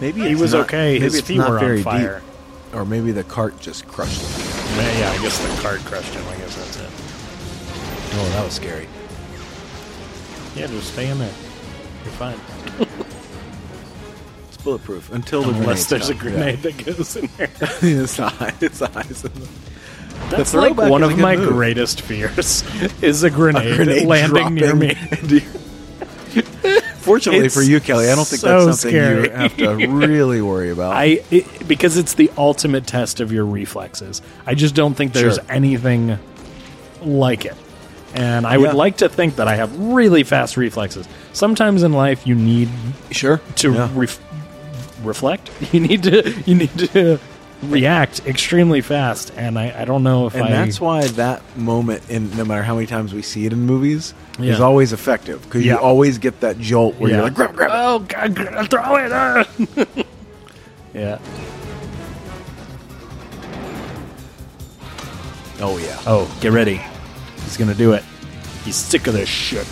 S2: Maybe
S7: he
S2: it's
S7: was
S2: not-
S7: okay.
S2: maybe
S7: His
S2: it's
S7: feet
S2: not
S7: were
S2: very
S7: on fire.
S2: deep. or maybe the cart just crushed him.
S7: Yeah, yeah, I guess the card crushed him. I guess that's it.
S2: Oh, that was scary.
S7: Yeah, just stay in there. You're fine.
S2: It's bulletproof until the
S7: Unless
S2: grenades
S7: there's
S2: come.
S7: a grenade
S2: Yeah.
S7: that goes in there.
S2: *laughs*
S7: *laughs*
S2: it's eyes. It's eyes.
S7: That's like one of my greatest fears *laughs* is a grenade, *laughs* landing near
S2: *laughs*
S7: me.
S2: Fortunately
S7: It's
S2: for you, Kelly, I don't think
S7: so
S2: that's something
S7: scary.
S2: you have to
S7: *laughs*
S2: really worry about.
S7: I it, because it's the ultimate test of your reflexes. I just don't think there's
S2: Sure.
S7: anything like it. And I would
S2: Yeah.
S7: like to think that I have really fast reflexes. Sometimes in life you need
S2: sure
S7: to ref- reflect. *laughs* You need to you need to react extremely fast and I, I don't know if
S2: and
S7: I
S2: that's why that moment, in no matter how many times we see it in movies,
S7: Yeah.
S2: is always effective because
S7: Yeah.
S2: you always get that jolt where
S7: Yeah.
S2: you're like, grab, grab.
S7: Oh god, gr- throw it. ah! *laughs* yeah.
S2: Oh yeah.
S7: Oh, get ready. He's gonna do it. He's sick of this shit.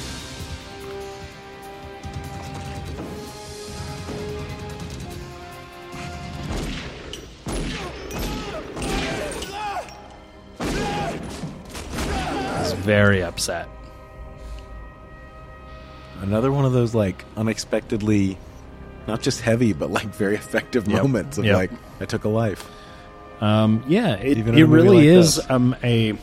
S7: He's very upset.
S2: Another one of those like unexpectedly, not just heavy, but like very effective
S7: Yep.
S2: moments of
S7: Yep.
S2: like I took a life.
S7: Um, yeah, it,
S2: Even in
S7: it
S2: a movie
S7: really
S2: like
S7: is
S2: this.
S7: um, a.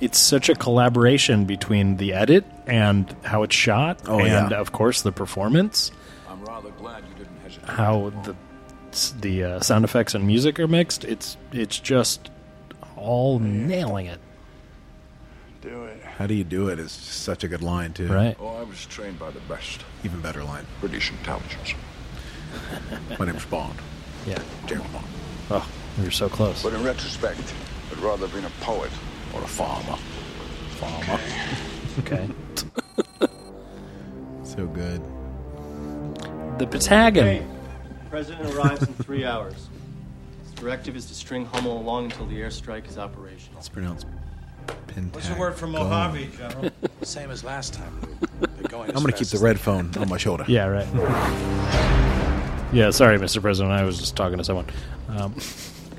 S7: It's such a collaboration between the edit and how it's shot,
S2: Oh, yeah.
S7: and of course the performance.
S3: I'm rather glad you didn't hesitate.
S7: How the the uh, sound effects and music are mixed. It's it's just all nailing it.
S3: Do it.
S2: How do you do it? Is just such a good line too.
S3: Oh, I was trained by the best.
S2: Even better line.
S3: British intelligence.
S2: My name's Bond.
S7: Yeah.
S3: James Bond.
S7: Oh, we were so close.
S3: But in retrospect, I'd rather have been a poet or a farmer.
S2: Farmer.
S7: Okay.
S2: so good.
S7: The Patagon.
S15: President arrives in three hours. His directive is to string Hummel along until the airstrike is operational.
S2: It's pronounced Pentag.
S15: What's the word for
S2: Mojave,
S15: General?
S21: Same as last time. They're going
S2: I'm
S21: as
S2: gonna
S21: fast
S2: keep the
S21: as
S2: red phone on my shoulder.
S7: Yeah, right. *laughs* Yeah, sorry, Mr. President. I was just talking to someone. Um,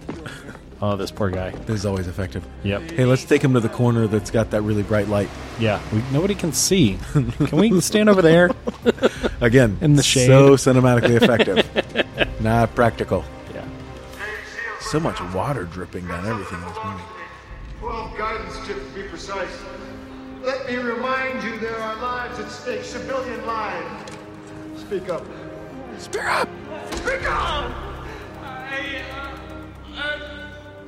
S7: *laughs* oh, this poor guy.
S2: This is always effective.
S7: Yep.
S2: Hey, let's take him to the corner that's got that really bright light.
S7: Yeah, we, nobody can see. Can we *laughs* stand over there?
S2: Again,
S7: In the shade. *laughs*
S2: So cinematically effective. Not practical.
S7: Yeah.
S2: So much water dripping down everything in this movie.
S6: 12 guidance chips to be precise. Let me remind you there are lives at stake, civilian lives. Speak up. Speak up! Speak up!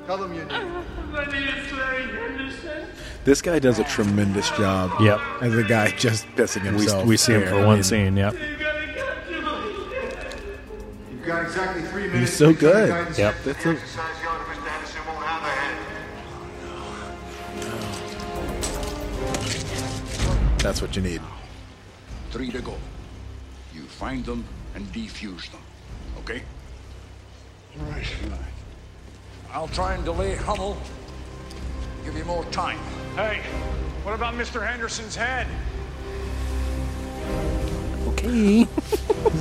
S6: Tell them you need. My name is Larry Henderson.
S2: This guy does a tremendous job.
S7: Yep.
S2: As a guy just pissing himself.
S7: We, we see him
S2: there.
S7: for
S2: I
S7: one
S2: mean,
S7: scene. Yep.
S6: You've got exactly three minutes.
S2: He's so
S6: to complete
S2: good.
S6: guidance
S7: Yep.
S6: check.
S2: That's
S6: The
S2: a-
S6: exercise yard of Mr. Henderson won't have a head.
S2: That's what you need.
S8: Three to go. You find them and defuse them. Okay?
S5: Right.
S8: I'll try and delay Hummel. Give you more time.
S15: Hey, what about Mr. Henderson's head?
S7: Okay.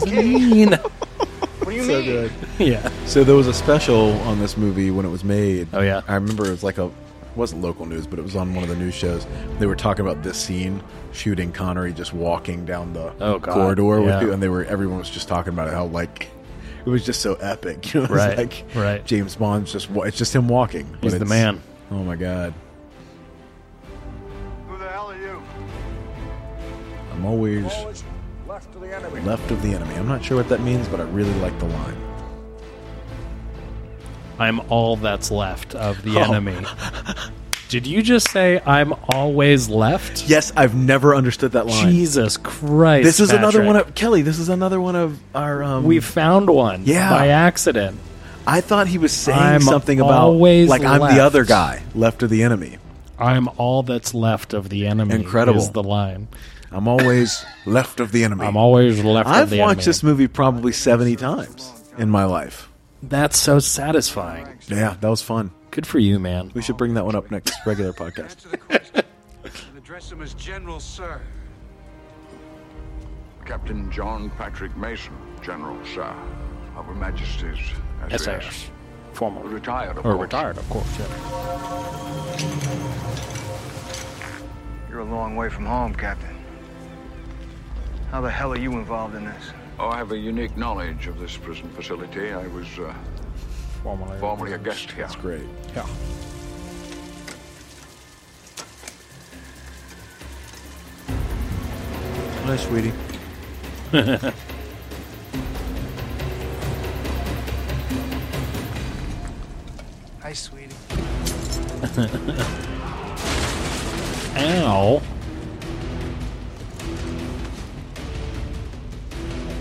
S7: Mean.
S15: What do you
S2: so
S15: mean?
S2: good.
S7: *laughs* Yeah.
S2: So there was a special on this movie when it was made.
S7: Oh yeah.
S2: I remember it was like a it wasn't local news, but it was on one of the news shows. They were talking about this scene shooting Connery just walking down the
S7: Oh, God.
S2: corridor with
S7: Yeah.
S2: you, and they were everyone was just talking about it, how like it was just so epic. *laughs* You know, it was
S7: Right.
S2: like
S7: Right.
S2: James Bond's just wa- it's just him walking. but
S7: He's the
S2: it's-
S7: man.
S2: Oh my god,
S6: Who the hell are you?
S2: I'm always
S8: Left to the enemy.
S2: left of the enemy. I'm not sure what that means, but I really like the line.
S7: I'm all that's left of the
S2: Oh.
S7: enemy. Did you just say I'm always left?
S2: Yes, I've never understood that line.
S7: Jesus Christ!
S2: this is another
S7: Patrick.
S2: one of Kelly. This is another one of our. Um,
S7: we found one.
S2: Yeah.
S7: By accident.
S2: I thought he was saying
S7: I'm
S2: something about
S7: always
S2: like I'm
S7: left.
S2: the other guy, left of the enemy.
S7: I'm all that's left of the enemy.
S2: Incredible.
S7: Is the line.
S2: I'm
S7: *laughs*
S2: always left of the enemy.
S7: I'm always left
S2: I've
S7: of the
S2: watched
S7: enemy.
S2: this movie probably seventy times in my life.
S7: That's so satisfying.
S2: Yeah, that was fun.
S7: Good for you, man.
S2: We should bring that one up next regular podcast.
S21: And address him as General Sir.
S8: Captain John Patrick Mason, General Sir, of Her Majesty's SAS.
S7: SAS. Former.
S8: Retired, of
S7: Or
S8: course.
S7: retired, of course, yeah.
S12: You're a long way from home, Captain. How the hell are you involved in this?
S8: Oh, I have a unique knowledge of this prison facility. I was uh,
S7: formerly,
S8: a
S12: E.
S8: guest here. That's
S2: great.
S7: Yeah.
S2: Hi, sweetie.
S20: Hi, sweetie.
S7: Ow.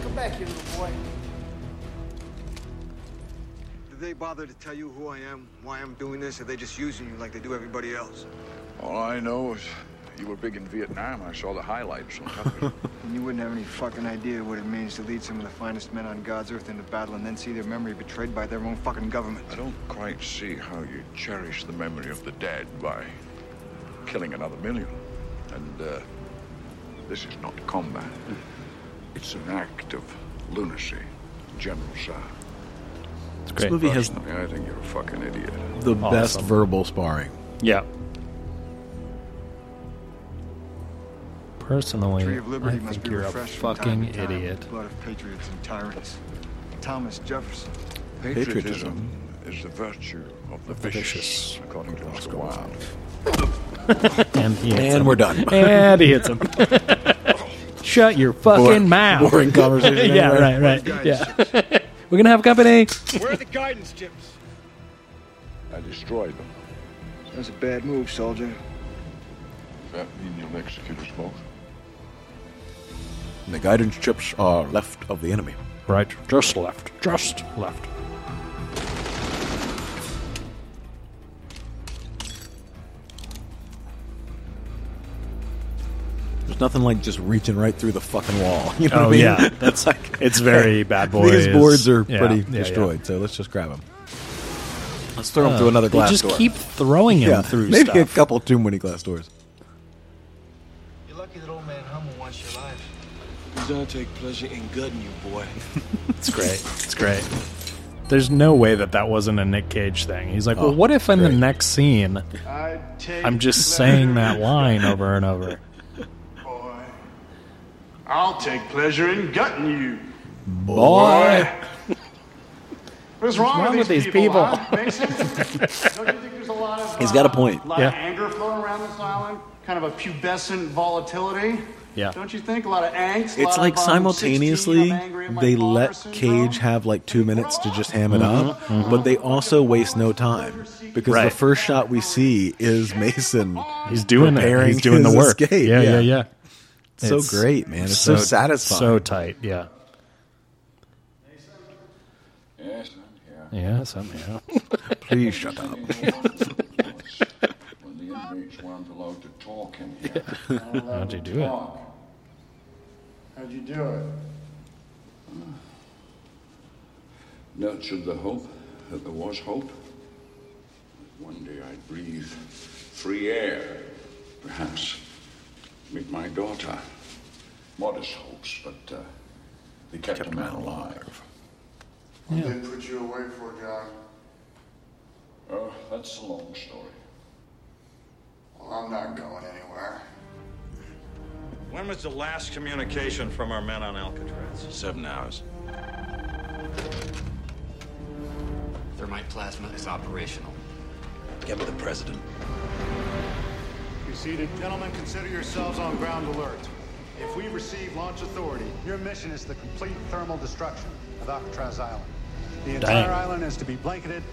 S20: Come back here, little boy.
S12: Did they bother to tell you who I am, why I'm doing this? Are they just using you like they do everybody else?
S8: All I know is you were big in Vietnam. I saw the highlights on television.
S12: And you wouldn't have any fucking idea what it means to lead some of the finest men on God's earth into battle and then see their memory betrayed by their own fucking government.
S8: I don't quite see how you cherish the memory of the dead by killing another million. And uh, this is not combat. It's an act of lunacy, General Sir.
S7: It's
S2: This movie has
S8: Personally, I think you're a fucking idiot.
S2: the best verbal sparring.
S7: Yeah.
S12: Tree
S7: Personally,
S12: of
S7: I
S12: Liberty must
S7: think
S12: be
S7: you're a
S12: refreshed from time
S7: fucking
S12: to time with
S7: idiot.
S12: the Blood of patriots and tyrants. Thomas Jefferson.
S8: Patriotism is the virtue of the vicious, according to Oscar Wilde.
S7: and he hits
S2: And
S7: him. *laughs*
S2: we're done.
S7: And he hits him. *laughs* Shut your fucking
S2: *laughs* Boring-
S7: mouth.
S2: boring
S7: *laughs*
S2: conversation
S7: yeah,
S2: anyway.
S7: right, right. Yeah. *laughs* We're gonna have company.
S19: Where are the guidance chips?
S8: I destroyed them.
S12: That was a bad move, soldier.
S8: Does that mean you'll execute us both?
S2: The guidance chips are left of the enemy.
S7: Right, just left, just left.
S2: There's nothing like just reaching right through the fucking wall. *laughs* You know
S7: oh
S2: what I mean?
S7: yeah, that's like it's
S2: *laughs*
S7: very bad boy.
S2: These boards are pretty destroyed, so let's just grab them. Let's throw them through another
S7: Uh,
S2: glass
S7: They just
S2: door.
S7: keep throwing him
S2: yeah,
S7: through
S2: maybe
S7: stuff.
S2: a couple too many glass doors.
S10: You're lucky that old man Hummel wants your life.
S12: I take pleasure in gutting you, boy.
S7: It's great. It's great. There's no way that that wasn't a Nick Cage thing. He's like, well, what if in the next scene, I'm just saying that line over and over.
S6: I'll take pleasure in gutting you.
S7: Boy.
S6: What's wrong,
S7: wrong
S6: with,
S7: with
S6: these
S7: these
S6: people?
S7: people?
S6: huh, Mason? Don't you think there's a lot of
S2: He's got a point.
S6: A lot
S2: Yeah.
S6: of anger floating around this island, kind of a pubescent volatility.
S2: Yeah.
S6: Don't you think a lot of angst? a lot
S2: It's like
S6: of, um,
S2: simultaneously they let Cage have like two minutes to just ham it up, but they also waste no time because the
S7: Right.
S2: first shot we see is Mason.
S7: He's doing it.
S2: preparing
S7: He's doing the
S2: his
S7: work.
S2: escape.
S7: Yeah, yeah, yeah.
S2: So great, man. It's so satisfying.
S7: So tight. Yeah.
S8: Yes, I'm here.
S7: Yeah. Somehow.
S2: Please shut up.
S8: when the inmates weren't allowed to talk in here.
S7: How'd you do it?
S6: How'd you do it?
S8: Nurtured the hope that there was hope. One day I'd breathe free air, perhaps meet my daughter. Modest hopes, but uh, they kept, a man alive.
S6: What did they put you away for, John?
S8: Oh, that's a long story.
S6: Well, I'm not going anywhere.
S23: When was the last communication from our men on Alcatraz? Seven hours.
S11: Thermite plasma is operational. Get with the president.
S6: You seated. Gentlemen, consider yourselves on ground alert. If we receive launch authority, your mission is the complete thermal destruction of Alcatraz Island. The entire
S22: Dang.
S6: island is to be blanketed,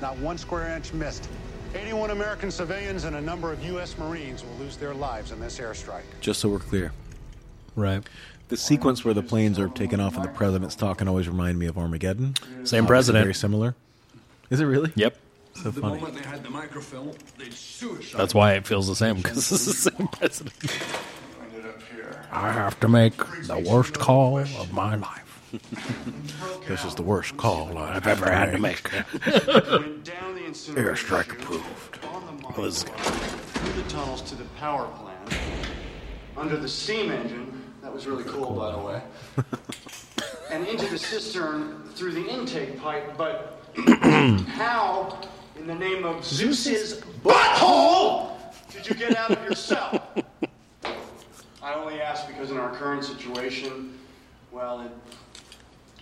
S6: not one square inch missed. 81 American civilians and a number of U.S. Marines will lose their lives in this airstrike.
S2: Just so we're clear,
S7: right?
S2: The sequence where the planes are taken off and the president's talking always remind me of Armageddon.
S7: Same
S2: Uh,
S7: president.
S2: very similar. Is it really?
S7: Yep.
S2: So
S8: the
S2: funny.
S8: moment they had the microfilm, they'd suicide.
S7: That's why it feels the same because it's the same president.
S8: Ended up here.
S7: I have to make the worst call of my life.
S2: This is the worst call I've ever had to make. Airstrike approved.
S7: Was
S6: through the tunnels to the power plant, under the steam engine, that was really cool, by the *laughs* way, and into the cistern through the intake pipe, *clears throat* but how, in the name of Zeus's butthole, did you get out of your *laughs* cell? I only ask because in our current situation, well, it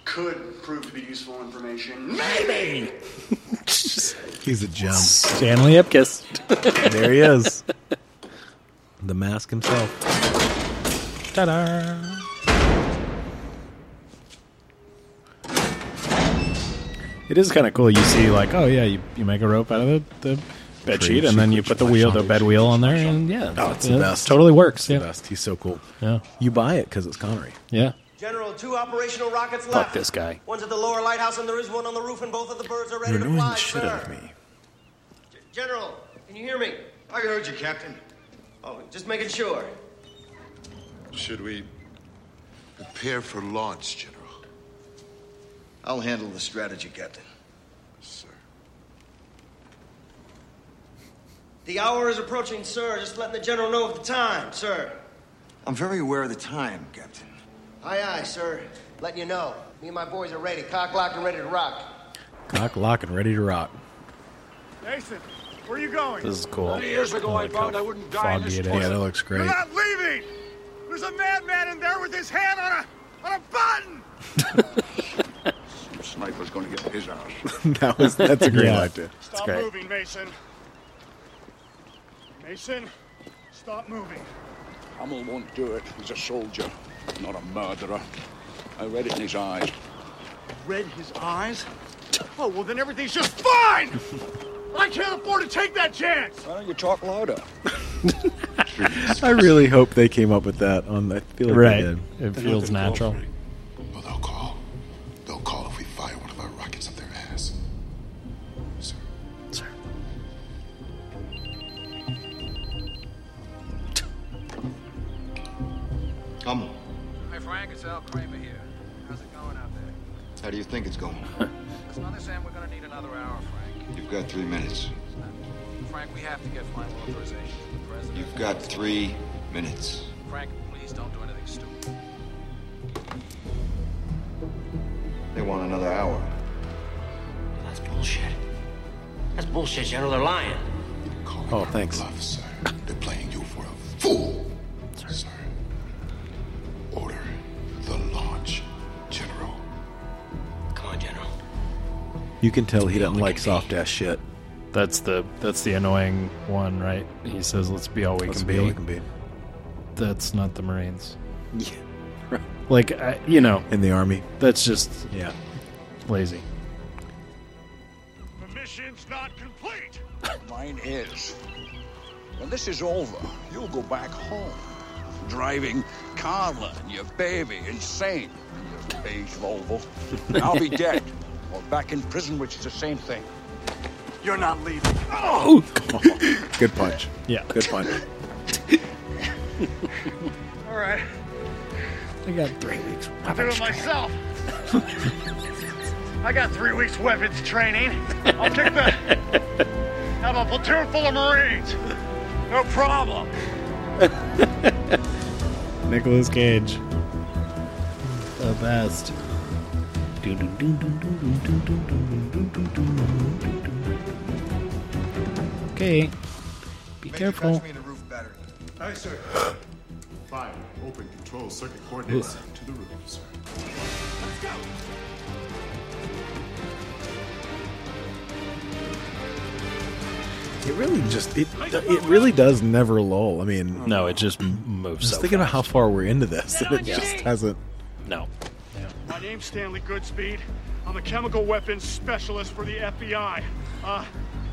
S6: could prove to be useful information. Maybe!
S2: He's a gem.
S7: Stanley Ipkiss. *laughs*
S2: there he is. The mask himself.
S7: Ta-da! It is kind of cool. You see, like, oh yeah, you, you make a rope out of the, the bed sheet, and then you put the wheel, the bed wheel, on there, and yeah,
S2: Oh, it's
S7: yeah,
S2: the best.
S7: Totally works.
S2: It's
S7: Yeah,
S2: the best. He's so cool.
S7: yeah,
S2: You buy it because it's Connery.
S7: yeah.
S1: General, two operational rockets
S7: Fuck
S1: left.
S7: this guy.
S1: One's at the lower lighthouse, and there is one on the roof, and both of the birds are ready
S2: You're
S1: to
S2: annoying
S1: fly,
S2: the shit
S1: sir.
S2: out of me.
S1: General, can you hear me? I heard you, Captain. Oh, just making sure.
S5: Should we prepare for launch, General? I'll handle the strategy, Captain. Sir.
S1: The hour is approaching, sir. Just letting the general know of the time, sir.
S36: I'm very aware of the time, Captain.
S1: Aye, aye, sir. Letting you know. Me and my boys are ready, cock locked and ready to rock.
S2: Cock, lock, and ready to rock.
S6: Mason, where are you going?
S2: This is cool.
S6: Thirty years
S7: Oh
S6: ago, I vowed I wouldn't die in
S2: Foggy
S6: this
S2: it is.
S6: toilet.
S2: Yeah, that looks great.
S6: You're not leaving! There's a madman in there with his hand on a on a button!
S3: Some sniper's gonna get his ass.
S2: *laughs* that was that's a great
S7: Yeah.
S2: idea.
S6: Stop moving, Mason. Mason, stop moving.
S3: Hummel won't do it. He's a soldier, not a murderer. I read it in his eyes.
S6: Read his eyes? Oh, well, then everything's just fine! I can't afford to take that chance! Why don't you talk louder?
S2: I really hope they came up with that. On I feel like
S7: Right.
S2: they did.
S7: It feels natural.
S5: They'll call if we fire one of our rockets up their ass. Sir. Sir.
S37: Come.
S38: Hey, Frank, it's Al Kramer here. How's it going out there?
S37: How do you think it's going?
S38: It's not this end. We're going to need another hour, Frank.
S37: You've got three minutes.
S38: Frank, we have to get final authorization from the president.
S37: You've got three minutes.
S38: Frank, please don't do anything stupid.
S37: They want another hour.
S1: That's bullshit. That's bullshit, General. They're lying.
S2: Oh, thanks.
S5: sir. They're playing you for a fool. Sir. Order the launch, General.
S1: Come on, General.
S2: You can tell he doesn't like soft ass shit.
S7: That's the that's the annoying one, right? He says, "Let's be all we
S2: Let's
S7: can
S2: be
S7: be."
S2: all we can be.
S7: That's not the *laughs* Marines.
S2: Yeah.
S7: Like I, you know,
S2: in the army,
S7: that's just
S2: yeah,
S7: lazy.
S6: The mission's not complete!
S3: Mine is. When this is over, you'll go back home. Driving Carla and your baby insane in your beige Volvo. And I'll be dead. Or back in prison, which is the same thing.
S6: You're not leaving.
S2: Oh, good punch.
S7: Yeah,
S2: good *laughs* punch.
S6: All right,
S7: I got three weeks.
S6: I'll do it myself. *laughs* I got three weeks weapons training. I'll kick the. Have a platoon full of Marines. No problem.
S7: Nicholas Cage, the best. Okay, be careful.
S5: me in the roof battery.
S39: Aye, sir. Fire. Open control circuit coordinates to the roof, sir.
S2: It really just it it really does never lull. I mean,
S7: no, it just moves.
S2: Just
S7: so
S2: thinking about how far we're into this, and *laughs* it
S6: Yeah.
S2: just hasn't.
S7: No.
S6: My name's Stanley Goodspeed. I'm a chemical weapons specialist for the FBI. Uh,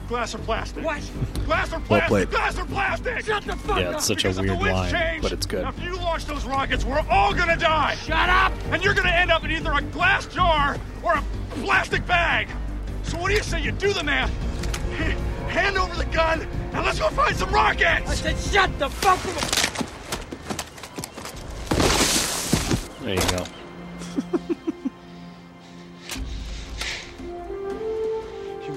S6: glass or plastic? What? Glass or plastic?
S7: Well played.
S6: Glass or plastic? Shut the fuck
S7: Yeah, it's such a weird line, but it's good.
S6: After you launch those rockets, we're all gonna die. Shut up! And you're gonna end up in either a glass jar or a plastic bag. So what do you say you do the math? *laughs* Hand over the gun and let's go find some rockets. I said, shut the fuck up.
S7: There you go.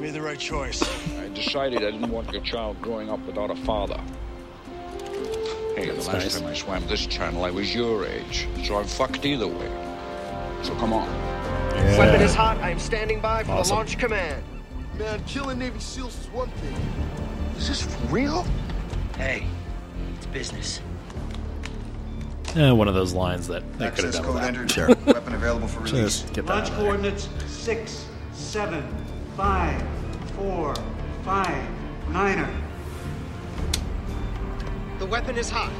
S5: made the right choice.
S40: I decided I didn't want your child growing up without a father. Hey,
S5: That's
S40: the last
S5: nice.
S40: time I swam this channel, I was your age, so I'm fucked either way. So come on.
S1: Weapon is hot. I am standing by for the
S40: Awesome.
S1: launch command.
S5: Man, killing Navy SEALs is one thing.
S1: Is this for real? Hey, it's business.
S7: Eh, one of those lines that they could have
S41: Access
S7: done
S41: code
S7: with that.
S41: entered.
S7: Sure.
S41: Weapon available for release.
S7: Just get that
S6: Launch
S7: out of there.
S6: coordinates six, seven, five, four, five, niner.
S1: The weapon is hot.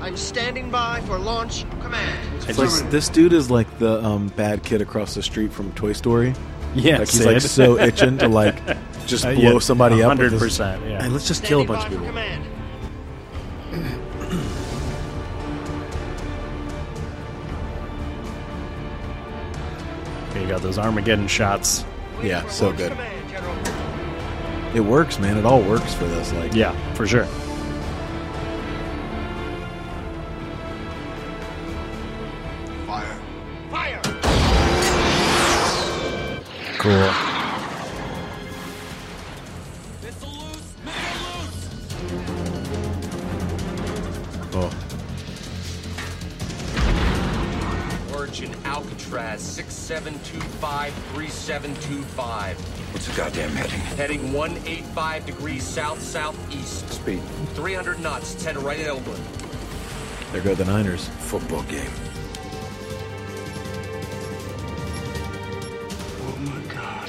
S1: I'm standing by for launch command.
S2: It's like, this dude is like the um, bad kid across the street from Toy Story.
S7: Yeah,
S2: like he's like
S7: Sid. *laughs*
S2: so itching to like just
S7: Uh,
S2: blow
S7: yeah,
S2: somebody up. with this-
S7: 100%, yeah.
S2: Hey, let's just kill a bunch of people.
S7: You got those Armageddon shots.
S2: Yeah, so good. It works, man. It all works for this. Like,
S7: yeah, for sure.
S41: Fire.
S7: Cool.
S2: Oh,
S42: Origin Alcatraz 6725 3725.
S43: What's the goddamn heading?
S42: Heading 185 degrees south southeast.
S43: Speed.
S42: 300 knots. It's headed right at Oakland.
S2: there go the Niners.
S43: Football game.
S5: Oh my god.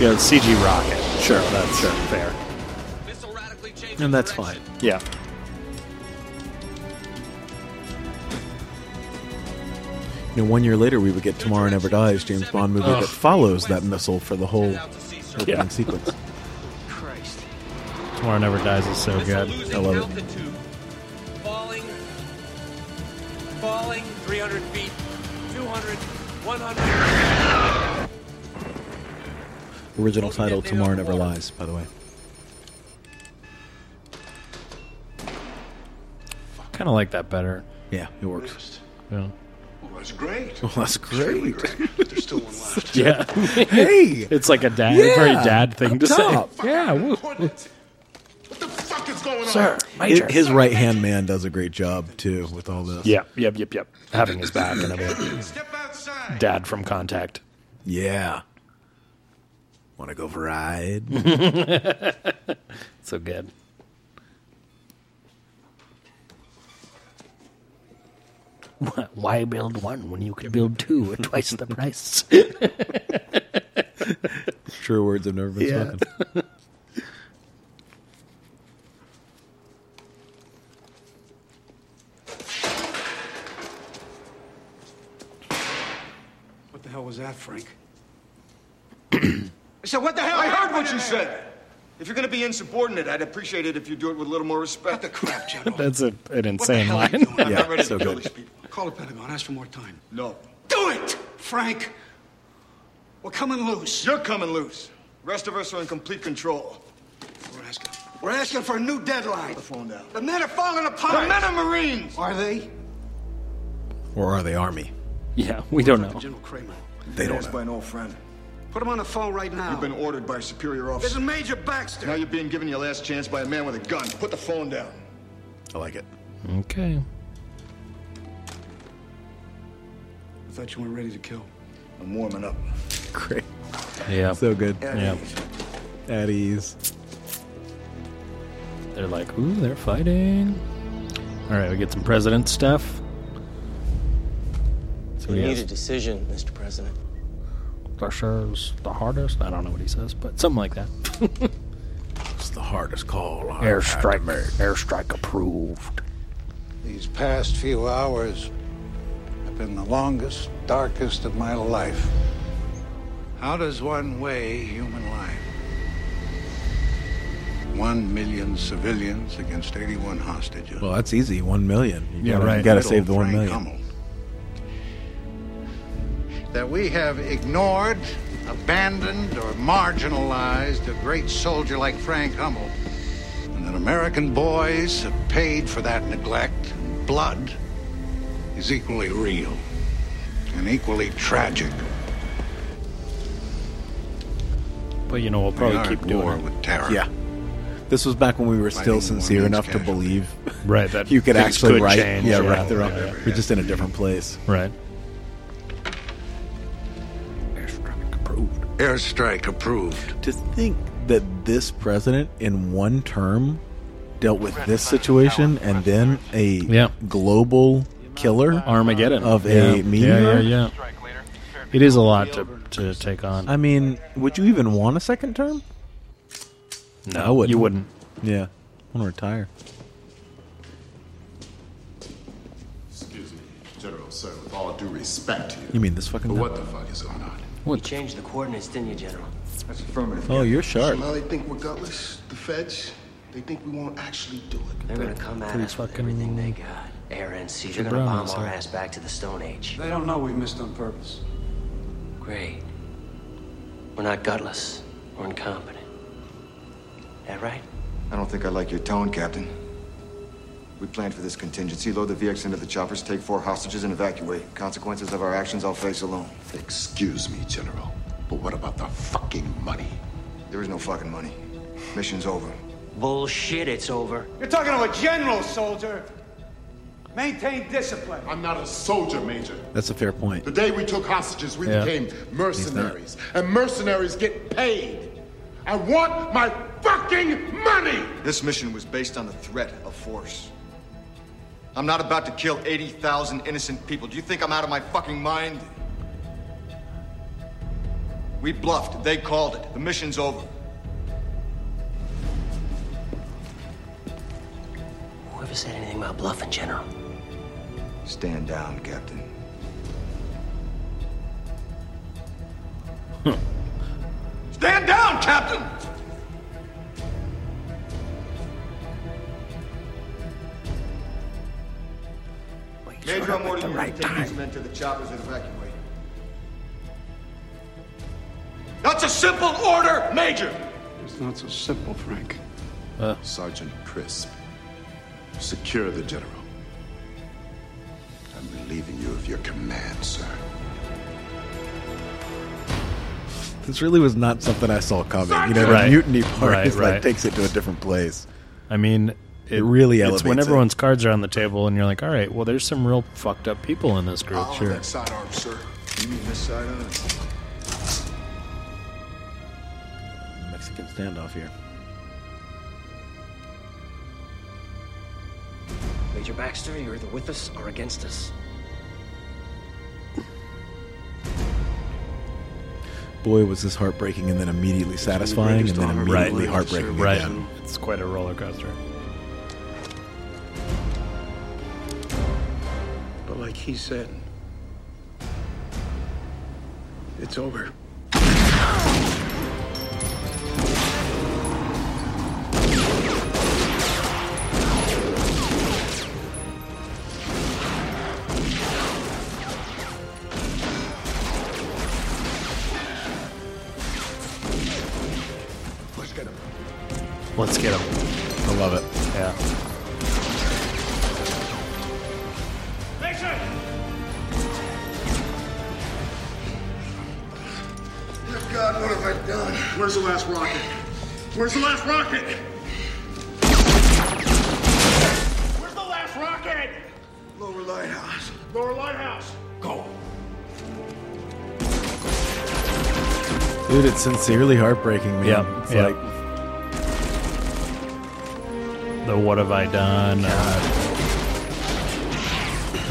S7: Yeah, the CG rocket. Sure, that's sure. fair.
S2: And that's fine.
S7: Yeah.
S2: You know, one year later, we would get Tomorrow Never Dies, James Bond movie
S7: Ugh.
S2: that follows that missile for the whole opening
S7: Yeah.
S2: sequence.
S7: Tomorrow Never Dies is so good.
S42: I love it. Falling. Falling. 300 feet. 200. 100.
S2: Original title Tomorrow Never Lies, by the way.
S7: Kind of like that better.
S2: Yeah, it works. *laughs*
S7: Yeah.
S5: Well, that's great.
S7: Oh.
S2: Well, that's
S5: Extremely
S2: great.
S5: great. But there's still one left.
S7: Yeah. *laughs*
S2: hey,
S7: it's like a dad, a *laughs* very
S5: Yeah,
S7: dad thing
S5: up
S7: to
S5: top.
S7: say. Yeah. woo. *laughs*
S5: Fuck is going on?
S2: Hi- His right hand man does a great job, too, with all this.
S7: Yep. Yep. Yep. Yep. Having his back and everything. Dad from Contact.
S2: Yeah. Want to go for a ride?
S7: *laughs* so good. Why build one when you could build two *laughs* at twice the price?
S2: True words have never been
S7: Yeah.
S2: spoken.
S5: What the hell was that, Frank?
S1: So what the hell?
S5: I heard what you said. If you're going to be insubordinate, I'd appreciate it if you do it with a little more respect. What the crap,
S6: *laughs*
S5: General?
S7: That's a, an
S5: What the
S7: insane
S5: hell are you
S7: line.
S5: doing? I'm not ready to kill these people. Call the Pentagon. Ask for more time. No. Do it, Frank. We're coming loose. You're coming loose. Rest of us are in complete control. We're asking. We're asking for a new deadline. The phone down. The men are falling apart. The men are Marines. Are they?
S2: Or are they Army?
S7: *laughs* Yeah, we don't know.
S5: General Kramer.
S2: They don't
S5: by an old friend. Put him on the phone right now. You've been ordered by a superior officer. This is Major Baxter. Now you're being given your last chance by a man with a gun. Put the phone down.
S2: I like it.
S7: Okay.
S5: I thought you weren't ready to kill. I'm warming up.
S2: Great.
S7: Yeah.
S2: So good.
S5: At Yeah.
S2: At ease.
S7: They're like, ooh, they're fighting. All right, we get some president stuff. So
S44: We
S7: he
S44: need
S7: has
S44: a decision, Mr. President.
S7: pressures the hardest. I don't know what he says, but something like that.
S2: It's the hardest call. I've
S7: Airstrike.
S2: had to make.
S7: Airstrike approved.
S45: These past few hours have been the longest, darkest of my life. How does one weigh human life? One million civilians against 81 hostages.
S2: Well, that's easy. One million. You
S45: Yeah,
S2: gotta,
S45: right.
S2: You got to
S45: Middle
S2: save the one
S45: Frank
S2: million.
S45: Hummel.
S46: that we have ignored, abandoned, or marginalized a great soldier like Frank Hummel, and that American boys have paid for that neglect. Blood is equally real and equally tragic.
S7: But you know, we'll
S46: We
S7: probably
S46: are
S7: keep
S46: at
S7: doing
S46: war
S7: it.
S46: with terror.
S2: Yeah. This was back when we were still
S46: Fighting
S2: sincere
S46: war
S2: enough
S46: means
S7: *laughs*
S2: to believe *laughs*
S7: Right, that
S2: you could
S7: things
S2: actually
S7: could
S2: right,
S7: change,
S2: yeah,
S7: yeah,
S2: right the wrong.
S7: yeah.
S2: We're just in a different place,
S7: right?
S46: Airstrike approved.
S2: To think that this president in one term dealt with this situation and then a global killer
S7: Armageddon
S2: of
S7: yeah.
S2: a
S7: Yeah,
S2: meteor.
S7: yeah, yeah. It is a lot to, to take on.
S2: I mean, would you even want a second term? I wouldn't.
S7: you wouldn't.
S2: Yeah, I want to retire.
S8: Excuse me, General, sir, with all due respect to you.
S2: You mean this fucking
S8: But
S2: guy?
S8: what the fuck is going on?
S1: What? You changed the coordinates, didn't you, General?
S6: That's affirmative.
S2: Oh, you're sharp.
S6: So now they think we're gutless. The feds, they think we won't actually do it.
S1: They're gonna come at us with everything they got. Air and sea. They're
S6: Pretty
S1: gonna
S6: brown
S1: bomb our
S6: outside.
S1: ass back to the Stone Age.
S47: They don't know we missed on purpose.
S1: Great. We're not gutless. We're incompetent. That right?
S5: I don't think I like your tone, Captain. We planned for this contingency. Load the VX into the choppers, take four hostages, and evacuate. Consequences of our actions I'll face alone.
S3: Excuse me, General, but what about the fucking money?
S5: There is no fucking money. Mission's over.
S1: Bullshit, it's over.
S47: You're talking to a general, soldier. Maintain discipline.
S8: I'm not a soldier, Major.
S2: That's a fair point.
S8: The day we took hostages, we
S2: Yeah.
S8: became mercenaries. And mercenaries get paid. I want my fucking money!
S5: This mission was based on the threat of force. I'm not about to kill 80,000 innocent people. Do you think I'm out of my fucking mind? We bluffed. They called it. The mission's over.
S1: Whoever said anything about bluffing, General?
S5: Stand down, Captain. Stand down, Captain! Major, I'm ordering you to take these men to the choppers and evacuate. That's a simple order, Major!
S8: It's not so simple, Frank. Sergeant Crisp, secure the general. I'm relieving you of your command, sir.
S2: This really was not something I saw coming. You know, the
S7: Right.
S2: mutiny part
S7: Right,
S2: is like
S7: right.
S2: takes it to a different place.
S7: I mean,
S2: It really
S7: It's when
S2: elevates it.
S7: everyone's cards are on the table, and you're like, all right, well, there's some real fucked up people in this group.
S2: Oh,
S8: I'll have
S7: Sure.
S8: that sidearm, sir.
S5: You mean this side of it?
S2: Mexican standoff here.
S1: Major Baxter, you're either with us or against us.
S2: Boy, was this heartbreaking, and then immediately satisfying, and then immediately heartbreaking
S7: Right.
S2: again.
S7: It's quite a roller coaster.
S46: But like he said, it's over.
S8: Let's get him.
S7: Let's get them.
S2: I love it.
S7: Yeah.
S8: Dear God, what have I done? Where's the last rocket? Where's the last rocket? Where's the last rocket? Lower lighthouse. Lower lighthouse. Go.
S2: Dude, it's sincerely heartbreaking, man.
S7: Yeah,
S2: It's
S7: yeah.
S2: like,
S7: The what have I done? Uh,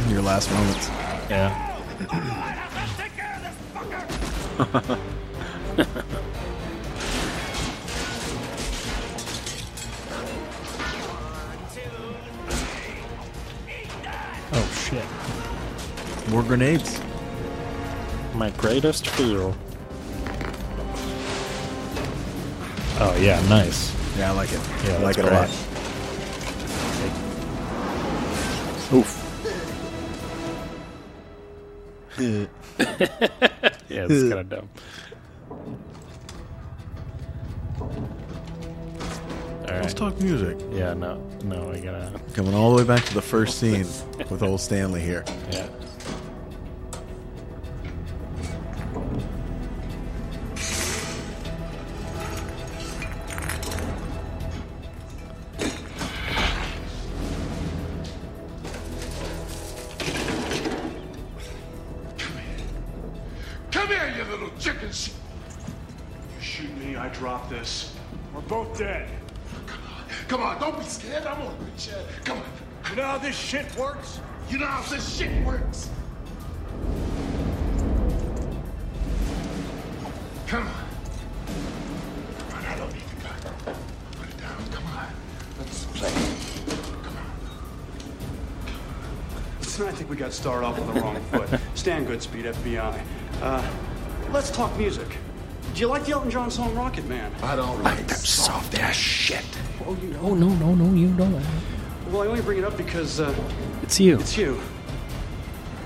S2: your last moments.
S7: yeah. *laughs* oh shit.
S2: More grenades.
S7: My greatest fear. Oh yeah, nice.
S2: Yeah, I like it.
S7: Yeah,
S2: I like it
S7: that's
S2: a lot. Oof.
S7: yeah, it's kind *laughs* of dumb.
S2: Let's talk music.
S7: Yeah, no, no, I gotta.
S2: Coming all the way back to the first scene with old Stanley here.
S7: Yeah.
S6: Come here, you little chickens! You shoot me, I drop this. We're both dead.
S22: Come on, don't be scared. I'm gonna reach you. Come on.
S6: You know how this shit works?
S22: You know how this shit works. Come on. Come on, I don't need the gun. Put it down. Come on. Let's play.
S6: Listen, I think we got started off on the *laughs* wrong foot. Stan Goodspeed, FBI. Uh, let's talk music. Do you like the Elton John song Rocket Man? I don't like that soft ass shit. Oh, you
S7: Oh no, no, no, you don't.
S6: Well, I only bring it up because uh,
S7: It's you.
S6: It's you.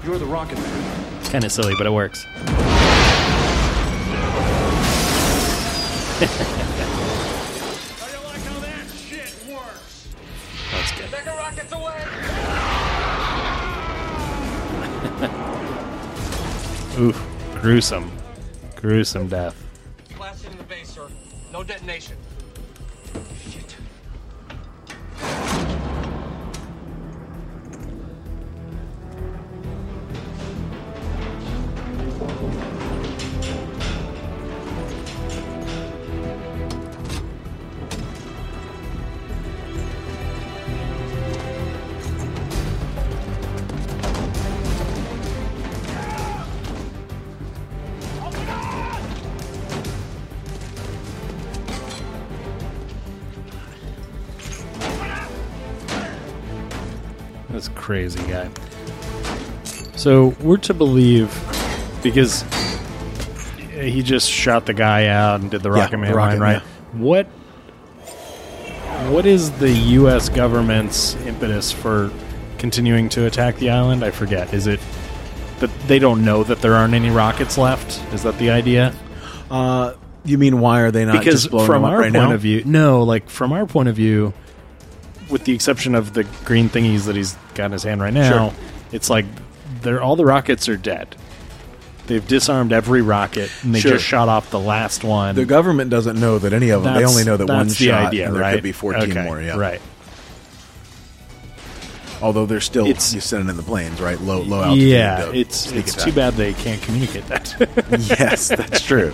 S6: You're the Rocket Man.
S7: It's kind of silly, but it works. That's good.
S18: Mega rockets away!
S7: Ooh, gruesome, gruesome death.
S18: Blasted in the base, sir. No detonation.
S7: That's crazy guy. So we're to believe because he just shot the guy out and did the
S2: Yeah,
S7: Rocket Man
S2: the Rocket
S7: line, right? What what is the US government's impetus for continuing to attack the island? I forget. Is it that they don't know that there aren't any rockets left? Is that the idea?
S2: Uh, you mean why are they not
S7: because
S2: just blowing
S7: from
S2: them up
S7: our
S2: right
S7: point
S2: now?
S7: of view, no, like from our point of view, with the exception of the green thingies that he's got in his hand right now,
S2: Sure.
S7: it's like they're all the rockets are dead. They've disarmed every rocket, and they
S2: Sure.
S7: just shot off the last one.
S2: the government doesn't know that any of them. they
S7: That's-
S2: only know that one
S7: that's the
S2: shot,
S7: idea,
S2: and there
S7: right?
S2: could be fourteen
S7: Okay,
S2: more. Yeah,
S7: right.
S2: Although they're still you sending in the planes, right? Low, low altitude.
S7: yeah,
S2: uh,
S7: it's
S2: sneak
S7: it's
S2: attack.
S7: too bad they can't communicate that.
S2: *laughs* yes,
S7: *laughs*
S2: that's true.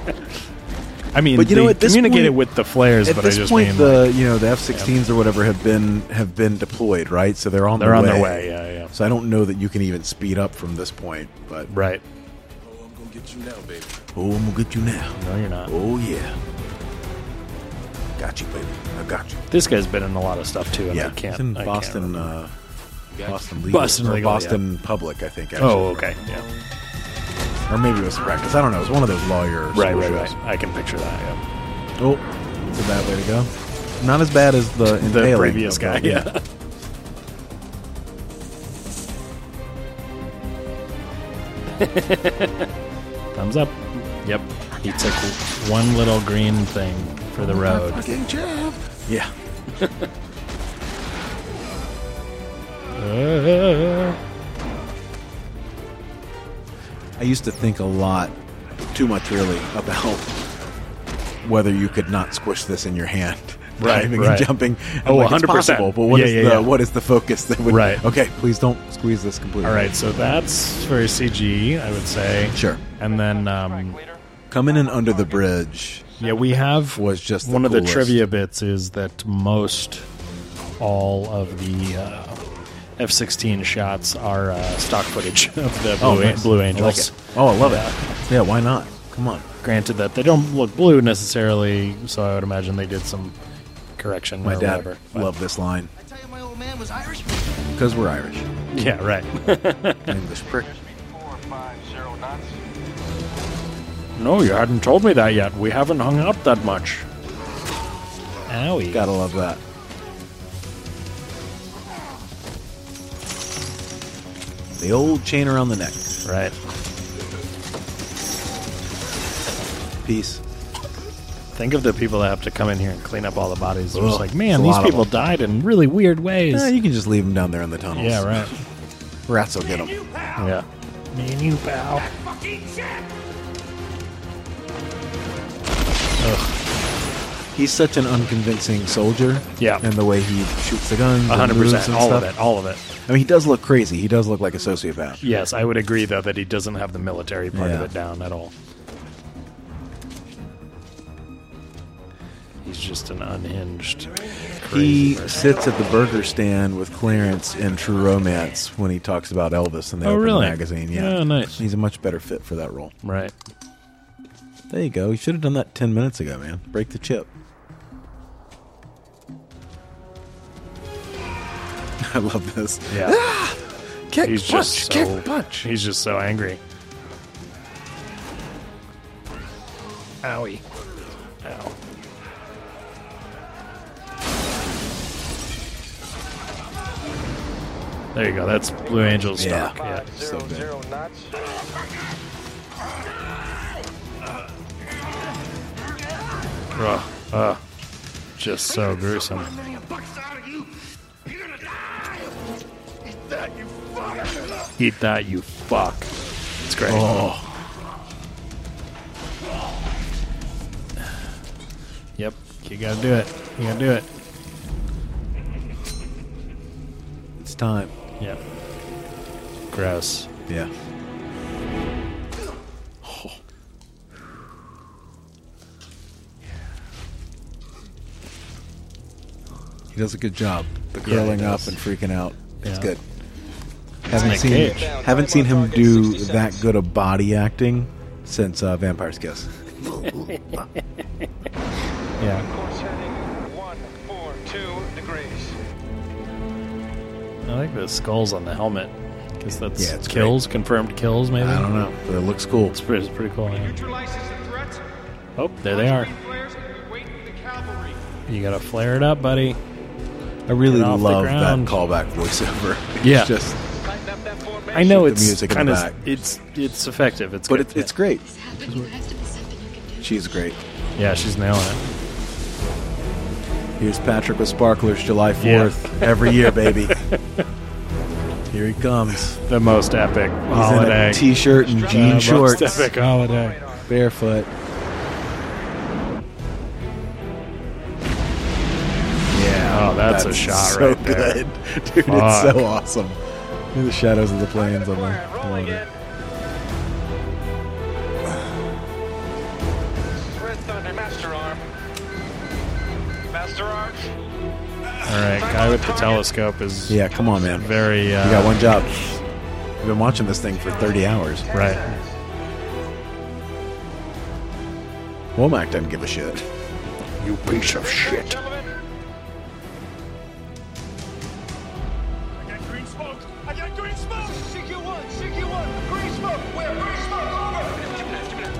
S7: I mean,
S2: but you know,
S7: they
S2: at this
S7: communicate
S2: point-
S7: it with the flares,
S2: At
S7: but
S2: this
S7: I just
S2: point,
S7: mean
S2: the you know the F-16s or whatever have been have been deployed, right? So they're on
S7: They're
S2: their
S7: on
S2: way.
S7: their way, yeah, yeah.
S2: So I don't know that you can even speed up from this point, but
S7: right.
S17: Gonna get you now, baby.
S2: Oh, I'm gonna get you now.
S7: No, you're not.
S2: Oh yeah, got you, baby. I got you.
S7: this guy's been in a lot of stuff too, and
S2: yeah,
S7: I can't.
S2: it's in
S7: I can't
S2: Boston.
S7: remember.
S2: uh, Boston
S7: you.
S2: legal,
S7: Boston
S2: or
S7: Legal, yeah.
S2: Boston public, I think. Actually.
S7: Oh, okay, yeah.
S2: Or maybe it was practice. I don't know. It was one of those lawyer.
S7: Right,
S2: school
S7: right,
S2: shows.
S7: right. I can picture that. Yeah.
S2: Oh, it's a bad way to go. Not as bad as the
S7: The
S2: impaling
S7: previous
S2: of
S7: guy. *laughs*
S2: the-
S7: Yeah. Thumbs up. Yep. He took one little green thing for the road. *laughs*
S22: Fucking jab.
S2: Yeah.
S7: Uh,
S2: I used to think a lot, too much really, about whether you could not squish this in your hand. *laughs*
S7: Right,
S2: Diving
S7: right.
S2: and jumping.
S7: Oh,
S2: like, it's
S7: 100%.
S2: possible, But what
S7: Yeah,
S2: is
S7: yeah,
S2: the
S7: yeah.
S2: what is the focus that would?
S7: Right.
S2: Okay, please don't squeeze this completely.
S7: all right, so that's very CG, I would say.
S2: Sure.
S7: And then, um,
S2: coming in under the bridge.
S7: yeah, we have
S2: was just the
S7: one of the
S2: coolest.
S7: trivia bits is that most all of the uh, F-16 shots are uh, stock footage *laughs* of the Blue,
S2: Oh, nice.
S7: Blue
S2: I like
S7: Angels.
S2: it. Oh, I love it. Yeah, why not? Come on.
S7: Granted that they don't look blue necessarily, so I would imagine they did some correction
S2: My
S7: or
S2: dad
S7: whatever. but-
S2: loved this line
S18: My old man was Irish.
S2: because we're Irish.
S7: Yeah, right.
S2: English prick.
S7: no, you hadn't told me that yet. We haven't hung out that much. Owie.
S2: Gotta love that. The old chain around the neck.
S7: Right.
S2: Peace.
S7: Think of the people that have to come in here and clean up all the bodies. It's
S2: Ugh,
S7: just like, man,
S2: it's a
S7: these
S2: lot of
S7: people died in really weird ways.
S2: Eh, you can just leave them down there in the tunnels.
S7: Yeah, *laughs* right.
S2: Rats will get them.
S7: Yeah. Me and you, pal.
S2: He's such an unconvincing soldier.
S7: Yeah.
S2: And the way he shoots the guns. and
S7: 100%,
S2: moves and
S7: all of
S2: stuff.
S7: it, all of it.
S2: I mean, he does look crazy. He does look like a sociopath.
S7: Yes, I would agree, though, that he doesn't have the military part of
S2: Yeah.
S7: it down at all. He's just an unhinged.
S2: He sits at the burger stand with Clarence in True Romance when he talks about Elvis and they
S7: Oh,
S2: open
S7: really?
S2: the magazine. Yeah,
S7: Oh, nice.
S2: He's a much better fit for that role.
S7: Right.
S2: There you go. You should have done that ten minutes ago, man. Break the chip. *laughs* I love this.
S7: Yeah.
S2: Kick,
S7: he's
S2: punch,
S7: just
S2: kick,
S7: so,
S2: punch.
S7: He's just so angry. Owie. Ow. There you go. That's Blue Angel stock. Yeah.
S2: so good.
S7: Ugh, ugh. uh, just so gruesome. Eat that, you fuck. It's great. Yep, you gotta do it. You gotta do it.
S2: It's time.
S7: Yeah. Gross.
S2: Yeah. He does a good job. The
S7: Yeah, he
S2: curling up
S7: does.
S2: and freaking out. It's
S7: Yeah.
S2: good.
S7: It's
S2: Haven't
S7: Nick
S2: seen
S7: Cage.
S2: haven't seen him do that good of body acting since uh, Vampire's Kiss.
S7: Yeah.
S5: Course heading one four two degrees.
S7: I like the skulls on the helmet. Because that's
S2: Yeah, it's
S7: kills, confirmed kills, maybe?
S2: I don't know, but it looks cool.
S7: It's pretty, it's pretty cool. yeah.
S5: Neutralizes the threat.
S7: Oh, there they are.
S5: Flares wait the cavalry.
S7: You gotta flare it up, buddy.
S2: I really
S7: Get off the
S2: love that
S7: ground.
S2: callback voiceover. *laughs* It's
S7: Yeah.
S2: just
S7: I know
S2: the
S7: it's
S2: music in the
S7: kind
S2: back.
S7: of it's it's effective. It's
S2: but
S7: good,
S2: it, it's
S7: yeah.
S2: great. She's great.
S7: Yeah, she's nailing it.
S2: Here's Patrick with Sparklers, July
S7: Yeah. *laughs*
S2: 4th, every year, baby. Here he comes.
S7: The most epic
S2: He's in
S7: holiday.
S2: a t-shirt and
S7: The
S2: jean
S7: most
S2: shorts.
S7: epic holiday.
S2: Barefoot. Yeah,
S7: Oh, that's a shot
S2: so
S7: right there.
S2: good, *laughs* dude. It's
S7: Fuck.
S2: so awesome. Look at the shadows of the planes on there. I love it.
S5: Red Thunder Master Arm. Master Arm.
S7: All right, guy with the telescope is
S2: Yeah, come on, man.
S7: very. Uh,
S2: You got one job. You've been watching this thing for 30 hours.
S7: Right.
S2: Womack doesn't give a shit.
S3: You piece of shit.
S5: I got green smoke. I got green smoke. CQ1, CQ1, green smoke. Where? Green smoke. Over. Give me that, give me that.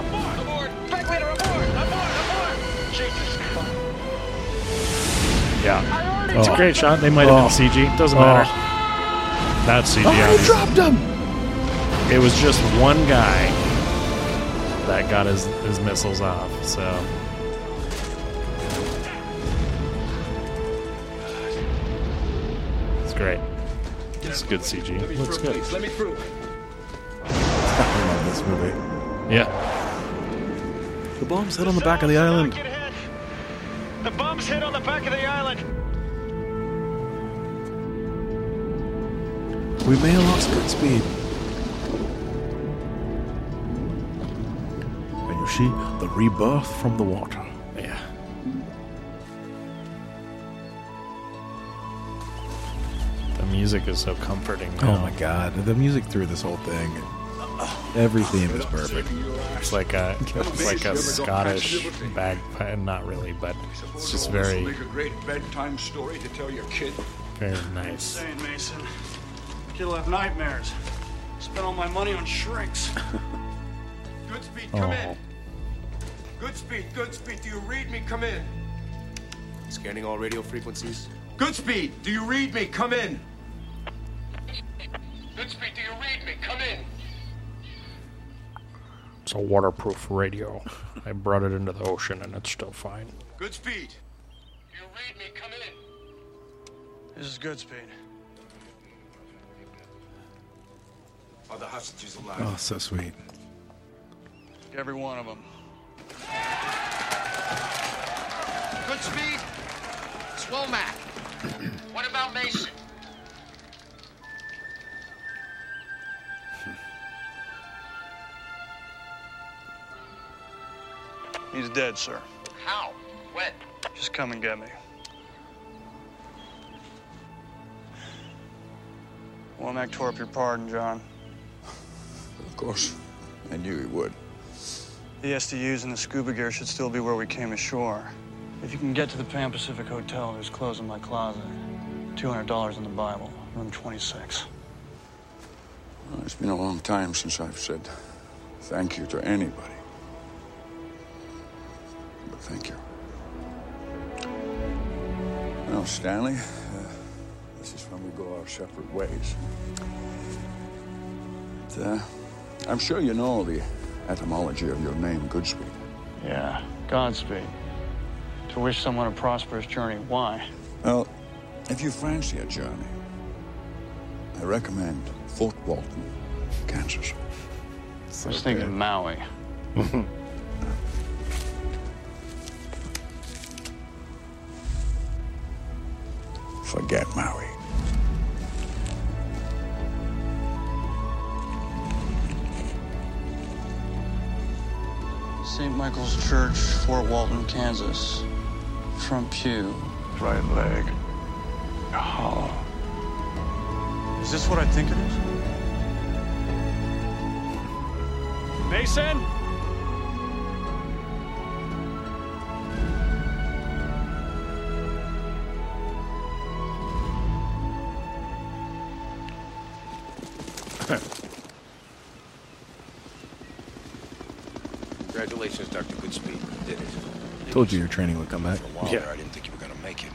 S5: Aboard. Aboard. Back later. Aboard. Aboard. Aboard. Jesus Christ.
S7: Yeah, it's a great shot. They might have
S2: Oh.
S7: been CG. Doesn't
S2: Oh.
S7: matter.
S2: *laughs*
S7: That's CG. obviously.
S2: him!
S7: It was just one guy that got his his missiles off. So it's great. It's good CG. Looks good.
S48: Let me through.
S2: I love this movie.
S7: Yeah.
S2: The bomb's hit on the back of the island.
S5: The bombs hit on the back of the island.
S2: We may have lost good speed. And you see the rebirth from the water.
S7: Yeah. The music is so comforting.
S2: Oh
S7: now.
S2: my god, the music through this whole thing. Every theme is perfect.
S7: It's like
S2: *laughs*
S7: a it's like a Scottish bagpipe. Not really, but it's just very
S3: Make a great bedtime story to tell your kid.
S7: very nice.
S6: Insane, Mason. Kid'll have nightmares. Spent all my money on shrinks.
S5: Good speed, come
S7: Oh.
S5: in. Good speed, good speed. Do you read me? Come in.
S48: Scanning all radio frequencies.
S5: Good speed, do you read me? Come in. Good speed, do you read me? Come in.
S7: It's a waterproof radio. I brought it into the ocean and it's still fine.
S6: Good speed. You read me, come in. This is good speed.
S3: Are the hostages alive?
S2: Oh, so sweet.
S6: Every one of them.
S18: Good speed. It's Womack. *clears throat* what about Mason?
S6: *laughs* He's dead, sir.
S18: How? When?
S6: Just come and get me. Womack tore up your pardon, John.
S8: Of course. I knew he would.
S6: The SDUs and the scuba gear should still be where we came ashore. If you can get to the Pan Pacific Hotel, there's clothes in my closet. $200 in the Bible, room 26.
S8: Well, it's been a long time since I've said thank you to anybody. But thank you. Well, Stanley, uh, this is when we go our separate ways. But, uh, I'm sure you know the etymology of your name, Goodspeed.
S6: Yeah, Godspeed. To wish someone a prosperous journey, why?
S8: Well, if you fancy a journey, I recommend Fort Walton, Kansas.
S6: I was thinking Maui.
S8: *laughs* Forget Maui.
S6: St. Michael's Church, Fort Walton, Kansas. Front pew. Right leg. Hollow. Is this what I think it is? Mason?
S3: Congratulations, Dr. Goodspeed. You did it.
S2: Told you your training would come back.
S3: For a while
S2: Yeah.
S3: there, I didn't think you were going to make it.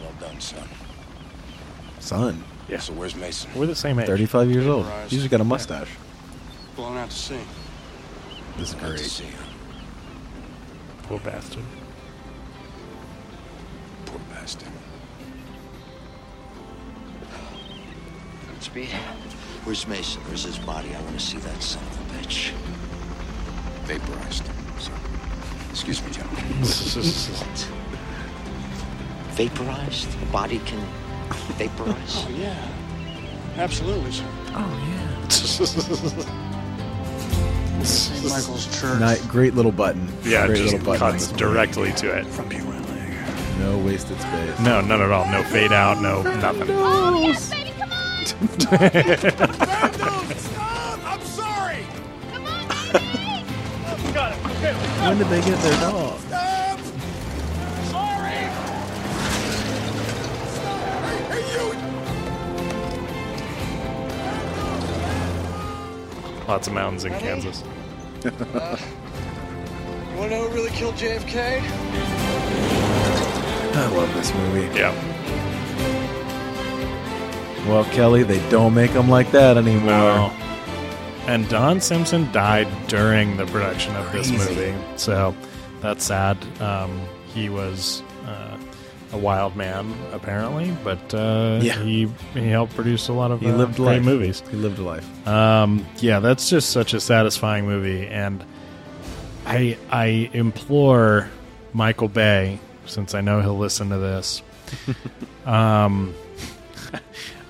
S3: Well done, son.
S2: Son,
S3: Yeah. So where's Mason?
S7: We're the same age.
S2: 35 years old. He's just got a mustache.
S6: Blown out to sea.
S2: This is
S3: Glad to
S2: great.
S3: see you.
S7: Poor bastard.
S3: Poor bastard.
S12: Goodspeed. Where's Mason? Where's his body? I want to see that son of a bitch.
S3: Vaporized. Sorry. Excuse
S12: *laughs*
S3: me, gentlemen.
S12: What? Vaporized? A body can vaporize?
S6: Oh, yeah. Absolutely, sir.
S12: oh,
S6: St. Michael's Church.
S2: Ni- great little button.
S7: Yeah, it
S2: great
S7: just cuts directly to it.
S2: No wasted space.
S7: No, none at all. No fade out. No
S16: Oh,
S7: nothing.
S16: yes, baby, come on!
S7: stop!
S16: I'm sorry! Come on, baby! Got it.
S2: When did they get their dog?
S16: Sorry! Hey, you!
S7: Lots of mountains in Kansas.
S6: You want to know who really killed JFK?
S2: I love this movie.
S7: Yeah.
S2: Well, Kelly, they don't make them like that anymore.
S7: No. Oh. And Don Simpson died during the production of this
S2: Crazy.
S7: movie, so that's sad. Um, he was uh, a wild man, apparently, but uh,
S2: Yeah.
S7: he he helped produce a lot of
S2: He
S7: uh,
S2: lived
S7: great
S2: life.
S7: movies.
S2: He lived a life.
S7: Um, yeah, that's just such a satisfying movie, and I I implore Michael Bay, since I know he'll listen to
S2: *laughs*
S7: this. um,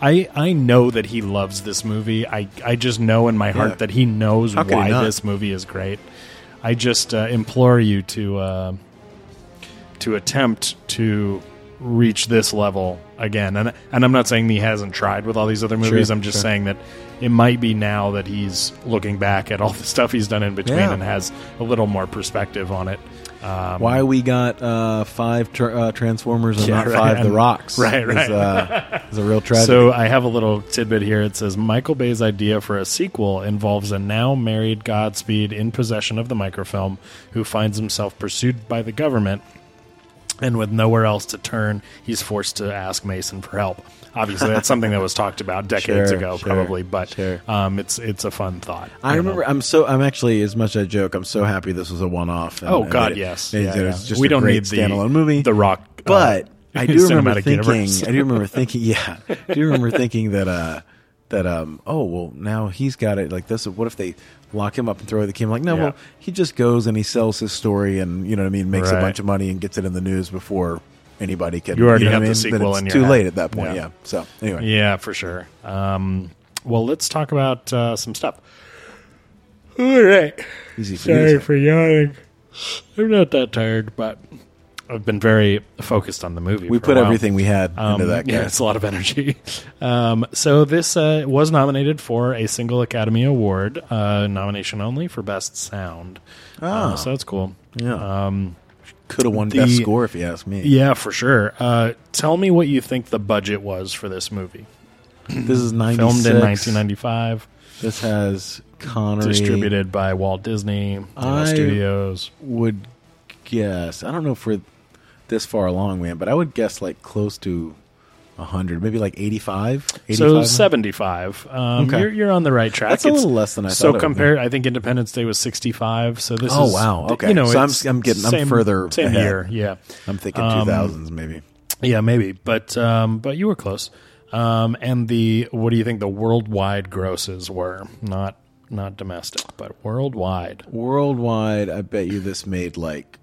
S7: I I know that he loves this movie. I I just know in my heart
S2: Yeah.
S7: that he knows
S2: How could he
S7: why
S2: not?
S7: this movie is great. I just uh, implore you to uh, to attempt to reach this level again. And and I'm not saying he hasn't tried with all these other movies.
S2: Sure,
S7: I'm just
S2: sure.
S7: saying that it might be now that he's looking back at all the stuff he's done in between
S2: Yeah.
S7: and has a little more perspective on it. Um,
S2: Why we got uh, five tr uh, Transformers and
S7: Yeah,
S2: not
S7: right,
S2: five The
S7: and- *laughs*
S2: Rocks?
S7: right,
S2: Is,
S7: right.
S2: uh, is a real tragedy.
S7: *laughs* So I have a little tidbit here. It says Michael Bay's idea for a sequel involves a now married Godspeed in possession of the microfilm who finds himself pursued by the government And with nowhere else to turn, he's forced to ask Mason for help. Obviously, that's something that was talked about decades
S2: *laughs* Sure,
S7: ago,
S2: sure,
S7: probably. But um, it's it's a fun thought.
S2: I remember. I'm so. I'm actually, as much as I joke, I'm so happy this was a one-off. and-
S7: oh
S2: and
S7: God,
S2: that it-
S7: yes,
S2: that it
S7: Yeah, yeah.
S2: was just
S7: we
S2: a
S7: don't
S2: great
S7: need the
S2: standalone movie.
S7: The Rock, uh,
S2: But I do
S7: *laughs*
S2: remember
S7: cinematic
S2: thinking.
S7: universe.
S2: I do
S7: *laughs*
S2: remember thinking. Yeah, I do remember thinking that. Uh, that um. Oh well, now he's got it like this. What if they lock him up and throw the key? I'm like, no.
S7: Yeah.
S2: Well, he just goes and he sells his story, and you know what I mean. Makes
S7: Right.
S2: a bunch of money and gets it in the news before anybody can.
S7: You already
S2: know
S7: have
S2: what I
S7: the
S2: mean? Then
S7: sequel
S2: it's
S7: in your
S2: too
S7: head.
S2: late at that point.
S7: Yeah.
S2: Yeah. So anyway.
S7: Yeah, for sure. Um, well, let's talk about uh, some stuff. All right.
S2: Easy for
S7: Sorry
S2: you.
S7: for yawning. I'm not that tired, but I've been very focused on the movie.
S2: We
S7: for a
S2: put
S7: while.
S2: everything we had into
S7: Um,
S2: that
S7: Yeah,
S2: guy.
S7: it's a lot of energy. *laughs* Um, so this uh, was nominated for a single Academy Award uh, nomination only for Best Sound. Uh,
S2: Ah.
S7: so that's cool.
S2: Yeah.
S7: Um,
S2: Could have won best score if you ask me.
S7: Yeah, for sure. Uh, tell me what you think the budget was for this movie.
S2: This is 96.
S7: filmed in 1995.
S2: This has Connery
S7: distributed by Walt Disney you know,
S2: I
S7: Studios.
S2: Would guess. I don't know if we're this far along, man, but I would guess like close to hundred, maybe like 85, 85
S7: So 75. Um,
S2: Okay.
S7: you're, you're on the right track.
S2: That's a little less than I
S7: so
S2: thought it would be.
S7: compare, I think Independence Day was 65. So this
S2: Oh,
S7: is.
S2: wow. Okay.
S7: You know,
S2: So I'm-
S7: it's
S2: I'm getting- I'm
S7: same-
S2: further
S7: Same
S2: ahead.
S7: year. Yeah.
S2: I'm thinking
S7: Um,
S2: 2000s maybe.
S7: Yeah, maybe. But, um, but you were close. Um, and the, what do you think the worldwide grosses were? Not, not domestic, but worldwide.
S2: Worldwide, I bet you this made like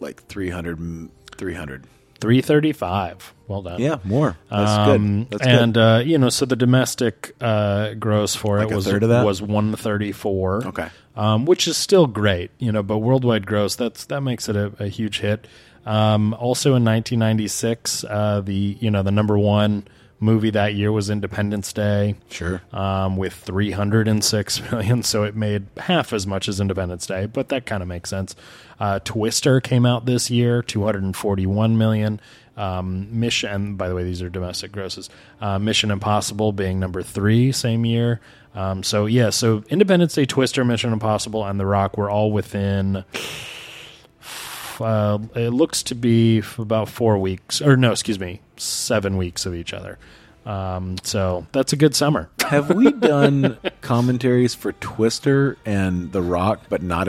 S2: like 300 m- 300.
S7: 335. Well done.
S2: Yeah, more. That's
S7: Um,
S2: good. That's
S7: and
S2: good.
S7: uh, you know, so the domestic uh, gross for
S2: Like
S7: it
S2: a
S7: was
S2: third of that?
S7: was one thirty four.
S2: Okay.
S7: um, which is still great, you know. But worldwide gross that's that makes it a, a huge hit. Um, also in 1996, uh, the you know the number one movie that year was Independence Day.
S2: Sure.
S7: Um, with 306 *laughs* million, so it made half as much as Independence Day, but that kind of makes sense. Uh, Twister came out this year, 241 million. Um, Mission, and by the way, these are domestic grosses. Uh, Mission Impossible being number three, same year. Um, so yeah, so Independence Day, Twister, Mission Impossible, and The Rock were all within. Uh, it looks to be f- about four weeks, or no, excuse me, seven weeks of each other. Um, so that's a good summer.
S2: Have we done commentaries for Twister and The Rock, but not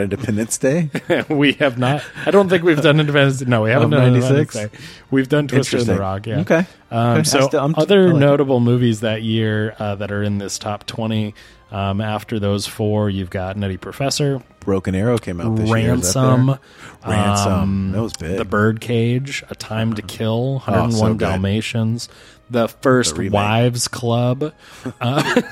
S7: *laughs*
S2: Independence Day?
S7: we have not. I don't think we've done Independence. No, we haven't
S2: Of
S7: done
S2: 96?
S7: Independence Day. We've done Twister and the
S2: Interesting.
S7: Rock. Yeah.
S2: Okay.
S7: Um,
S2: Okay. I
S7: so
S2: still- I'm- I
S7: other
S2: like it.
S7: notable movies that year uh, that are in this top twenty. Um, after those four, you've got Nutty Professor,
S2: Broken Arrow came out this year. Is that
S7: Ransom,
S2: there? Ransom.
S7: um,
S2: that was big. Uh-huh. Oh,
S7: The Birdcage, A Time to Kill,
S2: so
S7: 101
S2: good.
S7: Dalmatians, The First
S2: The remake.
S7: Wives Club, uh,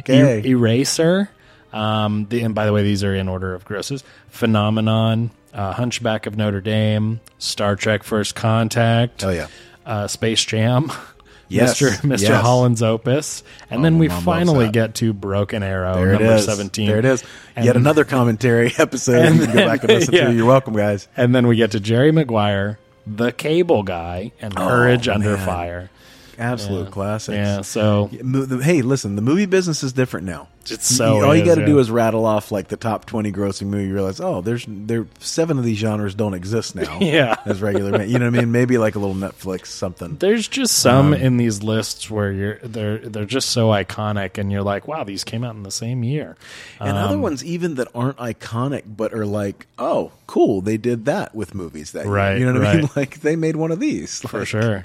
S2: Okay.
S7: E- Eraser. Um, the, and by the way, these are in order of grosses. Phenomenon, uh, Hunchback of Notre Dame, Star Trek: First Contact. Oh
S2: yeah,
S7: uh, Space Jam. *laughs*
S2: Yes,
S7: Mr. Mr.
S2: yes.
S7: Holland's Opus, and
S2: Oh,
S7: then
S2: my
S7: we
S2: mom loves
S7: finally
S2: that.
S7: get to Broken Arrow,
S2: There it
S7: number
S2: is.
S7: seventeen.
S2: There it is.
S7: And-
S2: Yet another commentary *laughs* episode.
S7: And
S2: you can go back and
S7: then- *laughs*
S2: listen
S7: yeah.
S2: to. You're welcome, guys.
S7: And then we get to Jerry Maguire, the cable guy, and
S2: Oh,
S7: Courage Under
S2: man.
S7: Fire.
S2: Absolute
S7: Yeah.
S2: classics.
S7: Yeah, so
S2: Mo- the- hey, listen, the movie business is different now.
S7: It's so
S2: all
S7: it
S2: you got to
S7: is,
S2: do
S7: yeah.
S2: is rattle off like the top twenty grossing movie. You realize, oh, there's there seven of these genres don't exist now.
S7: *laughs* Yeah.
S2: as regular, ma- you know what I mean? Maybe like a little Netflix something.
S7: there's just some
S2: Um,
S7: in these lists where you're they're they're just so iconic, and you're like, wow, these came out in the same year.
S2: *laughs* And other
S7: Um,
S2: ones even that aren't iconic, but are like, oh, cool, they did that with movies that year.
S7: Right,
S2: You know what I mean?
S7: right.
S2: *laughs* Like they made one of these
S7: For
S2: Like,
S7: sure.
S2: I don't know.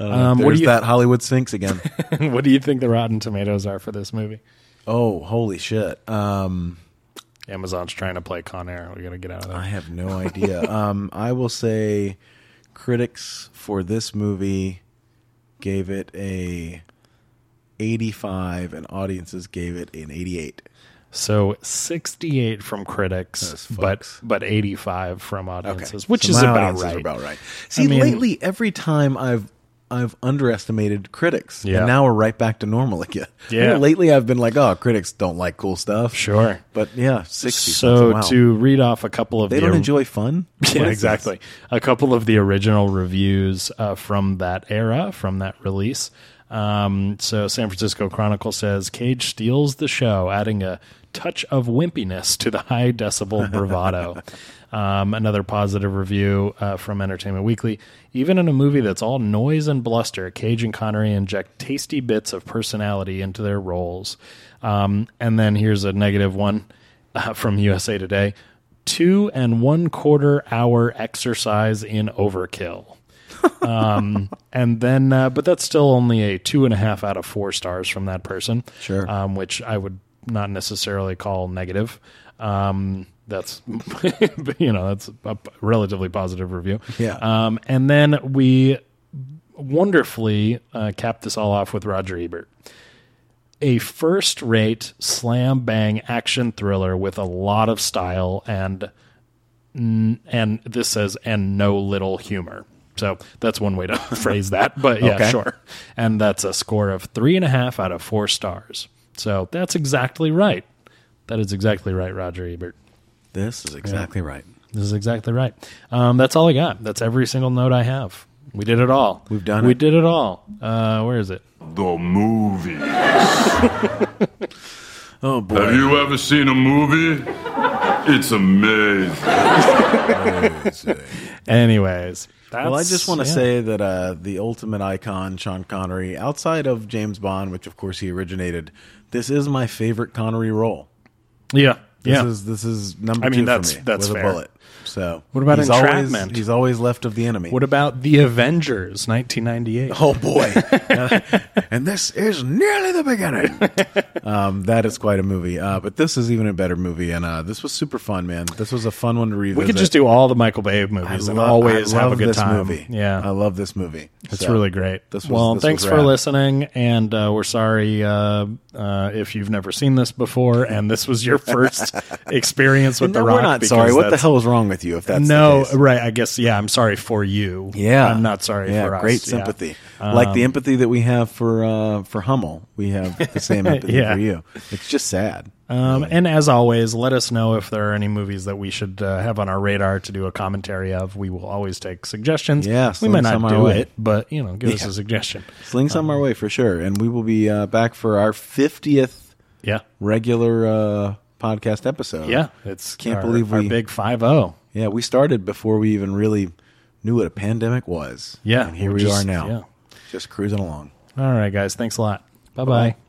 S7: Um, what do
S2: Uh, There's
S7: you-
S2: that Hollywood Sphinx again?
S7: *laughs*
S2: *laughs*
S7: what do you think the Rotten Tomatoes are for this movie?
S2: oh, holy shit! Um,
S7: Amazon's trying to play Con Air. We got to get out of that.
S2: I have
S7: *laughs*
S2: no idea. um, I will say, critics for this movie gave it a eighty-five, and audiences gave it an eighty-eight.
S7: So 68 from critics, but but 85 from audiences, which
S2: So
S7: is
S2: my
S7: about
S2: audiences are
S7: right.
S2: about right.
S7: I
S2: See,
S7: mean-
S2: lately every time I've I've underestimated critics,
S7: Yeah.
S2: and now we're right back to normal again. *laughs* You know,
S7: Yeah.
S2: lately I've been like, oh, critics don't like cool stuff.
S7: Sure,
S2: but yeah, sixty.
S7: So
S2: wow.
S7: to read off a couple of
S2: They
S7: the
S2: don't enjoy fun? What
S7: *laughs*
S2: is
S7: Yeah,
S2: this?
S7: exactly. A couple of the original reviews uh, from that era, from that release. Um, so San Francisco Chronicle says Cage steals the show, adding a touch of wimpiness to the high decibel bravado. um, another positive review uh, from Entertainment Weekly. Even in a movie that's all noise and bluster, Cage and Connery inject tasty bits of personality into their roles. Um, and then here's a negative one uh, from USA Today two and one quarter hour exercise in
S2: *laughs*
S7: overkill. um, and then, uh, but that's still only a two and a half out of four stars from that person.
S2: Sure.
S7: Um, which I would not necessarily call negative. Um, that's, *laughs* you know, that's a p- relatively positive review.
S2: Yeah.
S7: Um, and then we wonderfully uh, capped this all off with Roger Ebert. A first rate slam bang action thriller with a lot of style and n- and this says and no little humor. So that's one way
S2: *laughs*
S7: to phrase that. But yeah,
S2: Okay.
S7: sure. And that's a score of three and a half out of four stars. So that's exactly right. That is exactly right, Roger Ebert.
S2: This is exactly right.
S7: This is exactly right. Um, that's all I got. That's every single note I have. We did it all. We've
S2: done
S7: We
S2: it.
S7: did it all. Uh, where is it? The movie.
S2: oh boy.
S13: Have you ever seen a movie? It's amazing.
S7: Anyways,
S2: well, I just want to
S7: yeah.
S2: say that uh, the ultimate icon, Sean Connery, outside of James Bond, which of course he originated, this is my favorite Connery role.
S7: Yeah,
S2: This
S7: yeah.
S2: is this is number
S7: I mean,
S2: two
S7: that's-
S2: for me
S7: that's
S2: with
S7: fair.
S2: a bullet. So
S7: What about
S2: he's
S7: Entrapment?
S2: Always, he's always left of the enemy.
S7: What about The Avengers, 1998? *laughs*
S2: Oh boy! *laughs* and this is nearly the beginning.
S7: *laughs*
S2: um, that is quite a movie, uh, but this is even a better movie, and uh, this was super fun, man. This was a fun one to revisit.
S7: we could just do all the Michael Bay movies and always
S2: I
S7: have a
S2: love
S7: good
S2: this
S7: time.
S2: Movie.
S7: Yeah,
S2: I love this movie.
S7: It's
S2: So,
S7: really great.
S2: This was,
S7: well,
S2: this
S7: thanks
S2: was
S7: for
S2: rad.
S7: listening, and uh, we're sorry uh, uh, if you've never seen this before, and this was your
S2: *laughs*
S7: first experience with
S2: No,
S7: the
S2: we're
S7: Rock.
S2: not
S7: because
S2: sorry. What the
S7: that's-
S2: hell is wrong with you? If that's
S7: no,
S2: the case?
S7: right? I guess yeah. I'm sorry for you.
S2: Yeah,
S7: I'm not sorry
S2: Yeah,
S7: for us.
S2: Great
S7: yeah.
S2: sympathy, like the
S7: Um,
S2: empathy that we have for uh, for Hummel. We have
S7: *laughs*
S2: the same empathy
S7: Yeah.
S2: for you. It's just sad.
S7: Um, And as always, let us know if there are any movies that we should uh, have on our radar to do a commentary of. We will always take suggestions.
S2: Yeah,
S7: we
S2: sling
S7: might
S2: some
S7: not
S2: our
S7: do
S2: way.
S7: it, but you know, give us
S2: Yeah.
S7: a suggestion.
S2: Sling some
S7: um,
S2: our way for sure, and we will be uh, back for our fiftieth
S7: yeah
S2: regular uh, podcast episode.
S7: Yeah, it's
S2: Uh, can't
S7: our-
S2: believe
S7: our
S2: we
S7: big five zero.
S2: Yeah, we started before we even really knew what a pandemic was.
S7: Yeah,
S2: and here
S7: we're
S2: we
S7: just-
S2: are now.
S7: yeah.
S2: just cruising along.
S7: All right, guys. Thanks a lot. Bye bye.